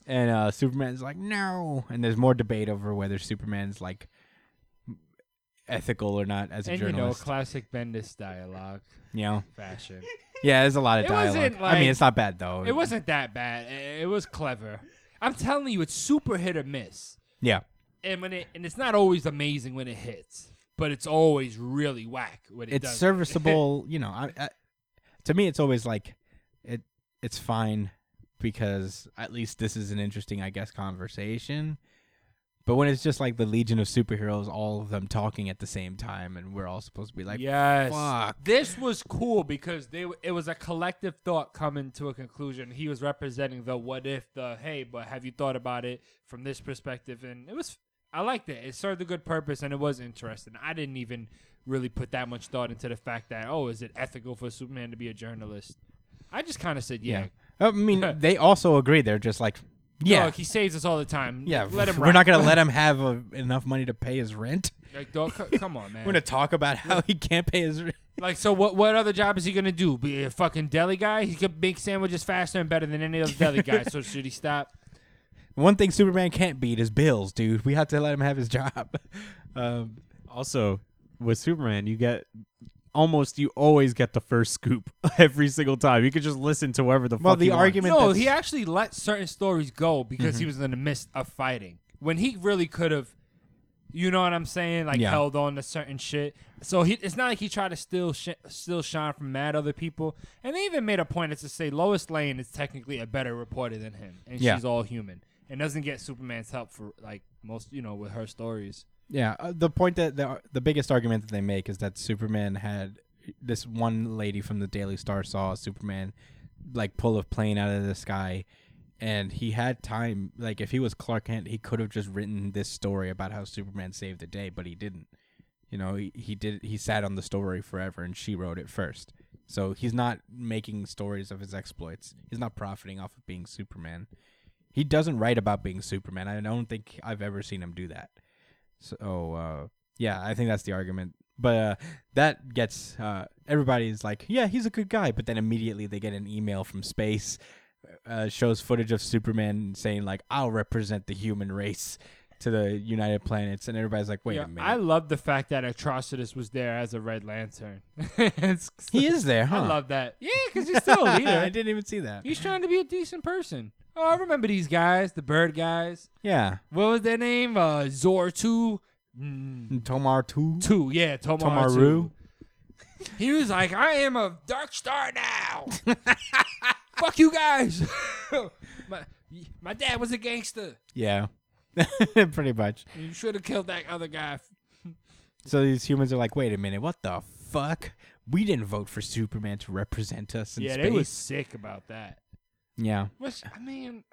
[SPEAKER 2] and uh, Superman's like, no. And there's more debate over whether Superman's like ethical or not as a
[SPEAKER 3] and you know
[SPEAKER 2] journalist.
[SPEAKER 3] classic Bendis dialogue
[SPEAKER 2] You know,
[SPEAKER 3] fashion.
[SPEAKER 2] yeah, there's a lot of
[SPEAKER 3] It
[SPEAKER 2] dialogue.
[SPEAKER 3] wasn't,
[SPEAKER 2] I mean,
[SPEAKER 3] like-
[SPEAKER 2] it's not bad though.
[SPEAKER 3] it wasn't that bad. It, it was clever. I'm telling you, it's super hit or miss.
[SPEAKER 2] Yeah,
[SPEAKER 3] And when it and it's not always amazing when it hits, but it's always really whack when it
[SPEAKER 2] it's
[SPEAKER 3] does.
[SPEAKER 2] serviceable. you know, I, I, to me, it's always like it. It's fine because at least this is an interesting, I guess, conversation. But when it's just like the legion of superheroes, all of them talking at the same time, and we're all supposed to be like,
[SPEAKER 3] yes.
[SPEAKER 2] fuck.
[SPEAKER 3] This was cool because they w- it was a collective thought coming to a conclusion. He was representing the what if, the hey, but have you thought about it from this perspective? And it was I liked it. It served a good purpose and it was interesting. I didn't even really put that much thought into the fact that oh, is it ethical for Superman to be a journalist? I just kind of said yeah.
[SPEAKER 2] Oh, I mean, they also agree. They're just like, yeah,
[SPEAKER 3] Dog, he saves us all the time.
[SPEAKER 2] yeah.
[SPEAKER 3] let him.
[SPEAKER 2] we're not
[SPEAKER 3] rock.
[SPEAKER 2] gonna let him have uh enough money to pay his rent.
[SPEAKER 3] Like, dog, c- come on, man.
[SPEAKER 2] We're gonna talk about how he can't pay his rent.
[SPEAKER 3] Like, so what? What other job is he gonna do? Be a fucking deli guy? He could make sandwiches faster and better than any other deli guy. So should he stop?
[SPEAKER 2] One thing Superman can't beat is bills, dude. We have to let him have his job. Um,
[SPEAKER 4] Also, with Superman, you get almost you always get the first scoop every single time. You could just listen to whoever the
[SPEAKER 2] well,
[SPEAKER 4] fuck
[SPEAKER 2] the
[SPEAKER 4] you want.
[SPEAKER 2] argument.
[SPEAKER 3] No,
[SPEAKER 2] that's- Mm-hmm.
[SPEAKER 3] he actually let certain stories go because he was in the midst of fighting when he really could have, you know what I'm saying? Like
[SPEAKER 2] Yeah.
[SPEAKER 3] held on to certain shit. So he, it's not like he tried to steal sh- steal shine from mad other people. And they even made a point to say Lois Lane is technically a better reporter than him, and
[SPEAKER 2] Yeah.
[SPEAKER 3] she's all human and doesn't get Superman's help for like most, you know, with her stories.
[SPEAKER 2] Yeah, uh, the point that the the biggest argument that they make is that Superman had this one lady from the Daily Star saw Superman like pull a plane out of the sky, and he had time. Like if he was Clark Kent, he could have just written this story about how Superman saved the day, but he didn't. You know, he, he did he sat on the story forever, and she wrote it first. So he's not making stories of his exploits. He's not profiting off of being Superman. He doesn't write about being Superman. I don't think I've ever seen him do that. So uh, yeah, I think that's the argument. But uh, that gets uh, everybody's like, yeah, he's a good guy. But then immediately they get an email from space, uh, shows footage of Superman saying like, I'll represent the human race to the United Planets, and everybody's like, wait
[SPEAKER 3] Yeah,
[SPEAKER 2] a minute,
[SPEAKER 3] I love the fact that Atrocitus was there as a Red Lantern. It's-
[SPEAKER 2] he is there, huh?
[SPEAKER 3] I love that. Yeah, because he's
[SPEAKER 2] Oh,
[SPEAKER 3] still a leader.
[SPEAKER 2] I didn't even see that.
[SPEAKER 3] He's trying to be a decent person. Oh, I remember these guys, the bird guys.
[SPEAKER 2] Yeah,
[SPEAKER 3] What was their name? Uh, Zor two, mm,
[SPEAKER 2] Tomar too.
[SPEAKER 3] two. Yeah, Tomar
[SPEAKER 2] Tomaru.
[SPEAKER 3] two. He was like, "I am a dark star now. Fuck you guys. my, my dad was a gangster.
[SPEAKER 2] Yeah, pretty much.
[SPEAKER 3] You should have killed that other guy."
[SPEAKER 2] So these humans are like, wait a minute, what the fuck? We didn't vote for Superman to represent us in
[SPEAKER 3] yeah,
[SPEAKER 2] space.
[SPEAKER 3] they was sick about that.
[SPEAKER 2] yeah.
[SPEAKER 3] Which I mean,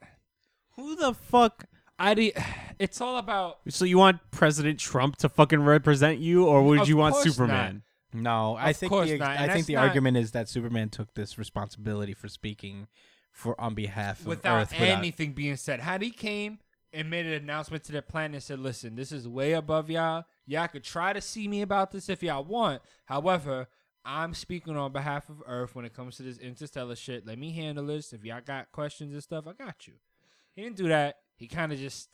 [SPEAKER 4] Who the fuck?
[SPEAKER 3] I de- it's all about.
[SPEAKER 4] So you want President Trump to fucking represent you, or would
[SPEAKER 3] Of
[SPEAKER 4] you want
[SPEAKER 3] course
[SPEAKER 4] Superman?
[SPEAKER 3] not.
[SPEAKER 2] No, I
[SPEAKER 3] Of
[SPEAKER 2] think
[SPEAKER 3] course
[SPEAKER 2] the,
[SPEAKER 3] not,
[SPEAKER 2] I
[SPEAKER 3] and
[SPEAKER 2] think
[SPEAKER 3] that's
[SPEAKER 2] the
[SPEAKER 3] not-
[SPEAKER 2] argument is that Superman took this responsibility for speaking for on behalf of
[SPEAKER 3] without
[SPEAKER 2] Earth without
[SPEAKER 3] anything being said. Had he came and made an announcement to their planet and said, "Listen, this is way above y'all. Y'all could try to see me about this if y'all want. However, I'm speaking on behalf of Earth when it comes to this interstellar shit. Let me handle this. If y'all got questions and stuff, I got you." He didn't do that. He kind of just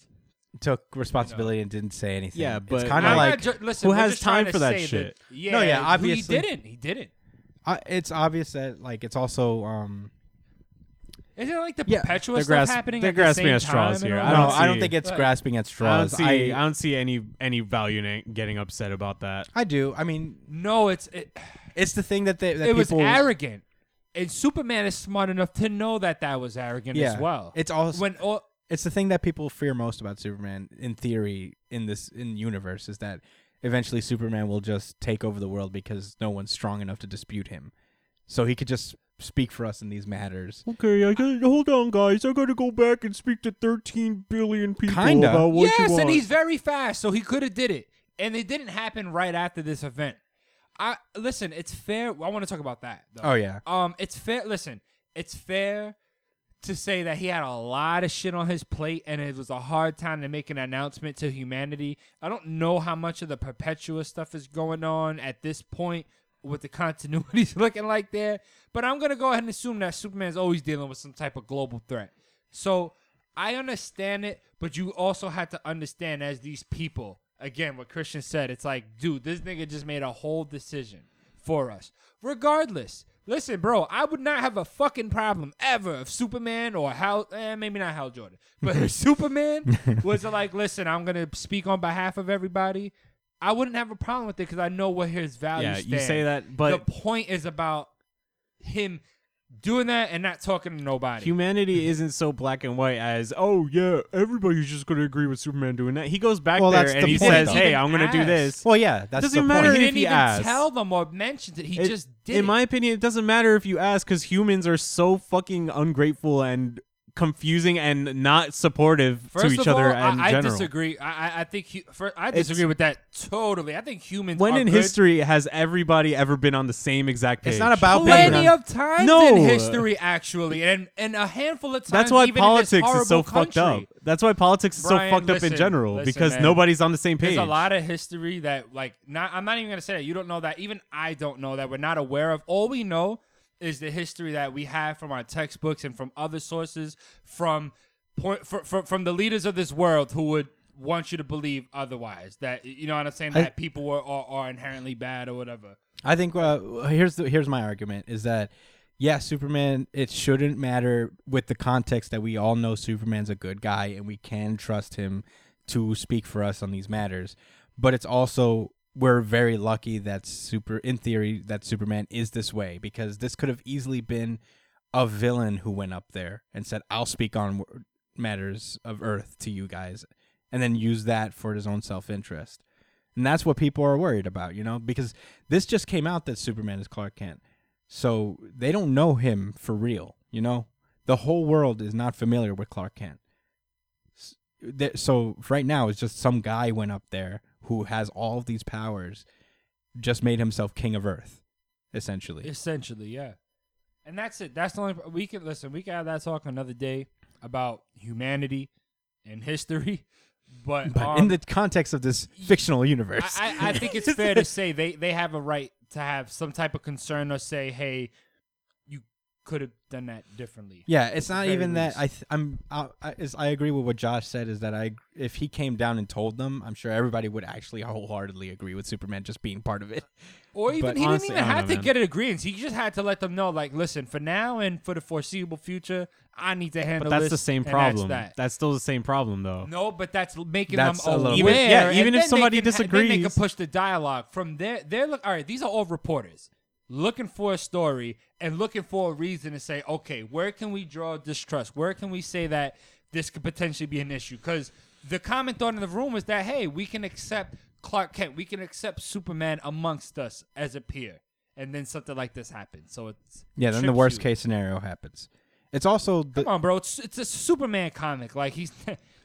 [SPEAKER 2] took responsibility and didn't say anything.
[SPEAKER 4] Yeah,
[SPEAKER 2] it's
[SPEAKER 4] but-
[SPEAKER 2] kind
[SPEAKER 4] I'm
[SPEAKER 2] of
[SPEAKER 4] not
[SPEAKER 2] like
[SPEAKER 3] ju- listen,
[SPEAKER 4] who
[SPEAKER 3] we're
[SPEAKER 4] has
[SPEAKER 3] just trying
[SPEAKER 4] time
[SPEAKER 3] to
[SPEAKER 4] for that
[SPEAKER 3] say
[SPEAKER 4] shit?
[SPEAKER 3] yeah,
[SPEAKER 2] No, yeah,
[SPEAKER 3] he
[SPEAKER 2] obviously.
[SPEAKER 3] didn't. He didn't.
[SPEAKER 2] uh, it's obvious that like it's also um
[SPEAKER 3] Isn't it like the
[SPEAKER 2] Yeah,
[SPEAKER 3] perpetual
[SPEAKER 4] they're
[SPEAKER 3] stuff
[SPEAKER 4] grasp-
[SPEAKER 3] happening?
[SPEAKER 4] they're
[SPEAKER 3] at the
[SPEAKER 4] grasping
[SPEAKER 3] same
[SPEAKER 4] at straws
[SPEAKER 3] time and
[SPEAKER 4] here.
[SPEAKER 2] I
[SPEAKER 3] all
[SPEAKER 4] I
[SPEAKER 3] that?
[SPEAKER 2] don't,
[SPEAKER 4] don't
[SPEAKER 2] I don't
[SPEAKER 4] see-
[SPEAKER 2] think it's
[SPEAKER 3] Right.
[SPEAKER 2] grasping at
[SPEAKER 4] I don't
[SPEAKER 2] straws.
[SPEAKER 4] see.
[SPEAKER 2] I,
[SPEAKER 4] I, don't see any any value in getting upset about that.
[SPEAKER 2] I do. I mean,
[SPEAKER 3] No, it's it,
[SPEAKER 2] it's the thing that they that
[SPEAKER 3] it was
[SPEAKER 2] people
[SPEAKER 3] arrogant. And Superman is smart enough to know that that was arrogant
[SPEAKER 2] yeah,
[SPEAKER 3] as well.
[SPEAKER 2] It's also
[SPEAKER 3] when all,
[SPEAKER 2] it's the thing that people fear most about Superman in theory in this in universe is that eventually Superman will just take over the world because no one's strong enough to dispute him. So he could just speak for us in these matters.
[SPEAKER 4] Okay, I got hold on, guys. I gotta go back and speak to 13 billion people
[SPEAKER 2] Kinda. about
[SPEAKER 4] what
[SPEAKER 3] yes, and he's very fast, so he could have did it, and it didn't happen right after this event. I listen. It's fair. I want to talk about that. Though.
[SPEAKER 2] Oh yeah.
[SPEAKER 3] Um, it's fair. Listen, it's fair to say that he had a lot of shit on his plate, and it was a hard time to make an announcement to humanity. I don't know how much of the perpetuous stuff is going on at this point with the continuities looking like there, but I'm gonna go ahead and assume that Superman's always dealing with some type of global threat. So I understand it, but you also had to understand as these people. Again, what Christian said, it's like, dude, this nigga just made a whole decision for us. Regardless, listen, bro, I would not have a fucking problem ever if Superman or Hal, eh, maybe not Hal Jordan, but if Superman was like, listen, I'm gonna speak on behalf of everybody. I wouldn't have a problem with it because I know what his value.
[SPEAKER 4] Yeah, you say that, but-
[SPEAKER 3] the point is about him doing that and not talking to nobody.
[SPEAKER 4] Humanity
[SPEAKER 3] Mm-hmm.
[SPEAKER 4] isn't so black and white as oh yeah, everybody's just gonna agree with Superman doing that. He goes back
[SPEAKER 2] Well,
[SPEAKER 4] there
[SPEAKER 2] that's
[SPEAKER 4] and
[SPEAKER 2] the
[SPEAKER 4] he
[SPEAKER 2] point,
[SPEAKER 4] says,
[SPEAKER 2] though.
[SPEAKER 4] "Hey, I'm gonna do
[SPEAKER 3] Ask.
[SPEAKER 4] this."
[SPEAKER 2] Well, yeah, that's
[SPEAKER 4] Doesn't
[SPEAKER 2] the
[SPEAKER 4] matter
[SPEAKER 2] point.
[SPEAKER 3] he
[SPEAKER 4] if
[SPEAKER 3] didn't
[SPEAKER 4] he
[SPEAKER 3] even
[SPEAKER 4] asked.
[SPEAKER 3] tell them or mention it. He
[SPEAKER 4] It-
[SPEAKER 3] just did.
[SPEAKER 4] in
[SPEAKER 3] it.
[SPEAKER 4] my opinion, it doesn't matter if you ask because humans are so fucking ungrateful and confusing and not supportive
[SPEAKER 3] First
[SPEAKER 4] to each
[SPEAKER 3] of
[SPEAKER 4] other
[SPEAKER 3] all,
[SPEAKER 4] in
[SPEAKER 3] I, I
[SPEAKER 4] general.
[SPEAKER 3] disagree. I, I- I think hu- fir- I disagree with that totally. I think humans.
[SPEAKER 4] When
[SPEAKER 3] are
[SPEAKER 4] in
[SPEAKER 3] good.
[SPEAKER 4] history has everybody ever been on the same exact page?
[SPEAKER 2] It's not about being.
[SPEAKER 3] plenty of times
[SPEAKER 4] No.
[SPEAKER 3] in history, actually, and and a handful of times.
[SPEAKER 4] That's why
[SPEAKER 3] even in
[SPEAKER 4] politics
[SPEAKER 3] this
[SPEAKER 4] is so
[SPEAKER 3] horrible country.
[SPEAKER 4] fucked up. That's why politics is
[SPEAKER 3] Brian,
[SPEAKER 4] so fucked up
[SPEAKER 3] listen,
[SPEAKER 4] in general
[SPEAKER 3] listen,
[SPEAKER 4] because
[SPEAKER 3] man.
[SPEAKER 4] nobody's on the same page.
[SPEAKER 3] There's a lot of history that, like, not. I'm not even gonna say that you don't know that. Even I don't know that. We're not aware of. All we know is the history that we have from our textbooks and from other sources, from point for, for, from the leaders of this world who would want you to believe otherwise that you know what I'm saying
[SPEAKER 2] I-
[SPEAKER 3] that people are, are are inherently bad or whatever.
[SPEAKER 2] I think uh, here's the, here's my argument is that yeah, Superman it shouldn't matter with the context that we all know Superman's a good guy and we can trust him to speak for us on these matters. But it's also we're very lucky that super in theory that Superman is this way because this could have easily been a villain who went up there and said, "I'll speak on w- matters of Earth to you guys," and then use that for his own self-interest. And that's what people are worried about, you know, because this just came out that Superman is Clark Kent. So they don't know him for real, you know? The whole world is not familiar with Clark Kent. S- there- So right now, it's just some guy went up there who has all of these powers, just made himself king of Earth, essentially.
[SPEAKER 3] Essentially, yeah. And that's it. That's the only we can listen. We can have that talk another day about humanity and history, but,
[SPEAKER 2] But
[SPEAKER 3] um,
[SPEAKER 2] in the context of this fictional universe,
[SPEAKER 3] I, I, I think it's fair to say they, they have a right to have some type of concern or say, hey, you could have done that differently.
[SPEAKER 2] Yeah, it's not
[SPEAKER 3] very
[SPEAKER 2] even that.
[SPEAKER 3] least.
[SPEAKER 2] I th- I'm I, I, is, I agree with what Josh said. Is that I if he came down and told them, I'm sure everybody would actually wholeheartedly agree with Superman just being part of it.
[SPEAKER 3] Or even
[SPEAKER 2] But
[SPEAKER 3] he
[SPEAKER 4] honestly,
[SPEAKER 3] didn't even
[SPEAKER 4] I don't
[SPEAKER 3] have
[SPEAKER 4] know,
[SPEAKER 3] to
[SPEAKER 4] man.
[SPEAKER 3] get an agreement. He just had to let them know, like, listen, for now and for the foreseeable future, I need to handle
[SPEAKER 4] But that's
[SPEAKER 3] this,
[SPEAKER 4] the same
[SPEAKER 3] and
[SPEAKER 4] problem.
[SPEAKER 3] That's
[SPEAKER 4] That's,
[SPEAKER 3] that.
[SPEAKER 4] still the same problem, though.
[SPEAKER 3] No, but that's l- making
[SPEAKER 2] That's a
[SPEAKER 3] them aware.
[SPEAKER 2] little
[SPEAKER 4] bit- yeah,
[SPEAKER 3] and
[SPEAKER 4] even
[SPEAKER 3] then
[SPEAKER 4] if
[SPEAKER 3] they
[SPEAKER 4] somebody
[SPEAKER 3] can ha- then they can
[SPEAKER 4] disagrees.
[SPEAKER 3] push the dialogue from there. They're look. All right, these are all reporters looking for a story and looking for a reason to say, okay, where can we draw distrust? Where can we say that this could potentially be an issue? Because the common thought in the room is that hey, we can accept Clark Kent, we can accept Superman amongst us as a peer, and then something like this happens. So it's
[SPEAKER 2] Yeah, then the
[SPEAKER 3] trips
[SPEAKER 2] worst
[SPEAKER 3] you.
[SPEAKER 2] case scenario happens. It's also the,
[SPEAKER 3] Come on, bro. It's, it's a Superman comic. Like he's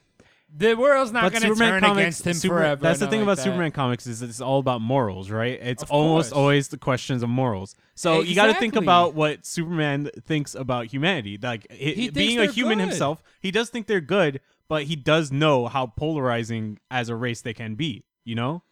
[SPEAKER 3] the world's not
[SPEAKER 4] But
[SPEAKER 3] going to turn against him
[SPEAKER 4] Super-
[SPEAKER 3] forever.
[SPEAKER 4] That's the
[SPEAKER 3] and
[SPEAKER 4] thing
[SPEAKER 3] all
[SPEAKER 4] about
[SPEAKER 3] like that.
[SPEAKER 4] Superman comics is it's all about morals, right? It's
[SPEAKER 3] Of
[SPEAKER 4] almost
[SPEAKER 3] course.
[SPEAKER 4] always the questions of morals. So you got to think
[SPEAKER 3] Exactly.
[SPEAKER 4] about what Superman thinks about humanity. Like i-
[SPEAKER 3] thinks
[SPEAKER 4] being a
[SPEAKER 3] they're
[SPEAKER 4] human
[SPEAKER 3] good.
[SPEAKER 4] himself, he does think they're good, but he does know how polarizing as a race they can be. You know,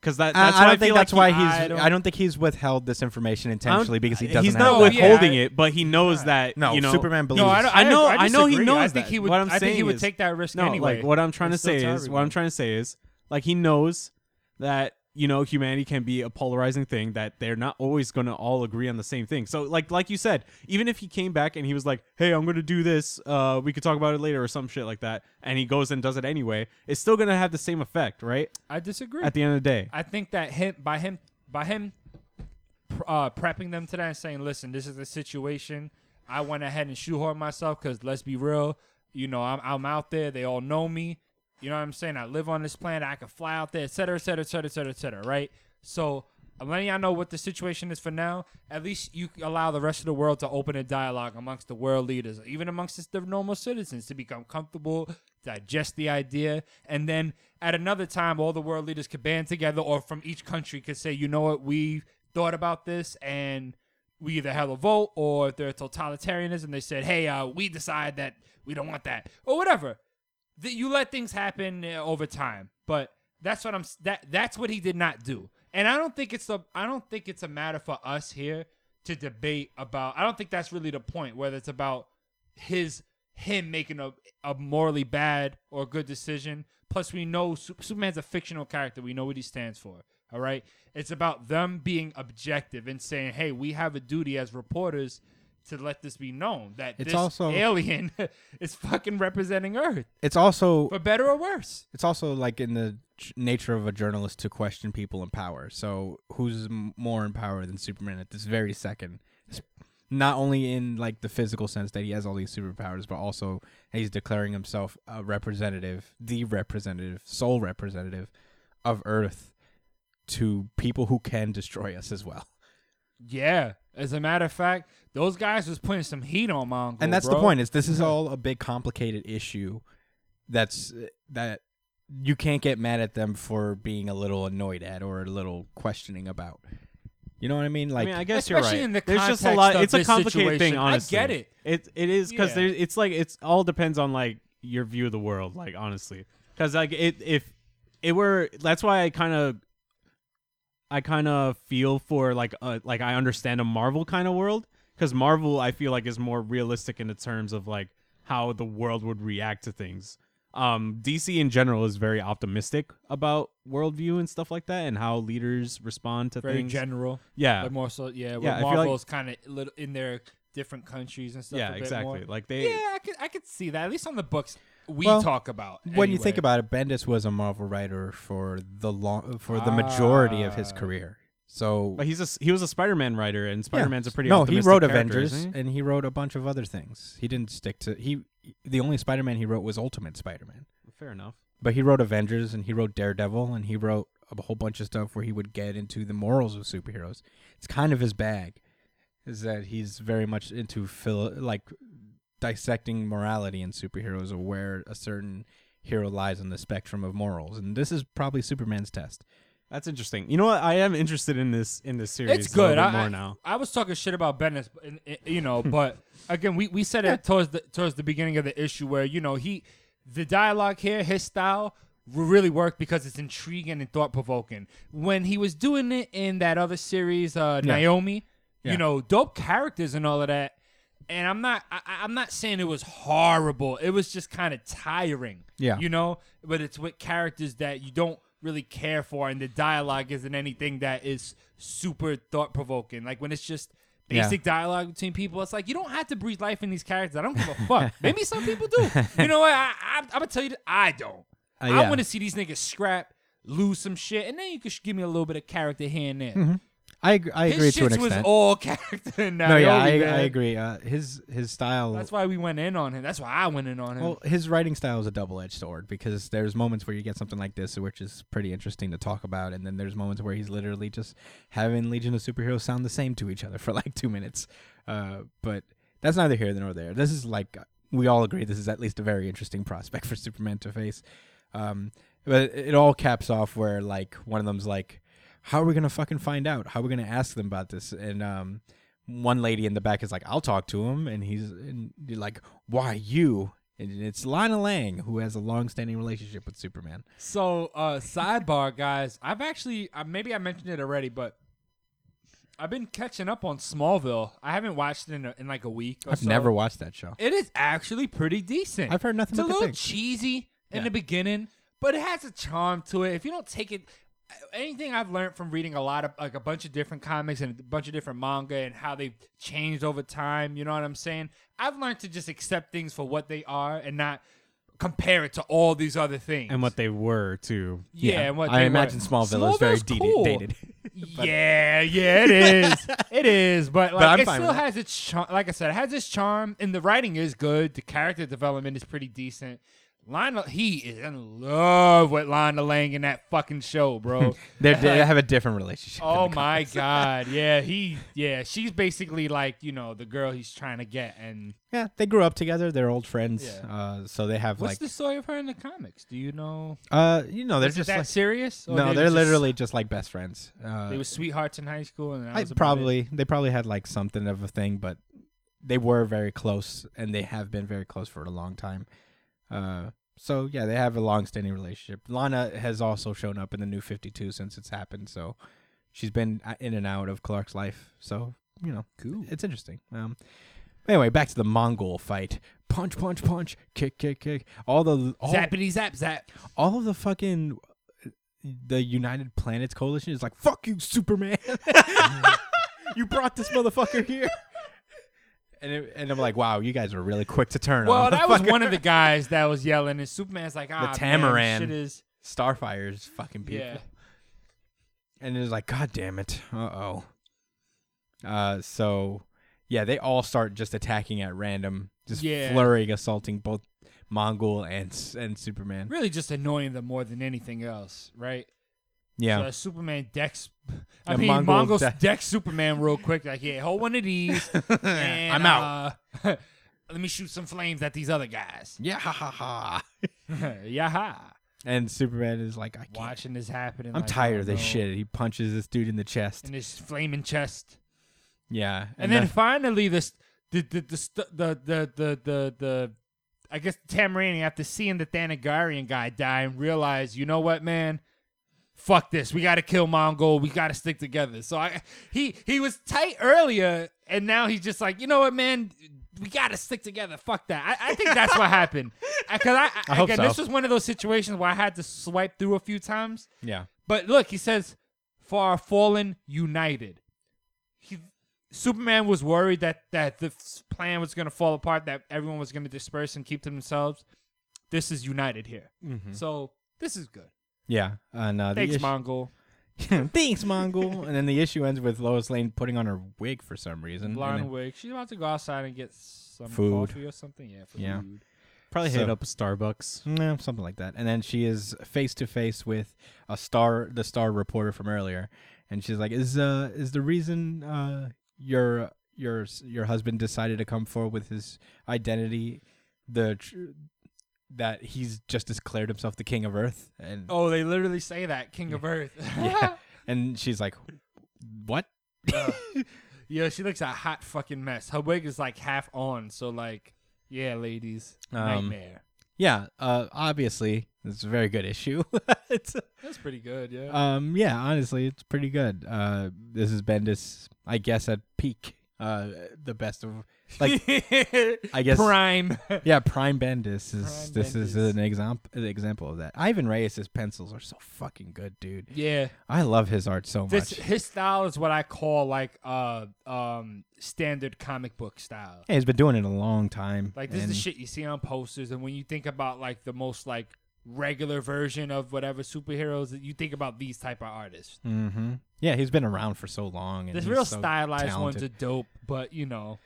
[SPEAKER 4] because that,
[SPEAKER 2] I,
[SPEAKER 4] that's
[SPEAKER 2] I
[SPEAKER 4] why
[SPEAKER 2] don't
[SPEAKER 4] I
[SPEAKER 2] think
[SPEAKER 4] feel
[SPEAKER 2] that's
[SPEAKER 4] like
[SPEAKER 2] why
[SPEAKER 4] he-
[SPEAKER 2] he's.
[SPEAKER 4] I
[SPEAKER 2] I
[SPEAKER 4] don't-
[SPEAKER 2] don't, think he's withheld this information
[SPEAKER 4] I don't-
[SPEAKER 2] intentionally because he doesn't.
[SPEAKER 4] He's
[SPEAKER 2] have
[SPEAKER 4] not
[SPEAKER 2] that.
[SPEAKER 3] with-
[SPEAKER 4] withholding
[SPEAKER 3] Oh, yeah, I-
[SPEAKER 4] it, but he knows
[SPEAKER 3] not.
[SPEAKER 4] that.
[SPEAKER 2] No,
[SPEAKER 4] you know,
[SPEAKER 2] Superman believes.
[SPEAKER 3] No, I, don't,
[SPEAKER 4] I know,
[SPEAKER 3] I,
[SPEAKER 4] I, know he
[SPEAKER 3] disagree.
[SPEAKER 4] knows
[SPEAKER 3] I think
[SPEAKER 4] that.
[SPEAKER 3] he would.
[SPEAKER 4] what I'm
[SPEAKER 3] I
[SPEAKER 4] saying
[SPEAKER 3] think he would
[SPEAKER 4] is-
[SPEAKER 3] take that risk
[SPEAKER 4] no,
[SPEAKER 3] anyway.
[SPEAKER 4] like what I'm trying to
[SPEAKER 3] It's still
[SPEAKER 4] say is,
[SPEAKER 3] terrible.
[SPEAKER 4] what I'm trying to say is, like he knows that you know humanity can be a polarizing thing that they're not always going to all agree on the same thing. So, like, like you said, even if he came back and he was like, "Hey, I'm going to do this. Uh, we could talk about it later" or some shit like that, and he goes and does it anyway, it's still going to have the same effect, right?
[SPEAKER 3] I disagree.
[SPEAKER 4] At the end of the day,
[SPEAKER 3] I think that him by him by him pr- uh, prepping them to that and saying, "Listen, this is the situation. I went ahead and shoehorn myself because let's be real. You know, I'm I'm out there. They all know me. You know what I'm saying? I live on this planet. I can fly out there, et cetera, et cetera, et cetera, et cetera, et cetera. Right? So." I'm letting y'all know what the situation is for now. At least you allow the rest of the world to open a dialogue amongst the world leaders, even amongst just the normal citizens, to become comfortable, digest the idea, and then at another time, all the world leaders could band together, or from each country could say, you know what, we thought about this, and we either have a vote, or if they're totalitarianism, they said, hey, uh, we decide that we don't want that, or whatever that you let things happen uh, over time. But that's what I'm s- that that's what he did not do. And I don't think it's a I don't think it's a matter for us here to debate about. I don't think that's really the point whether it's about his him making a a morally bad or good decision. Plus we know Su- Superman's a fictional character. We know what he stands for. All right? It's about them being objective and saying, "Hey, we have a duty as reporters to let this be known that
[SPEAKER 2] It's
[SPEAKER 3] this
[SPEAKER 2] also-
[SPEAKER 3] alien is fucking representing Earth."
[SPEAKER 2] It's also
[SPEAKER 3] for better or worse.
[SPEAKER 2] it's also like in the j- nature of a journalist to question people in power. So who's m- more in power than Superman at this very second? S- Not only in like the physical sense that he has all these superpowers, but also he's declaring himself a representative, the representative, sole representative of Earth to people who can destroy us as well.
[SPEAKER 3] Yeah. As a matter of fact, those guys was putting some heat on Mongol.
[SPEAKER 2] and that's the
[SPEAKER 3] bro.
[SPEAKER 2] point is this is all a big complicated issue that's uh, that you can't get mad at them for being a little annoyed at or a little questioning about you know what i mean like
[SPEAKER 4] I mean, I guess
[SPEAKER 3] Especially
[SPEAKER 4] you're right.
[SPEAKER 3] in the
[SPEAKER 4] There's just a
[SPEAKER 3] context
[SPEAKER 4] lot.
[SPEAKER 3] of
[SPEAKER 4] It's a
[SPEAKER 3] this
[SPEAKER 4] complicated
[SPEAKER 3] situation.
[SPEAKER 4] thing,
[SPEAKER 3] I
[SPEAKER 4] honestly.
[SPEAKER 3] get it.
[SPEAKER 4] It it is because
[SPEAKER 3] Yeah.
[SPEAKER 4] it's like it's all depends on like your view of the world, like honestly, because like it if it were that's why I kind of I kind of feel for like a, like I understand a Marvel kind of world because Marvel I feel like is more realistic in the terms of like how the world would react to things. Um, DC in general is very optimistic about worldview and stuff like that, and how leaders respond to
[SPEAKER 3] Very
[SPEAKER 4] things.
[SPEAKER 3] general.
[SPEAKER 4] yeah,
[SPEAKER 3] But more so, yeah.
[SPEAKER 4] Yeah, I
[SPEAKER 3] Where
[SPEAKER 4] feel like-
[SPEAKER 3] Marvel's kind of in their different countries and stuff. a
[SPEAKER 4] yeah,
[SPEAKER 3] bit
[SPEAKER 4] exactly.
[SPEAKER 3] more.
[SPEAKER 4] Like they,
[SPEAKER 3] Yeah, I could I could see that at least on the books we
[SPEAKER 2] Well,
[SPEAKER 3] talk about.
[SPEAKER 2] When you think
[SPEAKER 3] anyway.
[SPEAKER 2] about it, Bendis was a Marvel writer for the long for the majority of his
[SPEAKER 3] Ah.
[SPEAKER 2] career. So
[SPEAKER 4] but he's a he was a Spider-Man writer, and
[SPEAKER 2] Yeah.
[SPEAKER 4] Spider-Man's a pretty
[SPEAKER 2] no. He
[SPEAKER 4] Optimistic
[SPEAKER 2] wrote
[SPEAKER 4] character,
[SPEAKER 2] Avengers
[SPEAKER 4] isn't he?
[SPEAKER 2] and he wrote a bunch of other things. He didn't stick to he. The only Spider-Man he wrote was Ultimate Spider-Man.
[SPEAKER 4] Fair enough.
[SPEAKER 2] But he wrote Avengers and he wrote Daredevil and he wrote a whole bunch of stuff where he would get into the morals of superheroes. It's kind of his bag, is that he's very much into phil- like dissecting morality in superheroes of where a certain hero lies on the spectrum of morals. And this is probably Superman's test.
[SPEAKER 4] That's interesting. You know what? I am interested in this in this series.
[SPEAKER 3] it's
[SPEAKER 4] a little
[SPEAKER 3] good.
[SPEAKER 4] bit
[SPEAKER 3] I,
[SPEAKER 4] more
[SPEAKER 3] I-
[SPEAKER 4] now.
[SPEAKER 3] I was talking shit about Bendis, but- and- and- you know, but again, we, we said it towards the towards the beginning of the issue where you know he the dialogue here, his style will really work because it's intriguing and thought provoking. When he was doing it in that other series, uh, Naomi,
[SPEAKER 2] Yeah.
[SPEAKER 3] you know, dope characters and all of that. And I'm not I, I- I'm not saying it was horrible. It was just kind of tiring.
[SPEAKER 2] Yeah.
[SPEAKER 3] you know, but it's with characters that you don't really care for, and the dialogue isn't anything that is super thought provoking. Like when it's just
[SPEAKER 2] Yeah.
[SPEAKER 3] basic dialogue between people, it's like you don't have to breathe life in these characters. I don't give a fuck. Maybe some people do. You know what? I, I, I'm gonna tell you, that I don't. I
[SPEAKER 2] Uh, yeah.
[SPEAKER 3] want to see these niggas scrap, lose some shit, and then you could sh- give me a little bit of character here and there.
[SPEAKER 2] I ag- I Mm-hmm. agree
[SPEAKER 3] His
[SPEAKER 2] to an
[SPEAKER 3] shit was
[SPEAKER 2] extent.
[SPEAKER 3] all character. in
[SPEAKER 2] no, yeah, I,
[SPEAKER 3] Naomi,
[SPEAKER 2] I
[SPEAKER 3] man.
[SPEAKER 2] agree. Uh, his his style.
[SPEAKER 3] That's why we went in on him. That's why I went in on him.
[SPEAKER 2] Well, his writing style is a double-edged sword because there's moments where you get something like this, which is pretty interesting to talk about, and then there's moments where he's literally just having Legion of Superheroes sound the same to each other for like two minutes. Uh, but that's neither here nor there. This is like we all agree this is at least a very interesting prospect for Superman to face. Um, but it all caps off where like one of them's like, "How are we gonna fucking find out? How are we gonna ask them about this?" And um, one lady in the back is like, "I'll talk to him," and he's and you're like, "Why you?" And it's Lana Lang who has a long-standing relationship with Superman.
[SPEAKER 3] So, uh, sidebar, guys. I've actually, uh, maybe I mentioned it already, but I've been catching up on Smallville. I haven't watched it in, a, in like a week. or
[SPEAKER 2] I've
[SPEAKER 3] so.
[SPEAKER 2] never watched that show.
[SPEAKER 3] It is actually pretty decent.
[SPEAKER 2] I've heard nothing
[SPEAKER 3] It's a
[SPEAKER 2] but good
[SPEAKER 3] little
[SPEAKER 2] things.
[SPEAKER 3] cheesy in the beginning, but it has a charm to it. If you don't take it, anything I've learned from reading a lot of like a bunch of different comics and a bunch of different manga and how they've changed over time. You know what I'm saying? I've learned to just accept things for what they are and not compare it to all these other things
[SPEAKER 4] And what they were too.
[SPEAKER 3] yeah,
[SPEAKER 2] Yeah.
[SPEAKER 3] and what
[SPEAKER 2] I
[SPEAKER 3] they
[SPEAKER 2] imagine
[SPEAKER 3] were.
[SPEAKER 2] Smallville is very
[SPEAKER 3] Smallville's
[SPEAKER 2] dated-
[SPEAKER 3] cool.
[SPEAKER 2] dated.
[SPEAKER 3] yeah, yeah, it is. It is, but like
[SPEAKER 2] I'm
[SPEAKER 3] it
[SPEAKER 2] fine
[SPEAKER 3] still
[SPEAKER 2] with that.
[SPEAKER 3] has its charm. Like I said, it has its charm, and the writing is good. The character development is pretty decent. Lionel, he is in love with Lionel Lang in that fucking show,
[SPEAKER 2] Oh
[SPEAKER 3] bro.
[SPEAKER 2] They're, they have a different relationship. in
[SPEAKER 3] oh
[SPEAKER 2] the
[SPEAKER 3] my god, yeah, he, yeah, she's basically like you know the girl he's trying to get. And
[SPEAKER 2] Yeah, they grew up together. They're old friends.
[SPEAKER 3] Yeah.
[SPEAKER 2] Uh, so they have
[SPEAKER 3] what's
[SPEAKER 2] like,
[SPEAKER 3] the story of her in the comics? Do you know?
[SPEAKER 2] uh, you know, they're
[SPEAKER 3] Is it
[SPEAKER 2] just
[SPEAKER 3] that oh,
[SPEAKER 2] like,
[SPEAKER 3] serious? Or
[SPEAKER 2] no,
[SPEAKER 3] they
[SPEAKER 2] they're
[SPEAKER 3] were just-
[SPEAKER 2] literally just like best friends. Uh,
[SPEAKER 3] they were sweethearts in high school, and that
[SPEAKER 2] I
[SPEAKER 3] was about it?
[SPEAKER 2] probably they probably had like something of a thing, but they were very close, and they have been very close for a long time. Uh, so yeah, they have a long-standing relationship. Lana has also shown up in the New Fifty Two since it's happened, so she's been uh, in and out of Clark's life. So you know, cool. It's interesting. Um, anyway, back to the Mongol fight. Punch, punch, punch, kick, kick, kick. All the all,
[SPEAKER 3] Zappity zap zap.
[SPEAKER 2] all of the fucking the United Planets Coalition is like, fuck you, Superman. you brought this motherfucker here. And, it, and I'm like, wow, you guys were really quick to turn
[SPEAKER 3] Well,
[SPEAKER 2] on.
[SPEAKER 3] that was one of the guys that was yelling, and Superman's like, ah,
[SPEAKER 2] Tamaran.
[SPEAKER 3] Man, shit is
[SPEAKER 2] Starfire's fucking people.
[SPEAKER 3] yeah.
[SPEAKER 2] And it was like, God damn it. Uh oh. Uh so yeah, they all start just attacking at random, just
[SPEAKER 3] Yeah.
[SPEAKER 2] flurrying, assaulting both Mongol and S- and Superman.
[SPEAKER 3] Really, just annoying them more than anything else, right?
[SPEAKER 2] Yeah.
[SPEAKER 3] So uh, Superman decks. I
[SPEAKER 2] Yeah,
[SPEAKER 3] mean,
[SPEAKER 2] Mongol
[SPEAKER 3] Mongols
[SPEAKER 2] de-
[SPEAKER 3] decks Superman real quick. Like, yeah, hold one of these. and,
[SPEAKER 2] I'm out.
[SPEAKER 3] uh, let me shoot some flames at these other guys.
[SPEAKER 2] yeah, ha ha ha.
[SPEAKER 3] Yaha!
[SPEAKER 2] And Superman is like, I can't.
[SPEAKER 3] Watching this happen. and
[SPEAKER 2] I'm
[SPEAKER 3] like,
[SPEAKER 2] tired
[SPEAKER 3] oh,
[SPEAKER 2] of this
[SPEAKER 3] no.
[SPEAKER 2] shit. He punches this dude in the chest.
[SPEAKER 3] And his flaming chest.
[SPEAKER 2] yeah,
[SPEAKER 3] and, then finally this the the the st- the the the, the, the I guess Tamarani, after seeing the Thanagarian guy die and realize, you know what, man, fuck this, we got to kill Mongol, we got to stick together. So I he he was tight earlier, and now he's just like, you know what, man, we gotta stick together. Fuck that. I, I think that's what happened. Because I, I,
[SPEAKER 2] I hope
[SPEAKER 3] again,
[SPEAKER 2] so.
[SPEAKER 3] this was one of those situations where I had to swipe through a few times.
[SPEAKER 2] Yeah.
[SPEAKER 3] But look, he says, "For our fallen united." He, Superman was worried that that the f- plan was gonna fall apart, that everyone was gonna disperse and keep to themselves. This is united here, so this is good.
[SPEAKER 2] Yeah. And uh, Mm-hmm. the
[SPEAKER 3] Thanks,
[SPEAKER 2] issue-
[SPEAKER 3] Mongol.
[SPEAKER 2] Thanks, Mongol. and then the issue ends with Lois Lane putting on her wig for some reason. and
[SPEAKER 3] Blonde
[SPEAKER 2] then-
[SPEAKER 3] wig. She's about to go outside and get some
[SPEAKER 2] Mm-hmm. Food.
[SPEAKER 3] coffee or something. Yeah, food.
[SPEAKER 2] Yeah.
[SPEAKER 4] Probably
[SPEAKER 2] So-
[SPEAKER 4] hit up a Starbucks.
[SPEAKER 2] No, something like that. And then she is face to face with a star, the star reporter from earlier, and she's like, "Is uh is the reason uh your your your husband decided to come forward with his identity the tr- that he's just declared himself the king of Earth?" And
[SPEAKER 3] Oh, they literally say that King of Earth.
[SPEAKER 2] yeah, and she's like, "What?"
[SPEAKER 3] Yo, she looks a hot fucking mess. Her wig is like half on, so like, yeah, ladies,
[SPEAKER 2] Um,
[SPEAKER 3] nightmare.
[SPEAKER 2] Yeah, uh, obviously, it's a very good issue. it's,
[SPEAKER 3] That's pretty good, yeah.
[SPEAKER 2] um, yeah, honestly, it's pretty good. Uh, this is Bendis, I guess, at peak. Uh, the best of like, I guess-
[SPEAKER 3] prime.
[SPEAKER 2] yeah, Prime Bendis is
[SPEAKER 3] Prime
[SPEAKER 2] this is
[SPEAKER 3] Bendis.
[SPEAKER 2] an example an example of that. Ivan Reyes's pencils are so fucking good, dude.
[SPEAKER 3] yeah,
[SPEAKER 2] I love his art so much.
[SPEAKER 3] this his style is what I call like uh um standard comic book style.
[SPEAKER 2] yeah, he's been doing it a long time.
[SPEAKER 3] Like this
[SPEAKER 2] and
[SPEAKER 3] is the shit you see on posters, and when you think about like the most like regular version of whatever superheroes, you think about these type of artists.
[SPEAKER 2] mhm. Yeah, he's been around for so long. And
[SPEAKER 3] There's
[SPEAKER 2] he's
[SPEAKER 3] real
[SPEAKER 2] so
[SPEAKER 3] stylized
[SPEAKER 2] talented.
[SPEAKER 3] ones are dope, but you know,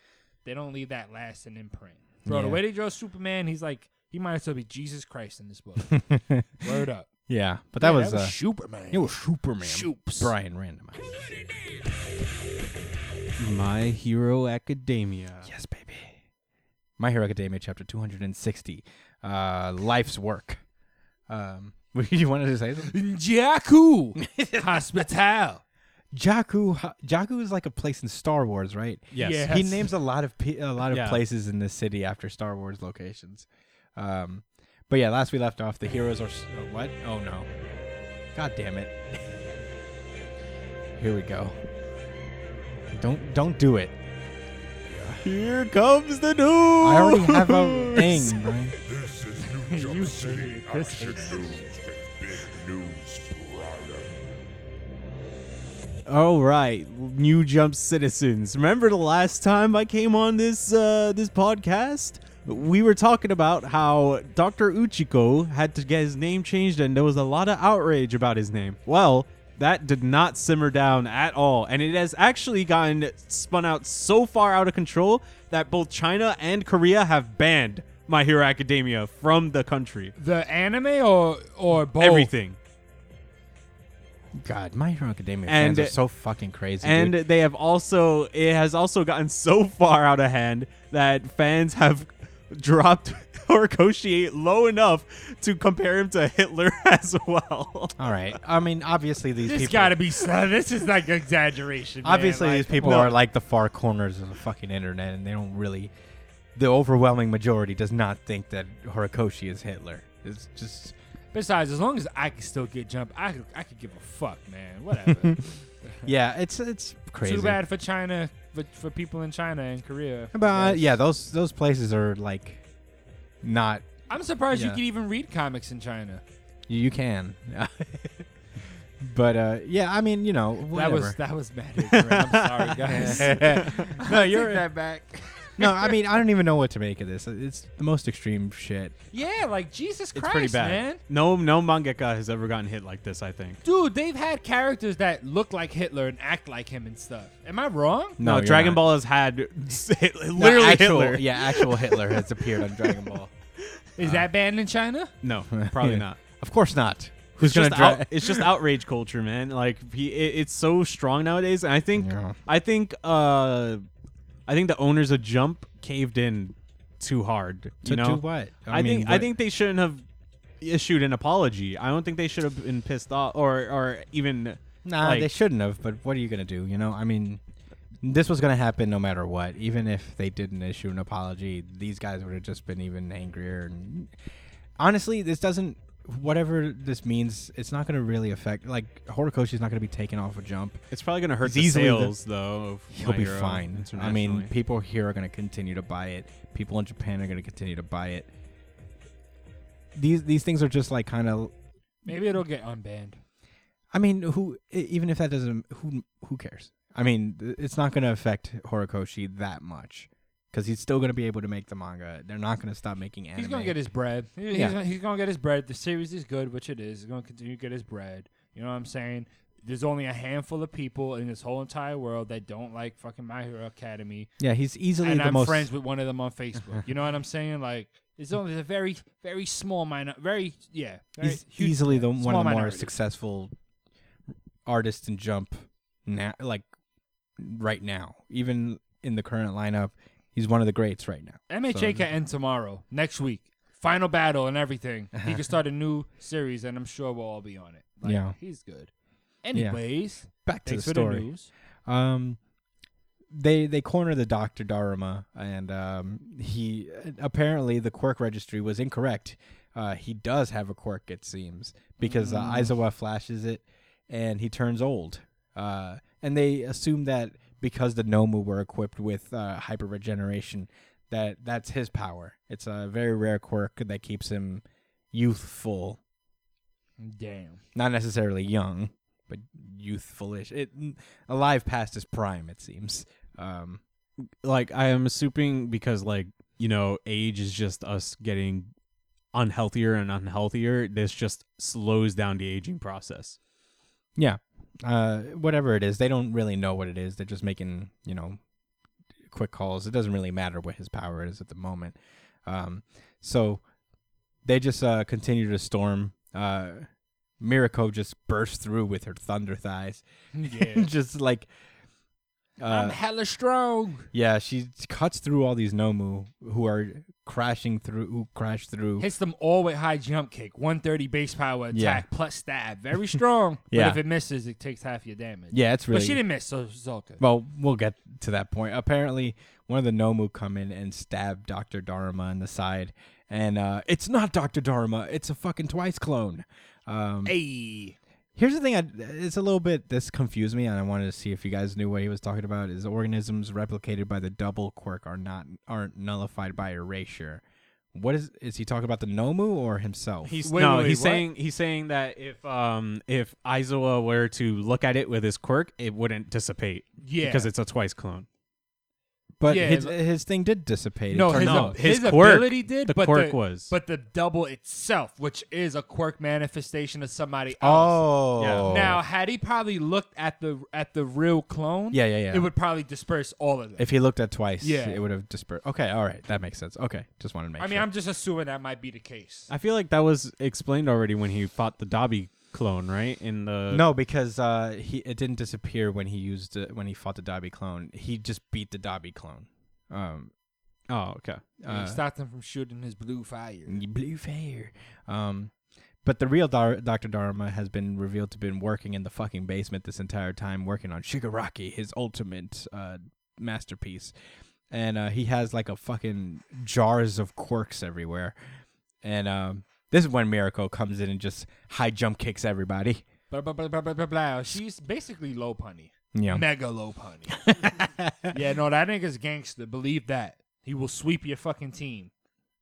[SPEAKER 3] they don't leave that lasting imprint. Bro, the
[SPEAKER 2] Yeah.
[SPEAKER 3] way they draw Superman, he's like he might as well be Jesus Christ in this book. Word up.
[SPEAKER 2] yeah, but that
[SPEAKER 3] Yeah,
[SPEAKER 2] was, uh,
[SPEAKER 3] Superman.
[SPEAKER 2] it was Superman.
[SPEAKER 3] Shoops.
[SPEAKER 2] Brian Random.
[SPEAKER 4] My Hero Academia.
[SPEAKER 2] Yes, baby. My Hero Academia, chapter 260, uh, Life's Work. Um, you wanted to say something?
[SPEAKER 3] Jakku Hospital.
[SPEAKER 2] Jakku, ha- Jakku is like a place in Star Wars, right?
[SPEAKER 4] Yes.
[SPEAKER 3] Yeah.
[SPEAKER 2] He
[SPEAKER 3] Yes.
[SPEAKER 2] names a lot of pe- a lot of
[SPEAKER 4] Yeah.
[SPEAKER 2] places in this city after Star Wars locations. Um, but yeah, last we left off, the heroes are s- oh, what? Oh no! God damn it! Here we go. Don't don't do it.
[SPEAKER 4] Here comes the news.
[SPEAKER 2] I already have
[SPEAKER 4] Oh,
[SPEAKER 2] a thing, Brian.
[SPEAKER 7] This is New Jump City Action News with Big News Brian.
[SPEAKER 4] All Oh, right, New Jump citizens. Remember the last time I came on this uh, this podcast? We were talking about how Dr. Uchiko had to get his name changed and there was a lot of outrage about his name. Well, that did not simmer down at all and it has actually gotten spun out so far out of control that both China and Korea have banned My Hero Academia from the country.
[SPEAKER 3] The anime or or both?
[SPEAKER 4] Everything.
[SPEAKER 2] God, My Hero Academia
[SPEAKER 4] And-
[SPEAKER 2] fans are so fucking crazy.
[SPEAKER 4] and
[SPEAKER 2] dude.
[SPEAKER 4] they have also it has also gotten so far out of hand that fans have dropped Horikoshi low enough to compare him to Hitler as well.
[SPEAKER 2] All right. I mean, obviously these
[SPEAKER 3] This
[SPEAKER 2] people.
[SPEAKER 3] gotta be son. This is like exaggeration. man.
[SPEAKER 2] obviously
[SPEAKER 3] Like,
[SPEAKER 2] these people
[SPEAKER 3] come on.
[SPEAKER 2] are like the far corners of the fucking internet, and they don't really. The overwhelming majority does not think that Horikoshi is Hitler. It's just.
[SPEAKER 3] Besides, as long as I can still get jump, I could, I could give a fuck, man. Whatever.
[SPEAKER 2] Yeah, it's it's crazy.
[SPEAKER 3] Too bad for China, for, for people in China and Korea.
[SPEAKER 2] But uh, yeah, those those places are like, not
[SPEAKER 3] I'm surprised you
[SPEAKER 2] Yeah.
[SPEAKER 3] could even read comics in China.
[SPEAKER 2] you can. but uh, yeah, I mean, you know,
[SPEAKER 3] That
[SPEAKER 2] whatever.
[SPEAKER 3] was that was mad. ignorant. I'm sorry, guys. no, you're Take that back.
[SPEAKER 2] no, I mean, I don't even know what to make of this. It's the most extreme shit.
[SPEAKER 3] Yeah, like Jesus Christ, man.
[SPEAKER 4] No, no mangaka has ever gotten hit like this. I think.
[SPEAKER 3] Dude, they've had characters that look like Hitler and act like him and stuff. Am I wrong?
[SPEAKER 4] No,
[SPEAKER 2] you're
[SPEAKER 4] Dragon
[SPEAKER 2] not.
[SPEAKER 4] Ball has had Hitler,
[SPEAKER 2] No,
[SPEAKER 4] literally
[SPEAKER 2] actual-
[SPEAKER 4] Hitler.
[SPEAKER 2] Yeah, actual Hitler has appeared on Dragon Ball.
[SPEAKER 3] Is that banned in China?
[SPEAKER 4] No, probably not.
[SPEAKER 2] Of course not. Who's
[SPEAKER 4] It's
[SPEAKER 2] gonna
[SPEAKER 4] just,
[SPEAKER 2] dra-
[SPEAKER 4] out- it's just outrage culture, man. Like he, it, it's so strong nowadays, and I think
[SPEAKER 2] Yeah.
[SPEAKER 4] I think uh, I think the owners of Jump caved in too hard. You
[SPEAKER 2] To do
[SPEAKER 4] know?
[SPEAKER 2] what?
[SPEAKER 4] I,
[SPEAKER 2] I mean,
[SPEAKER 4] think I
[SPEAKER 2] what-
[SPEAKER 4] think they shouldn't have issued an apology. I don't think they should have been pissed off or or even
[SPEAKER 2] Nah,
[SPEAKER 4] like,
[SPEAKER 2] they shouldn't have. But what are you gonna do? You know, I mean, this was gonna happen no matter what. Even if they didn't issue an apology, these guys would have just been even angrier. And honestly, this doesn't whatever this means, it's not going to really affect. Like Horikoshi's not going to be taken off a jump.
[SPEAKER 4] It's probably gonna hurt
[SPEAKER 2] It's
[SPEAKER 4] the
[SPEAKER 2] easily the-
[SPEAKER 4] sales though. Of
[SPEAKER 2] He'll
[SPEAKER 4] My
[SPEAKER 2] be
[SPEAKER 4] Hero
[SPEAKER 2] fine. I mean,
[SPEAKER 4] internationally.
[SPEAKER 2] people here are going to continue to buy it. People in Japan are going to continue to buy it. These these things are just like kind of.
[SPEAKER 3] Maybe it'll get unbanned.
[SPEAKER 2] I mean, who e- even if that doesn't who who cares? I mean, th- it's not going to affect Horikoshi that much because he's still going to be able to make the manga. They're not going to stop making anime.
[SPEAKER 3] He's gonna get his bread. He- He's,
[SPEAKER 2] Yeah.
[SPEAKER 3] gonna, he's gonna get his bread. The series is good, which it is. He's gonna continue to get his bread. You know what I'm saying? There's only a handful of people in this whole entire world that don't like fucking My Hero Academy,
[SPEAKER 2] yeah, he's easily
[SPEAKER 3] and
[SPEAKER 2] the
[SPEAKER 3] I'm
[SPEAKER 2] most.
[SPEAKER 3] friends with one of them on Facebook. you know what I'm saying? Like, it's only a very, very small minor, very yeah, very
[SPEAKER 2] he's
[SPEAKER 3] huge-
[SPEAKER 2] easily the one
[SPEAKER 3] small
[SPEAKER 2] of the more
[SPEAKER 3] minority.
[SPEAKER 2] successful artists in Jump now, like right now, even in the current lineup, he's one of the greats right now.
[SPEAKER 3] MHA
[SPEAKER 2] So-
[SPEAKER 3] can end tomorrow, next week. Final battle and everything. He can start a new series, and I'm sure we'll all be on it. Like,
[SPEAKER 2] Yeah.
[SPEAKER 3] he's good. Anyways,
[SPEAKER 2] Back to
[SPEAKER 3] thanks
[SPEAKER 2] the
[SPEAKER 3] for
[SPEAKER 2] story.
[SPEAKER 3] the news.
[SPEAKER 2] Um, they they corner the doctor Daruma, and um, he apparently the quirk registry was incorrect. Uh, he does have a quirk, it seems, because uh, Aizawa flashes it, and he turns old. Uh, and they assume that because the Nomu were equipped with uh, hyper regeneration, that that's his power. It's a very rare quirk that keeps him youthful
[SPEAKER 3] Damn.
[SPEAKER 2] not necessarily young, but youthfulish. It alive past his prime, it seems. Um,
[SPEAKER 4] like I am assuming because like you know age is just us getting unhealthier and unhealthier. This just slows down the aging process.
[SPEAKER 2] yeah, uh, whatever it is, they don't really know what it is. They're just making you know quick calls. It doesn't really matter what his power is at the moment. Um, so they just uh, continue to storm. Uh, Mirako just bursts through with her thunder thighs,
[SPEAKER 3] Yeah. Um,
[SPEAKER 2] just like. Uh,
[SPEAKER 3] I'm hella strong.
[SPEAKER 2] Yeah, she cuts through all these Nomu who are crashing through, who crash through.
[SPEAKER 3] Hits them all with high jump kick, 130 base power attack
[SPEAKER 2] Yeah.
[SPEAKER 3] plus stab. Very strong.
[SPEAKER 2] Yeah.
[SPEAKER 3] But if it misses, it takes half your damage.
[SPEAKER 2] yeah, it's really.
[SPEAKER 3] But she didn't miss, so it's all good.
[SPEAKER 2] Well, we'll get to that point. Apparently, one of the Nomu come in and stab Doctor Dharma in the side, and uh, it's not Doctor Dharma. It's a fucking twice clone. Um,
[SPEAKER 3] Hey.
[SPEAKER 2] Here's the thing. I, it's a little bit. This confused me, and I wanted to see if you guys knew what he was talking about. Is organisms replicated by the double quirk are not aren't nullified by erasure? What is is he talking about? The Nomu or himself?
[SPEAKER 4] He's
[SPEAKER 3] Wait,
[SPEAKER 4] no,
[SPEAKER 3] wait,
[SPEAKER 4] he's
[SPEAKER 3] what?
[SPEAKER 4] saying he's saying that if um if Aizawa were to look at it with his quirk, it wouldn't dissipate.
[SPEAKER 3] Yeah.
[SPEAKER 4] because it's a twice clone.
[SPEAKER 2] But
[SPEAKER 3] Yeah,
[SPEAKER 2] his,
[SPEAKER 3] but-
[SPEAKER 2] his thing did dissipate. It
[SPEAKER 3] No,
[SPEAKER 2] turned
[SPEAKER 3] his,
[SPEAKER 2] out.
[SPEAKER 4] ab-
[SPEAKER 3] his,
[SPEAKER 4] his quirk-
[SPEAKER 3] ability did,
[SPEAKER 4] the
[SPEAKER 3] but
[SPEAKER 4] quirk
[SPEAKER 3] the,
[SPEAKER 4] was.
[SPEAKER 3] But the double itself, which is a quirk manifestation of somebody else.
[SPEAKER 2] oh,
[SPEAKER 4] Yeah.
[SPEAKER 3] Now, had he probably looked at the at the real clone,
[SPEAKER 2] Yeah, yeah, yeah.
[SPEAKER 3] it would probably disperse all of them.
[SPEAKER 2] if he looked at twice,
[SPEAKER 3] Yeah.
[SPEAKER 2] it would have dispersed. Okay, all right, that makes sense. Okay, just wanted to make.
[SPEAKER 3] I mean,
[SPEAKER 2] sure.
[SPEAKER 3] I'm just assuming that might be the case.
[SPEAKER 4] I feel like that was explained already when he fought the Dobby clone, right? In the
[SPEAKER 2] no because uh, he it didn't disappear when he used it, when he fought the Dobby clone. He just beat the Dobby clone. Um,
[SPEAKER 4] oh okay.
[SPEAKER 2] Uh.
[SPEAKER 3] he stopped him from shooting his blue fire.
[SPEAKER 2] You blue fair. Um, but the real Dar- Dr. Dharma has been revealed to have been working in the fucking basement this entire time, working on Shigaraki, his ultimate uh, masterpiece. And uh, he has like a fucking jars of quirks everywhere. And um, this is when Miracle comes in and just high jump kicks everybody.
[SPEAKER 3] Blah, blah, blah, blah, blah, blah, blah. She's basically low punny.
[SPEAKER 2] Yeah.
[SPEAKER 3] Mega low punny. yeah, no, that nigga's gangster. Believe that. He will sweep your fucking team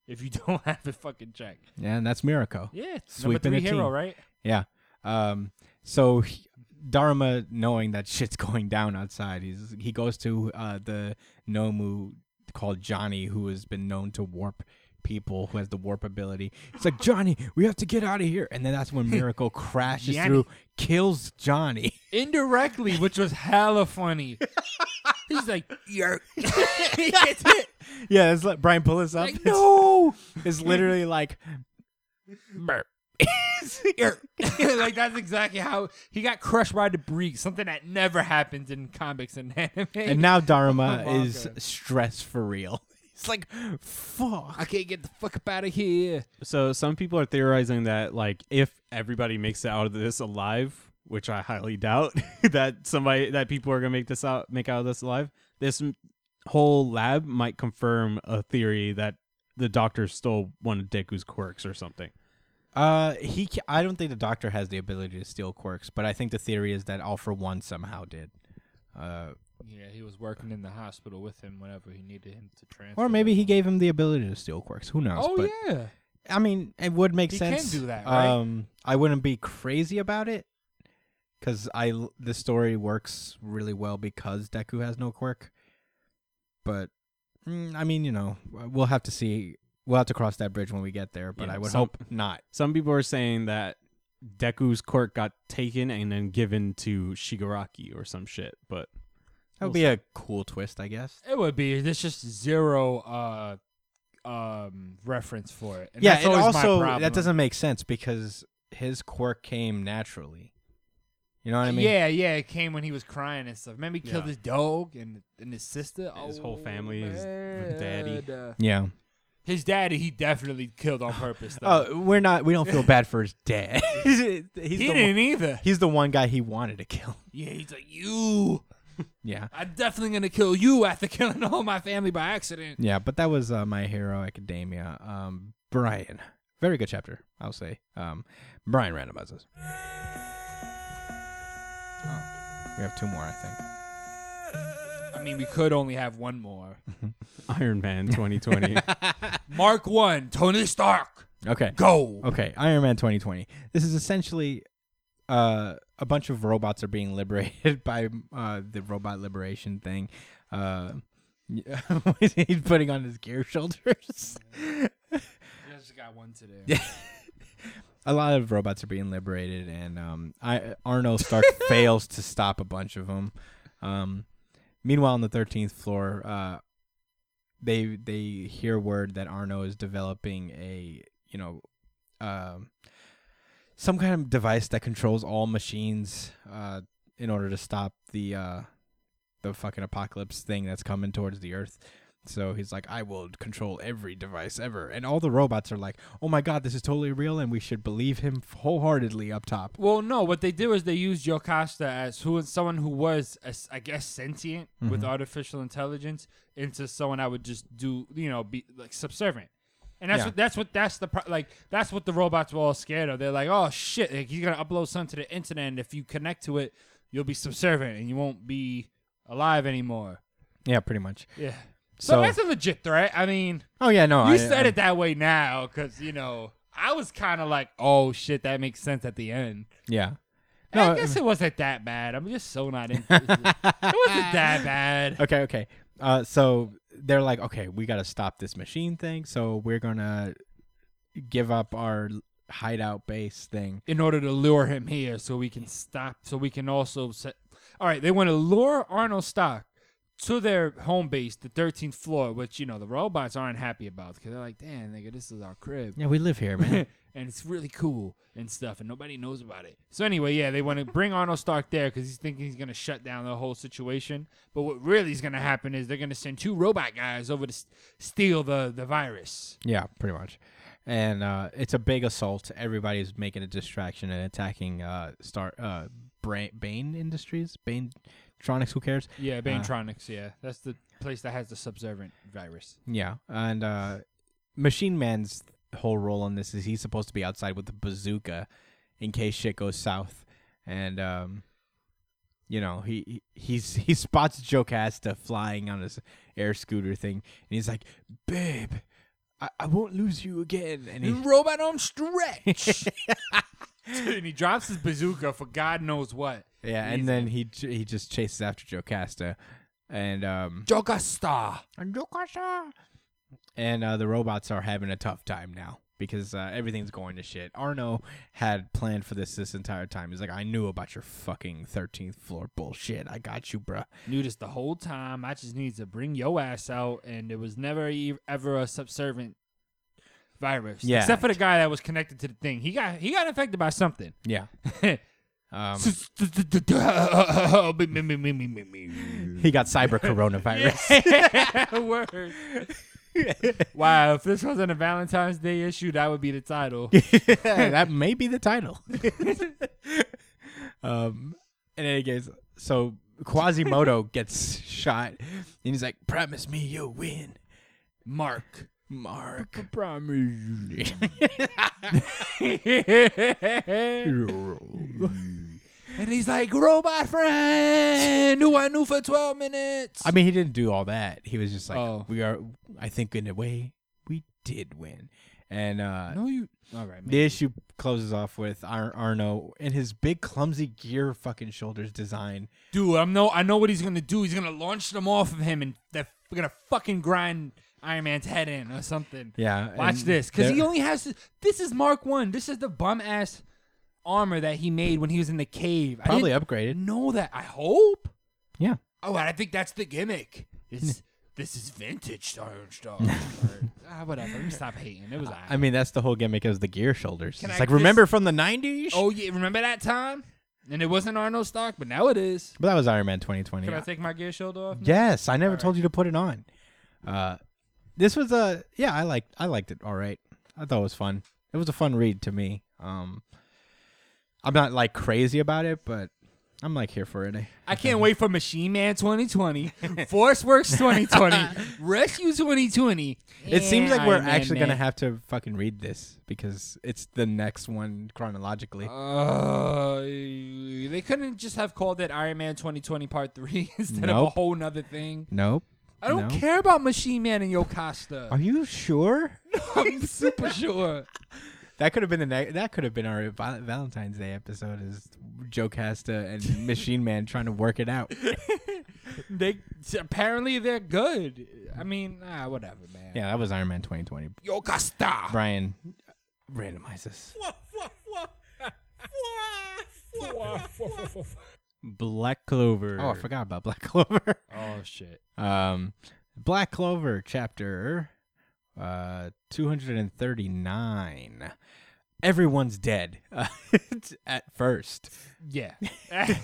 [SPEAKER 3] if you don't have a fucking check.
[SPEAKER 2] And that's Miracle.
[SPEAKER 3] Yeah, it's
[SPEAKER 2] Sweeping
[SPEAKER 3] number
[SPEAKER 2] a
[SPEAKER 3] three hero,
[SPEAKER 2] team.
[SPEAKER 3] right?
[SPEAKER 2] Yeah. Um, so he, Dharma, knowing that shit's going down outside, he's he goes to uh, the Nomu called Johnny, who has been known to warp people, who has the warp ability. It's like Johnny, we have to get out of here, and then that's when Miracle crashes
[SPEAKER 3] Johnny.
[SPEAKER 2] through, kills Johnny.
[SPEAKER 3] Indirectly, which was hella funny. He's like, yerk. he gets hit.
[SPEAKER 2] yeah, it's like Brian pull us up.
[SPEAKER 3] Like,
[SPEAKER 2] It's-
[SPEAKER 3] no.
[SPEAKER 2] it's literally like burp.
[SPEAKER 3] like, that's exactly how he got crushed by debris, something that never happens in comics and anime.
[SPEAKER 2] and now Dharma
[SPEAKER 3] Wonka.
[SPEAKER 2] is stress for real. It's like fuck.
[SPEAKER 3] I can't get the fuck up out of here.
[SPEAKER 4] So some people are theorizing that like if everybody makes it out of this alive, which I highly doubt, that somebody that people are gonna make this out make out of this alive. This m- whole lab might confirm a theory that the doctor stole one of Deku's quirks or something.
[SPEAKER 2] Uh, he. ca- I don't think the Doctor has the ability to steal quirks, but I think the theory is that All for One somehow did. Uh,
[SPEAKER 3] Yeah, he was working in the hospital with him whenever he needed him to transfer.
[SPEAKER 2] or maybe
[SPEAKER 3] them.
[SPEAKER 2] he gave him the ability to steal quirks. Who knows?
[SPEAKER 3] Oh
[SPEAKER 2] but
[SPEAKER 3] yeah.
[SPEAKER 2] I mean, it would make
[SPEAKER 3] He can
[SPEAKER 2] sense.
[SPEAKER 3] do that, right?
[SPEAKER 2] Um, I wouldn't be crazy about it because I l- the story works really well because Deku has no quirk. But mm, I mean, you know, w- we'll have to see. We'll have to cross that bridge when we get there. But
[SPEAKER 4] Yeah,
[SPEAKER 2] I would
[SPEAKER 4] some-
[SPEAKER 2] hope not.
[SPEAKER 4] Some people are saying that Deku's quirk got taken and then given to Shigaraki or some shit, but
[SPEAKER 2] That would
[SPEAKER 4] We'll
[SPEAKER 2] be a cool twist, I guess.
[SPEAKER 3] It would be. There's just zero uh um reference for it. And
[SPEAKER 2] yeah,
[SPEAKER 3] that's
[SPEAKER 2] and
[SPEAKER 3] always my
[SPEAKER 2] also
[SPEAKER 3] problem.
[SPEAKER 2] that doesn't make sense because his quirk came naturally. You know what I mean?
[SPEAKER 3] Yeah, yeah, it came when he was crying and stuff. Remember, he killed
[SPEAKER 4] Yeah.
[SPEAKER 3] his dog and and his sister.
[SPEAKER 4] His whole
[SPEAKER 3] Oh,
[SPEAKER 4] family, his daddy.
[SPEAKER 3] man.
[SPEAKER 2] Yeah.
[SPEAKER 3] His daddy, he definitely killed on purpose. Though.
[SPEAKER 2] Oh, we're not. We don't feel bad for his dad. he's
[SPEAKER 3] he
[SPEAKER 2] the
[SPEAKER 3] didn't
[SPEAKER 2] one,
[SPEAKER 3] either.
[SPEAKER 2] he's the one guy he wanted to kill.
[SPEAKER 3] Yeah, he's like you.
[SPEAKER 2] Yeah.
[SPEAKER 3] I'm definitely gonna kill you after killing all my family by accident.
[SPEAKER 2] Yeah, but that was uh, my hero academia. Um, Brian, very good chapter, I'll say. Um, Brian randomizes. Oh, we have two more, I think.
[SPEAKER 3] I mean, we could only have one more.
[SPEAKER 4] Iron Man 2020.
[SPEAKER 3] Mark one, Tony Stark,
[SPEAKER 2] Okay.
[SPEAKER 3] go.
[SPEAKER 2] Okay, Iron Man 2020. This is essentially uh, a bunch of robots are being liberated by uh, the robot liberation thing. Uh, he's putting on his gear shoulders.
[SPEAKER 3] Just got one today.
[SPEAKER 2] a lot of robots are being liberated, and um, I, Arno Stark fails to stop a bunch of them. Um, meanwhile, on the thirteenth floor, uh, they they hear word that Arno is developing a you know, um, some kind of device that controls all machines uh, in order to stop the uh, the fucking apocalypse thing that's coming towards the Earth. So he's like, I will control every device ever, and all the robots are like, Oh my god, this is totally real, and we should believe him wholeheartedly up top.
[SPEAKER 3] Well, no. What they did was they used Yokasta as who was someone who was, a s- I guess, sentient
[SPEAKER 2] Mm-hmm.
[SPEAKER 3] with artificial intelligence into someone I would just do, you know, be like subservient. And that's
[SPEAKER 2] Yeah.
[SPEAKER 3] what that's what that's the pro- like that's what the robots were all scared of. They're like, oh shit, like, he's gonna upload something to the internet, and if you connect to it, you'll be subservient and you won't be alive anymore.
[SPEAKER 2] Yeah, pretty much.
[SPEAKER 3] Yeah. So,
[SPEAKER 2] So-
[SPEAKER 3] that's a legit threat. I mean,
[SPEAKER 2] Oh yeah, no,
[SPEAKER 3] you
[SPEAKER 2] I,
[SPEAKER 3] said
[SPEAKER 2] I-
[SPEAKER 3] it that way now because you know I was kind of like, oh shit, that makes sense at the end.
[SPEAKER 2] Yeah,
[SPEAKER 3] No,
[SPEAKER 2] No,
[SPEAKER 3] I guess it wasn't that bad. I'm just so not into it. It wasn't that bad.
[SPEAKER 2] okay, okay. Uh, so they're like, okay, we got to stop this machine thing. So we're gonna give up our hideout base thing.
[SPEAKER 3] In order to lure him here so we can stop, so we can also set. All right, they want to lure Arnold Stock to their home base, the 13th floor, which, you know, the robots aren't happy about because they're like, damn, nigga, this is our crib.
[SPEAKER 2] Yeah, we live here, man.
[SPEAKER 3] and it's really cool and stuff, and nobody knows about it. So anyway, yeah, they want to bring Arnold Stark there because he's thinking he's gonna shut down the whole situation. But what really is gonna happen is they're gonna send two robot guys over to s- steal the the virus.
[SPEAKER 2] yeah, pretty much. And uh, it's a big assault. Everybody's making a distraction and attacking uh, Star uh, Bra- Bane Industries, Bane Tronics. Who cares?
[SPEAKER 3] Yeah, Banetronics. yeah, that's the place that has the subservient virus.
[SPEAKER 2] Yeah, and uh, Machine Man's whole role in this is he's supposed to be outside with the bazooka in case shit goes south, and um, you know he he- he's he spots Jocasta flying on his air scooter thing, and he's like, "Babe, I, I won't lose you again." And he,
[SPEAKER 3] robot arm stretch. Dude, he drops his bazooka for God knows what.
[SPEAKER 2] yeah, and then he j- he just chases after Jocasta, and um,
[SPEAKER 3] Jokasta.
[SPEAKER 2] and Jocasta, and uh, the robots are having a tough time now because uh, everything's going to shit. Arno had planned for this this entire time. He's like, I knew about your fucking thirteenth floor bullshit. I got you, bruh.
[SPEAKER 3] knew this the whole time. I just needed to bring your ass out, and there was never e- ever a subservient virus.
[SPEAKER 2] Yeah.
[SPEAKER 3] except for the guy that was connected to the thing. He got he got infected by something.
[SPEAKER 2] Yeah. Um, he got cyber coronavirus.
[SPEAKER 3] Word. Wow, if this wasn't a Valentine's Day issue, that would be the title.
[SPEAKER 2] that may be the title. um, in any case, so Quasimodo gets shot, and he's like, "Promise me you'll win."
[SPEAKER 3] Mark.
[SPEAKER 2] Mark.
[SPEAKER 3] and he's like, robot friend, who I knew for 12 minutes.
[SPEAKER 2] I mean, he didn't do all that. He was just like,
[SPEAKER 3] Oh.
[SPEAKER 2] we are. I think in a way, we did win. And uh,
[SPEAKER 3] no, you. All right, man.
[SPEAKER 2] the issue closes off with Ar- Arno and his big clumsy gear fucking shoulders design.
[SPEAKER 3] Dude, I'm no, I know what he's going to do. He's going to launch them off of him and they're going to fucking grind Iron Man's head in or something.
[SPEAKER 2] Yeah,
[SPEAKER 3] Watch
[SPEAKER 2] and
[SPEAKER 3] this. Because he
[SPEAKER 2] there-
[SPEAKER 3] only has. To, this is Mark 1. This is the bum ass armor that he made when he was in the cave.
[SPEAKER 2] Probably
[SPEAKER 3] I
[SPEAKER 2] upgraded.
[SPEAKER 3] didn't know that. I hope.
[SPEAKER 2] Yeah.
[SPEAKER 3] Oh, and I think that's the gimmick. It's, this is vintage Iron Star. Or- ah, whatever. Let me stop hating. It was.
[SPEAKER 2] I mean, that's the whole gimmick is the gear shoulders.
[SPEAKER 3] Can
[SPEAKER 2] it's
[SPEAKER 3] I
[SPEAKER 2] like
[SPEAKER 3] just-
[SPEAKER 2] remember from the '90s.
[SPEAKER 3] oh yeah, remember that time? And it wasn't Arnold Stark, but now it is.
[SPEAKER 2] but that was Iron Man 2020.
[SPEAKER 3] Can I take my gear shield off? now?
[SPEAKER 2] Yes, I never told you to put it on. Uh, this was a yeah, I liked I liked it. All right, I thought it was fun. It was a fun read to me. Um, I'm not like crazy about it, but I'm like here for it.
[SPEAKER 3] I can't wait for Machine Man 2020, Force Works 2020, Rescue 2020.
[SPEAKER 2] It seems
[SPEAKER 3] and
[SPEAKER 2] like we're
[SPEAKER 3] Iron Man
[SPEAKER 2] actually gonna
[SPEAKER 3] Man.
[SPEAKER 2] have to fucking read this because it's the next one chronologically.
[SPEAKER 3] Oh. Uh, they couldn't just have called it Iron Man 2020 Part 3 instead of a
[SPEAKER 2] Nope.
[SPEAKER 3] whole nother thing.
[SPEAKER 2] nope.
[SPEAKER 3] I don't
[SPEAKER 2] No.
[SPEAKER 3] care about Machine Man and Yo Costa.
[SPEAKER 2] Are you sure?
[SPEAKER 3] I'm super sure.
[SPEAKER 2] That could have been the ne- that could have been our Val- Valentine's Day episode is Joe Casta and Machine Man trying to work it out.
[SPEAKER 3] They apparently they're good. I mean, ah, whatever, man.
[SPEAKER 2] Yeah, that was Iron Man 2020.
[SPEAKER 3] Yo Costa.
[SPEAKER 2] Brian, randomize this.
[SPEAKER 4] Black Clover.
[SPEAKER 2] Oh, I forgot about Black Clover.
[SPEAKER 3] Oh shit.
[SPEAKER 2] Um, Black Clover chapter uh 239. Everyone's dead uh, at first.
[SPEAKER 3] Yeah. I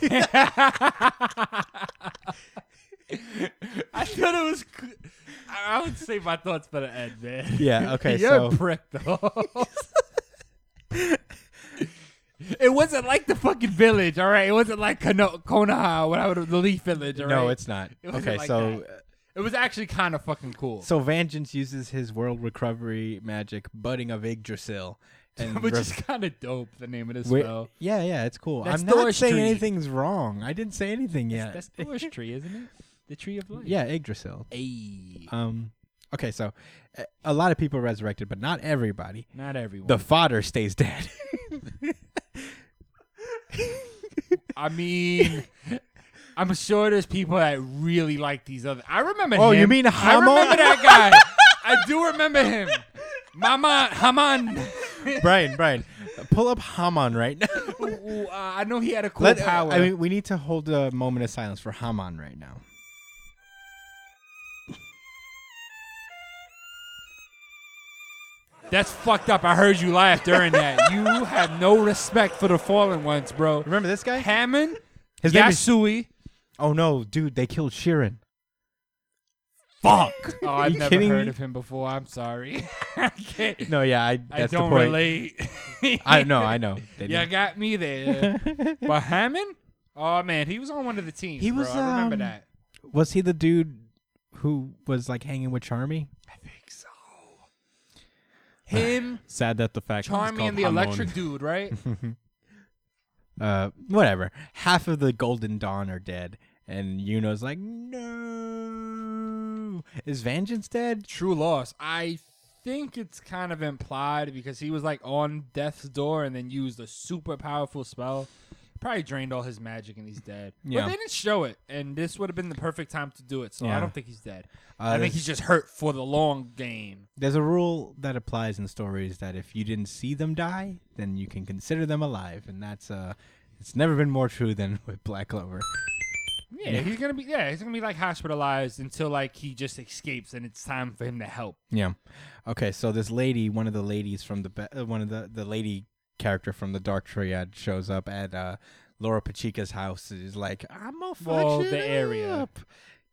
[SPEAKER 3] thought it was. c- I I would save my thoughts for the end, man.
[SPEAKER 2] Yeah, okay,
[SPEAKER 3] You're
[SPEAKER 2] so-
[SPEAKER 3] a prick, though. it wasn't like the fucking village, all right? It wasn't like Kono- Konoha, when I would the Leaf Village, all right?
[SPEAKER 2] No, it's not.
[SPEAKER 3] It wasn't
[SPEAKER 2] okay,
[SPEAKER 3] like
[SPEAKER 2] so
[SPEAKER 3] that. It was actually kind of fucking cool.
[SPEAKER 2] so Vengeance uses his world recovery magic, budding of Yggdrasil, and
[SPEAKER 3] Which
[SPEAKER 2] re-
[SPEAKER 3] is kind of dope, the name of this
[SPEAKER 2] wi-
[SPEAKER 3] spell.
[SPEAKER 2] yeah, yeah, it's cool.
[SPEAKER 3] That's
[SPEAKER 2] I'm not
[SPEAKER 3] Thor's
[SPEAKER 2] saying
[SPEAKER 3] tree.
[SPEAKER 2] anything's wrong. I didn't say anything yet.
[SPEAKER 3] That's the bush tree, isn't it? The tree of life.
[SPEAKER 2] yeah, Yggdrasil.
[SPEAKER 3] Ayy.
[SPEAKER 2] Um, okay, so uh, a lot of people resurrected, but not everybody.
[SPEAKER 3] Not everyone.
[SPEAKER 2] The fodder stays dead.
[SPEAKER 3] I mean, I'm sure there's people that really like these other. I remember.
[SPEAKER 2] Oh,
[SPEAKER 3] him.
[SPEAKER 2] you mean
[SPEAKER 3] I
[SPEAKER 2] Hamon?
[SPEAKER 3] remember that guy. I do remember him. Mama Haman.
[SPEAKER 2] Brian, Brian, pull up Haman right now.
[SPEAKER 3] Ooh, ooh, uh, I know he had a cool
[SPEAKER 2] Let,
[SPEAKER 3] power.
[SPEAKER 2] I mean, we need to hold a moment of silence for Haman right now.
[SPEAKER 3] That's fucked up. I heard you laugh during that. You have no respect for the fallen ones, bro.
[SPEAKER 2] Remember this guy?
[SPEAKER 3] Hammond,
[SPEAKER 2] His name is.
[SPEAKER 3] Yasui.
[SPEAKER 2] Oh no, dude, they killed Sheeran.
[SPEAKER 3] Fuck. Oh, I've
[SPEAKER 2] you
[SPEAKER 3] never
[SPEAKER 2] kidding
[SPEAKER 3] heard
[SPEAKER 2] me?
[SPEAKER 3] of him before. I'm sorry. I can't.
[SPEAKER 2] No, yeah, I.
[SPEAKER 3] I
[SPEAKER 2] That's
[SPEAKER 3] don't
[SPEAKER 2] the point.
[SPEAKER 3] relate.
[SPEAKER 2] I know, I know. They
[SPEAKER 3] Yeah,
[SPEAKER 2] didn't-
[SPEAKER 3] got me there. but Hammond? Oh man, he was on one of the teams.
[SPEAKER 2] He
[SPEAKER 3] bro.
[SPEAKER 2] was,
[SPEAKER 3] I remember
[SPEAKER 2] um,
[SPEAKER 3] that.
[SPEAKER 2] Was he the dude who was like hanging with Charmy?
[SPEAKER 3] I think so. Him,
[SPEAKER 4] Sad that the fact.
[SPEAKER 3] Charmy, and the electric dude, right?
[SPEAKER 2] Uh, whatever. Half of the Golden Dawn are dead, and Yuno's like, no. Is Vengeance dead?
[SPEAKER 3] True loss. I think it's kind of implied because he was like on death's door and then used a super powerful spell. Probably drained all his magic and he's dead.
[SPEAKER 2] Yeah.
[SPEAKER 3] But they didn't show it, and this would have been the perfect time to do it. So
[SPEAKER 2] Yeah.
[SPEAKER 3] I don't think he's dead.
[SPEAKER 2] Uh,
[SPEAKER 3] I think
[SPEAKER 2] this-
[SPEAKER 3] he's just hurt for the long game.
[SPEAKER 2] There's a rule that applies in stories that if you didn't see them die, then you can consider them alive, and that's uh, it's never been more true than with Black Clover.
[SPEAKER 3] Yeah, he's gonna be yeah, he's gonna be like hospitalized until like he just escapes and it's time for him to help.
[SPEAKER 2] Yeah. Okay, so this lady, one of the ladies from the be- uh, one of the the lady character from the Dark Triad shows up at uh Laura Pachica's house. and Is like, I'm gonna fuck
[SPEAKER 3] Well,
[SPEAKER 2] shit
[SPEAKER 3] the area.
[SPEAKER 2] up."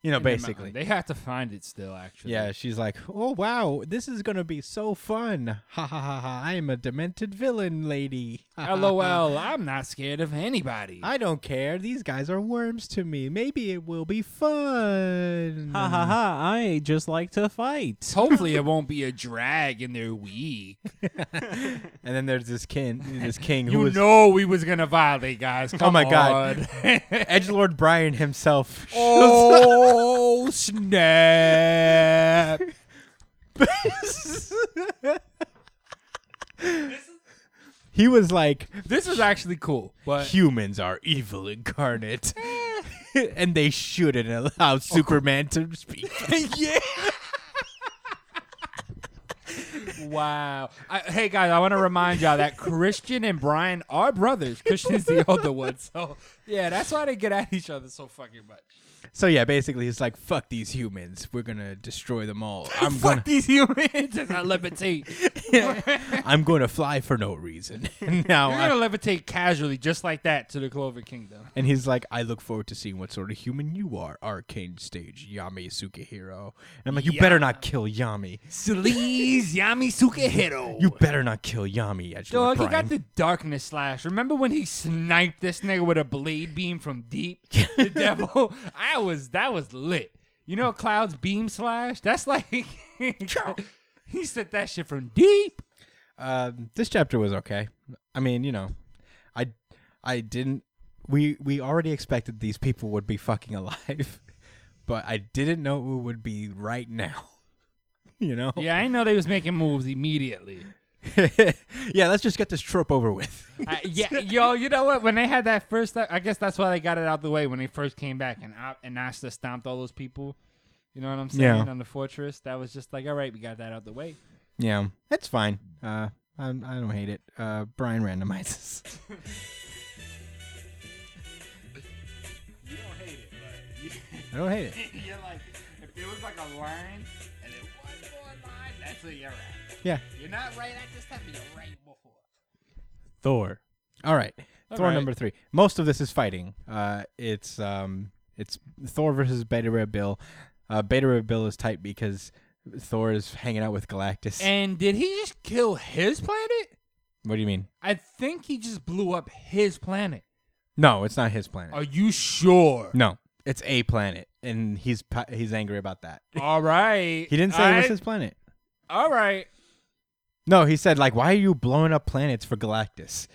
[SPEAKER 2] You know,
[SPEAKER 3] in the mountain.
[SPEAKER 2] basically.
[SPEAKER 3] They have to find it still, actually.
[SPEAKER 2] Yeah, she's like, "Oh wow, this is gonna be so fun! Ha ha ha ha! I'm a demented villain lady. Ha, ha, ha.
[SPEAKER 3] Uh, LOL, I'm not scared of anybody.
[SPEAKER 2] I don't care. These guys are worms to me. Maybe it will be fun.
[SPEAKER 4] Ha ha ha! I just like to fight.
[SPEAKER 3] Hopefully, it won't be a drag and they're weak.
[SPEAKER 2] And then there's this king, this king who
[SPEAKER 3] You
[SPEAKER 2] was Oh
[SPEAKER 3] know we was gonna violate, guys. Come
[SPEAKER 2] my
[SPEAKER 3] on.
[SPEAKER 2] God. Edge Lord Brian himself.
[SPEAKER 3] oh snap!
[SPEAKER 2] he was like,
[SPEAKER 3] This is actually cool, but Eh.
[SPEAKER 2] humans are evil incarnate, and they shouldn't
[SPEAKER 3] Oh.
[SPEAKER 2] allow Superman to speak. yeah.
[SPEAKER 3] wow. I, hey guys, I want to remind y'all that Christian and Brian are brothers. Christian's the older one, so yeah, that's why they get at each other so fucking much.
[SPEAKER 2] So yeah, basically, he's like, "Fuck these humans. We're gonna destroy them all. I'm
[SPEAKER 3] Fuck
[SPEAKER 2] gonna,
[SPEAKER 3] these humans! As I levitate,
[SPEAKER 2] I'm gonna fly for no reason." And now,
[SPEAKER 3] I'm
[SPEAKER 2] I-
[SPEAKER 3] gonna levitate casually, just like that, to the Clover Kingdom.
[SPEAKER 2] and he's like, "I look forward to seeing what sort of human you are, arcane stage Yami Sukihiro." And I'm like, "You better not kill Yami.
[SPEAKER 3] Please, Yami Sukehiro.
[SPEAKER 2] You better not kill Yami." Edgelord
[SPEAKER 3] Dog, he
[SPEAKER 2] Brian."
[SPEAKER 3] got the darkness slash. Remember when he sniped this nigga with a blade beam from deep? the devil. I was that was lit. You know Cloud's beam slash? That's like he said that shit from deep.
[SPEAKER 2] Um, this chapter was okay. I mean, you know, I I didn't we we already expected these people would be fucking alive, but I didn't know it would be right now. You know?
[SPEAKER 3] Yeah, I didn't know they was making moves immediately.
[SPEAKER 2] yeah, let's just get this trope over with.
[SPEAKER 3] I, yeah, yo, you know what? When they had that first, uh, I guess that's why they got it out the way when they first came back and I, and Asta stomped all those people. You know what I'm saying?
[SPEAKER 2] Yeah.
[SPEAKER 3] On the fortress, that was just like, all right, we got that out the way.
[SPEAKER 2] yeah, that's fine. Uh, I, I don't hate it. Uh, Brian randomizes.
[SPEAKER 3] You don't hate it, but.
[SPEAKER 2] I don't hate it.
[SPEAKER 3] you're like, if there was like a line and it was more line, that's where you're at.
[SPEAKER 2] Yeah.
[SPEAKER 3] You're not right at this time, but you're right before.
[SPEAKER 4] Thor.
[SPEAKER 2] All right. Thor
[SPEAKER 3] right.
[SPEAKER 2] number three. Most of this is fighting. Uh, it's um, it's Thor versus Beta Ray Bill. Uh, Beta Ray Bill is tight because Thor is hanging out with Galactus.
[SPEAKER 3] And did he just kill his planet?
[SPEAKER 2] what do you mean?
[SPEAKER 3] I think he just blew up his planet.
[SPEAKER 2] No, it's not his planet.
[SPEAKER 3] Are you sure?
[SPEAKER 2] no, it's a planet, and he's pa- he's angry about that.
[SPEAKER 3] All right.
[SPEAKER 2] He didn't say it was
[SPEAKER 3] Alright.
[SPEAKER 2] his planet.
[SPEAKER 3] All right.
[SPEAKER 2] No, he said like, "Why are you blowing up planets for Galactus?"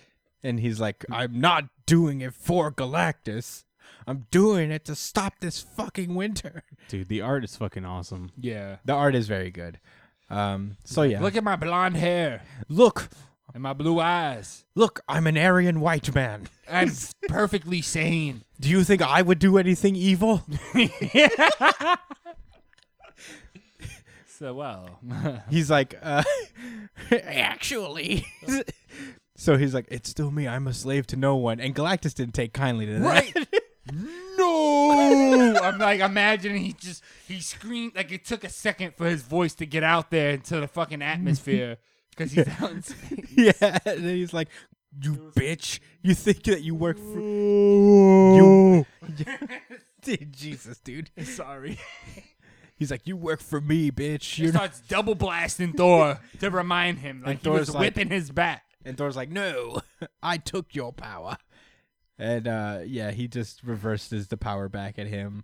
[SPEAKER 2] And he's like, "I'm not doing it for Galactus. I'm doing it to stop this fucking winter."
[SPEAKER 4] Dude, the art is fucking awesome.
[SPEAKER 3] Yeah.
[SPEAKER 2] The art is very good. Um, so yeah,
[SPEAKER 3] Look at my blonde hair
[SPEAKER 2] look,
[SPEAKER 3] and my blue eyes.
[SPEAKER 2] look, I'm an Aryan white man.
[SPEAKER 3] I'm perfectly sane.
[SPEAKER 2] Do you think I would do anything evil?
[SPEAKER 3] So, well.
[SPEAKER 2] He's like, uh, actually. so he's like, it's still me. I'm a slave to no one. And Galactus didn't take kindly to that.
[SPEAKER 3] Right. no. I'm like imagining he just he screamed like it took a second for his voice to get out there into the fucking atmosphere because he's out in space.
[SPEAKER 2] yeah. And then he's like, you bitch. You think that you work for. You. Dude, Jesus, dude.
[SPEAKER 3] Sorry.
[SPEAKER 2] He's like, you work for me, bitch.
[SPEAKER 3] He
[SPEAKER 2] You're not.
[SPEAKER 3] starts double blasting Thor to remind him like he
[SPEAKER 2] Thor's
[SPEAKER 3] was
[SPEAKER 2] like-
[SPEAKER 3] whipping his back.
[SPEAKER 2] And Thor's like, "No, I took your power." And uh, yeah, he just reverses the power back at him.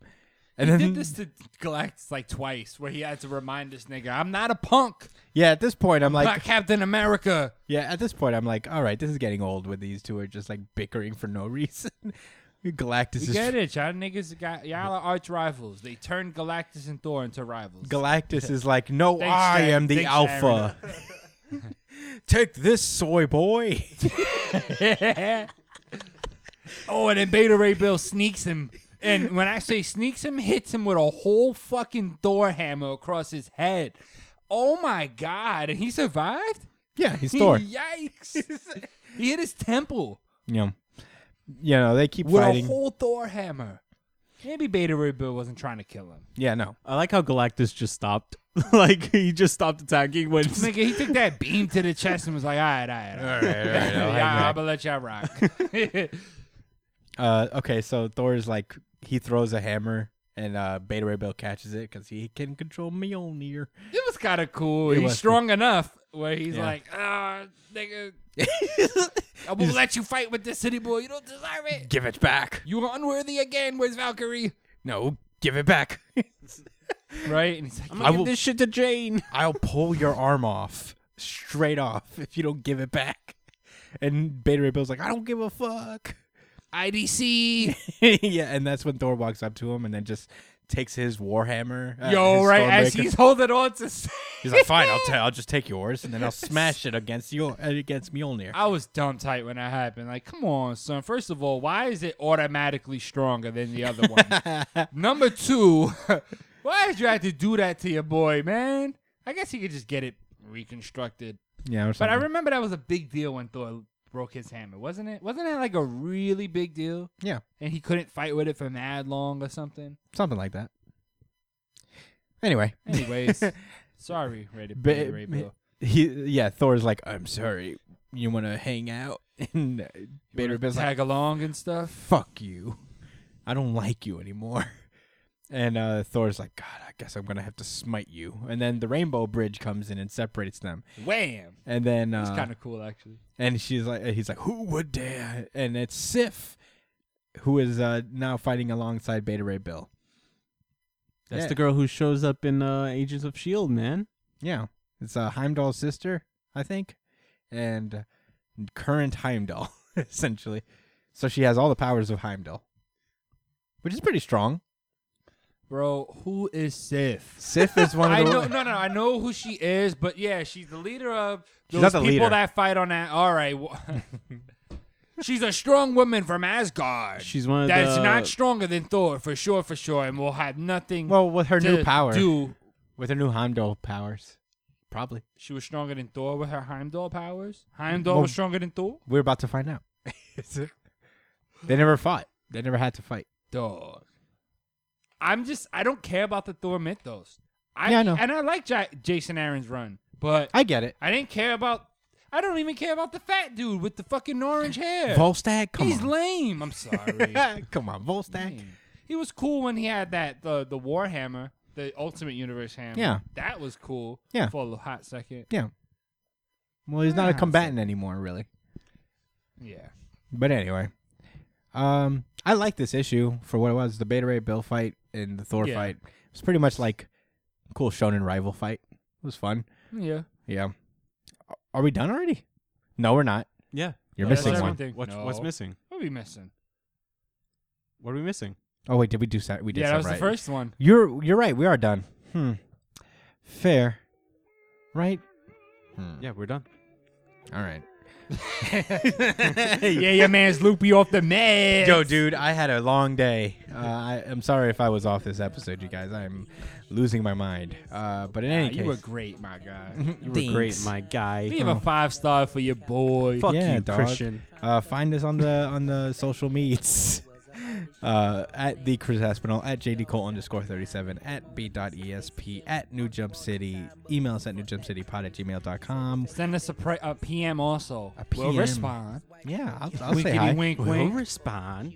[SPEAKER 2] And
[SPEAKER 3] He
[SPEAKER 2] then
[SPEAKER 3] did this to Galactus like twice, where he had to remind this nigga, "I'm not a punk,
[SPEAKER 2] yeah, at this point I'm
[SPEAKER 3] I'm
[SPEAKER 2] like,
[SPEAKER 3] not Captain America."
[SPEAKER 2] yeah, at this point I'm like, all right, this is getting old. When these two are just like bickering for no reason. Galactus
[SPEAKER 3] You
[SPEAKER 2] is
[SPEAKER 3] get it, y'all niggas got y'all are arch rivals. They turned Galactus and Thor into rivals.
[SPEAKER 2] Galactus is like, no,
[SPEAKER 3] Thanks,
[SPEAKER 2] I
[SPEAKER 3] Sharon.
[SPEAKER 2] am the
[SPEAKER 3] Thanks,
[SPEAKER 2] alpha. Take this, soy boy.
[SPEAKER 3] Oh, and then Beta Ray Bill sneaks him. And when I say sneaks him, hits him with a whole fucking Thor hammer across his head. Oh my god. And he survived?
[SPEAKER 2] yeah, he's Thor.
[SPEAKER 3] Yikes. he hit his temple
[SPEAKER 2] you know, you know, they keep
[SPEAKER 3] with
[SPEAKER 2] fighting.
[SPEAKER 3] a whole Thor hammer. Maybe Beta Ray Bill wasn't trying to kill him.
[SPEAKER 2] yeah, no.
[SPEAKER 4] I like how Galactus just stopped. like he just stopped attacking when
[SPEAKER 3] Nigga, he took that beam to the chest and was like, all right, all right. All right. yeah, I'm gonna let y'all rock.
[SPEAKER 2] Uh, okay, so Thor is like he throws a hammer and uh, Beta Ray Bill catches it because he can control Mjolnir.
[SPEAKER 3] It was kind of cool.
[SPEAKER 2] It
[SPEAKER 3] He's
[SPEAKER 2] was
[SPEAKER 3] strong enough where he's
[SPEAKER 2] Yeah.
[SPEAKER 3] like, ah, nigga, I will let you fight with this city boy. You don't deserve it.
[SPEAKER 2] Give it back.
[SPEAKER 3] You are unworthy again. Where's Valkyrie?
[SPEAKER 2] No, give it back.
[SPEAKER 3] Right? And he's like,
[SPEAKER 2] I will,
[SPEAKER 4] This shit to Jane.
[SPEAKER 2] I'll pull your arm off, straight off, if you don't give it back. And Beta Ray Bill's like, I don't give a fuck.
[SPEAKER 3] IDC.
[SPEAKER 2] yeah, and that's when Thor walks up to him and then just takes his warhammer. uh,
[SPEAKER 3] Yo,
[SPEAKER 2] his
[SPEAKER 3] right? As
[SPEAKER 2] Stormbreaker.
[SPEAKER 3] he's holding on to. s-
[SPEAKER 2] He's like, fine, I'll, i I'll just take yours, and then I'll smash it against you uh, against Mjolnir.
[SPEAKER 3] I was dumb tight when that happened. Like, come on, son. First of all, why is it automatically stronger than the other one? Number two, why did you have to do that to your boy, man? I guess he could just get it reconstructed.
[SPEAKER 2] yeah, or
[SPEAKER 3] But I
[SPEAKER 2] something.
[SPEAKER 3] remember that was a big deal when Thor broke his hammer, wasn't it? Wasn't that like a really big deal?
[SPEAKER 2] yeah,
[SPEAKER 3] And he couldn't fight with it for mad long or something.
[SPEAKER 2] something like that. Anyway,
[SPEAKER 3] Anyways, sorry, rated
[SPEAKER 2] Ba-
[SPEAKER 3] B, Ray Bill.
[SPEAKER 2] he yeah, Thor's like, I'm sorry, you want to hang out? And uh, Beta Ray Bill's like,
[SPEAKER 3] tag along and stuff.
[SPEAKER 2] fuck you. I don't like you anymore. And uh, Thor's like, God, I guess I'm gonna have to smite you. And then the Rainbow Bridge comes in and separates them.
[SPEAKER 3] Wham!
[SPEAKER 2] And then
[SPEAKER 3] It's
[SPEAKER 2] uh,
[SPEAKER 3] kind of cool, actually.
[SPEAKER 2] and she's like, uh, he's like, who would dare? And it's Sif, who is uh, now fighting alongside Beta Ray Bill.
[SPEAKER 4] That's
[SPEAKER 2] Yeah.
[SPEAKER 4] the girl who shows up in uh, Agents of Shield, man.
[SPEAKER 2] Yeah, it's uh, Heimdall's sister, I think, and current Heimdall essentially. So she has all the powers of Heimdall, which is pretty strong.
[SPEAKER 3] Bro, who is Sif?
[SPEAKER 2] Sif is one of
[SPEAKER 3] I
[SPEAKER 2] the
[SPEAKER 3] know, no, no, I know who she is, but yeah, she's the leader of
[SPEAKER 2] She's
[SPEAKER 3] those
[SPEAKER 2] not the
[SPEAKER 3] people
[SPEAKER 2] leader.
[SPEAKER 3] that fight on that. All right, wha- she's a strong woman from Asgard.
[SPEAKER 4] She's one of
[SPEAKER 3] that's
[SPEAKER 4] the-
[SPEAKER 3] not stronger than Thor for sure, for sure, and will have nothing.
[SPEAKER 2] Well, with her
[SPEAKER 3] to
[SPEAKER 2] new power,
[SPEAKER 3] do.
[SPEAKER 2] with her new Heimdall powers, probably.
[SPEAKER 3] She was stronger than Thor with her Heimdall powers. Heimdall
[SPEAKER 2] Well-
[SPEAKER 3] was stronger than Thor.
[SPEAKER 2] We're about to find out. they never fought. They never had to fight.
[SPEAKER 3] Dog. I'm just. I don't care about the Thor mythos. I,
[SPEAKER 2] Yeah, I know.
[SPEAKER 3] And I like ja- Jason Aaron's run, but
[SPEAKER 2] I get it.
[SPEAKER 3] I didn't care about. I don't even care about the fat dude with the fucking orange hair.
[SPEAKER 2] Volstagg, come
[SPEAKER 3] He's
[SPEAKER 2] on.
[SPEAKER 3] lame. I'm sorry.
[SPEAKER 2] come on, Volstagg.
[SPEAKER 3] Lame. He was cool when he had that the the Warhammer, the Ultimate Universe hammer.
[SPEAKER 2] Yeah.
[SPEAKER 3] that was cool.
[SPEAKER 2] Yeah.
[SPEAKER 3] for a little hot second.
[SPEAKER 2] Yeah. Well, he's not a
[SPEAKER 3] Yeah, so-
[SPEAKER 2] combatant anymore, really.
[SPEAKER 3] Yeah,
[SPEAKER 2] But anyway, um, I like this issue for what it was: the Beta Ray Bill fight and the Thor
[SPEAKER 3] Yeah.
[SPEAKER 2] fight. It was pretty much like cool shonen rival fight. It was fun.
[SPEAKER 3] yeah.
[SPEAKER 2] Yeah. Are we done already? No, we're not.
[SPEAKER 4] Yeah.
[SPEAKER 2] You're
[SPEAKER 3] No, that's
[SPEAKER 2] missing
[SPEAKER 3] not
[SPEAKER 2] one.
[SPEAKER 3] everything.
[SPEAKER 4] What's,
[SPEAKER 3] No.
[SPEAKER 4] what's missing?
[SPEAKER 3] What are we missing?
[SPEAKER 4] What are we missing?
[SPEAKER 2] Oh wait, did we do Sa- we did
[SPEAKER 3] yeah, that was
[SPEAKER 2] Samurai.
[SPEAKER 3] the first one.
[SPEAKER 2] You're you're right. We are done. Hmm. Fair. Right.
[SPEAKER 4] Yeah, we're done.
[SPEAKER 2] All right.
[SPEAKER 3] yeah, your man's loopy off the meds.
[SPEAKER 2] Yo, dude, I had a long day. Uh, I, I'm sorry if I was off this episode, you guys. I'm losing my mind. Uh, but in
[SPEAKER 3] Nah,
[SPEAKER 2] any
[SPEAKER 3] you
[SPEAKER 2] case,
[SPEAKER 3] were great, my guy.
[SPEAKER 4] You were great,
[SPEAKER 2] Thanks.
[SPEAKER 4] my guy.
[SPEAKER 3] Leave a five star for your boy.
[SPEAKER 4] Fuck
[SPEAKER 2] Yeah,
[SPEAKER 4] you,
[SPEAKER 2] dog.
[SPEAKER 4] Christian.
[SPEAKER 2] Uh, find us on the on the social medias. Uh, at the Chris Aspinall, at JD Cole underscore 37, at B.ESP, at New Jump City. Email us at newjumpcitypod at gmail.com.
[SPEAKER 3] Send us a, pri- a PM also.
[SPEAKER 2] A
[SPEAKER 3] We'll
[SPEAKER 2] PM.
[SPEAKER 3] respond.
[SPEAKER 2] Yeah, I'll, I'll say
[SPEAKER 3] Winkety
[SPEAKER 2] hi.
[SPEAKER 3] wink
[SPEAKER 4] We'll
[SPEAKER 3] wink.
[SPEAKER 4] respond.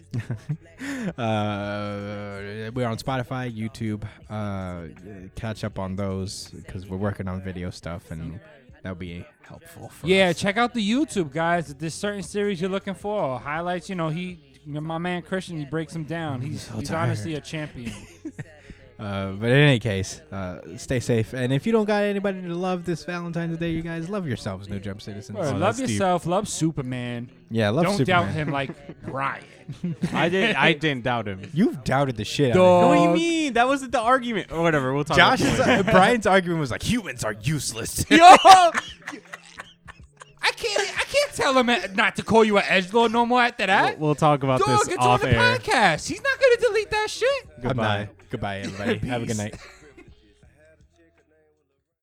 [SPEAKER 2] Uh, we're on Spotify, YouTube. Uh, catch up on those because we're working on video stuff, and that'll be helpful. For
[SPEAKER 3] Yeah,
[SPEAKER 2] us.
[SPEAKER 3] check out the YouTube, guys. If there's certain series you're looking for, or highlights, you know, he, you know, my man Christian, he breaks them down. He's, he's honestly a champion.
[SPEAKER 2] Uh, but in any case, uh, stay safe. And if you don't got anybody to love this Valentine's Day, you guys love yourselves, New Jump Citizens.
[SPEAKER 3] Bro, love yourself, love Superman.
[SPEAKER 2] Yeah, Oh, love
[SPEAKER 3] Don't
[SPEAKER 2] Superman.
[SPEAKER 3] doubt him like Brian.
[SPEAKER 4] I didn't. I didn't doubt him.
[SPEAKER 2] You've doubted the shit
[SPEAKER 3] Dog.
[SPEAKER 2] out
[SPEAKER 4] What
[SPEAKER 2] of
[SPEAKER 4] do
[SPEAKER 2] him.
[SPEAKER 4] you mean? That wasn't the argument. Or whatever. We'll talk. about
[SPEAKER 2] Josh's
[SPEAKER 4] it later.
[SPEAKER 2] uh, Brian's argument was like humans are useless.
[SPEAKER 3] Yo, I can't. I can't tell him not to call you an edge lord no more after that.
[SPEAKER 4] We'll- we'll talk about
[SPEAKER 3] Dog,
[SPEAKER 4] this
[SPEAKER 3] it's on
[SPEAKER 4] off
[SPEAKER 3] the
[SPEAKER 4] air.
[SPEAKER 3] podcast. He's not gonna delete that shit.
[SPEAKER 2] Goodbye. Goodbye, everybody. Have a good night.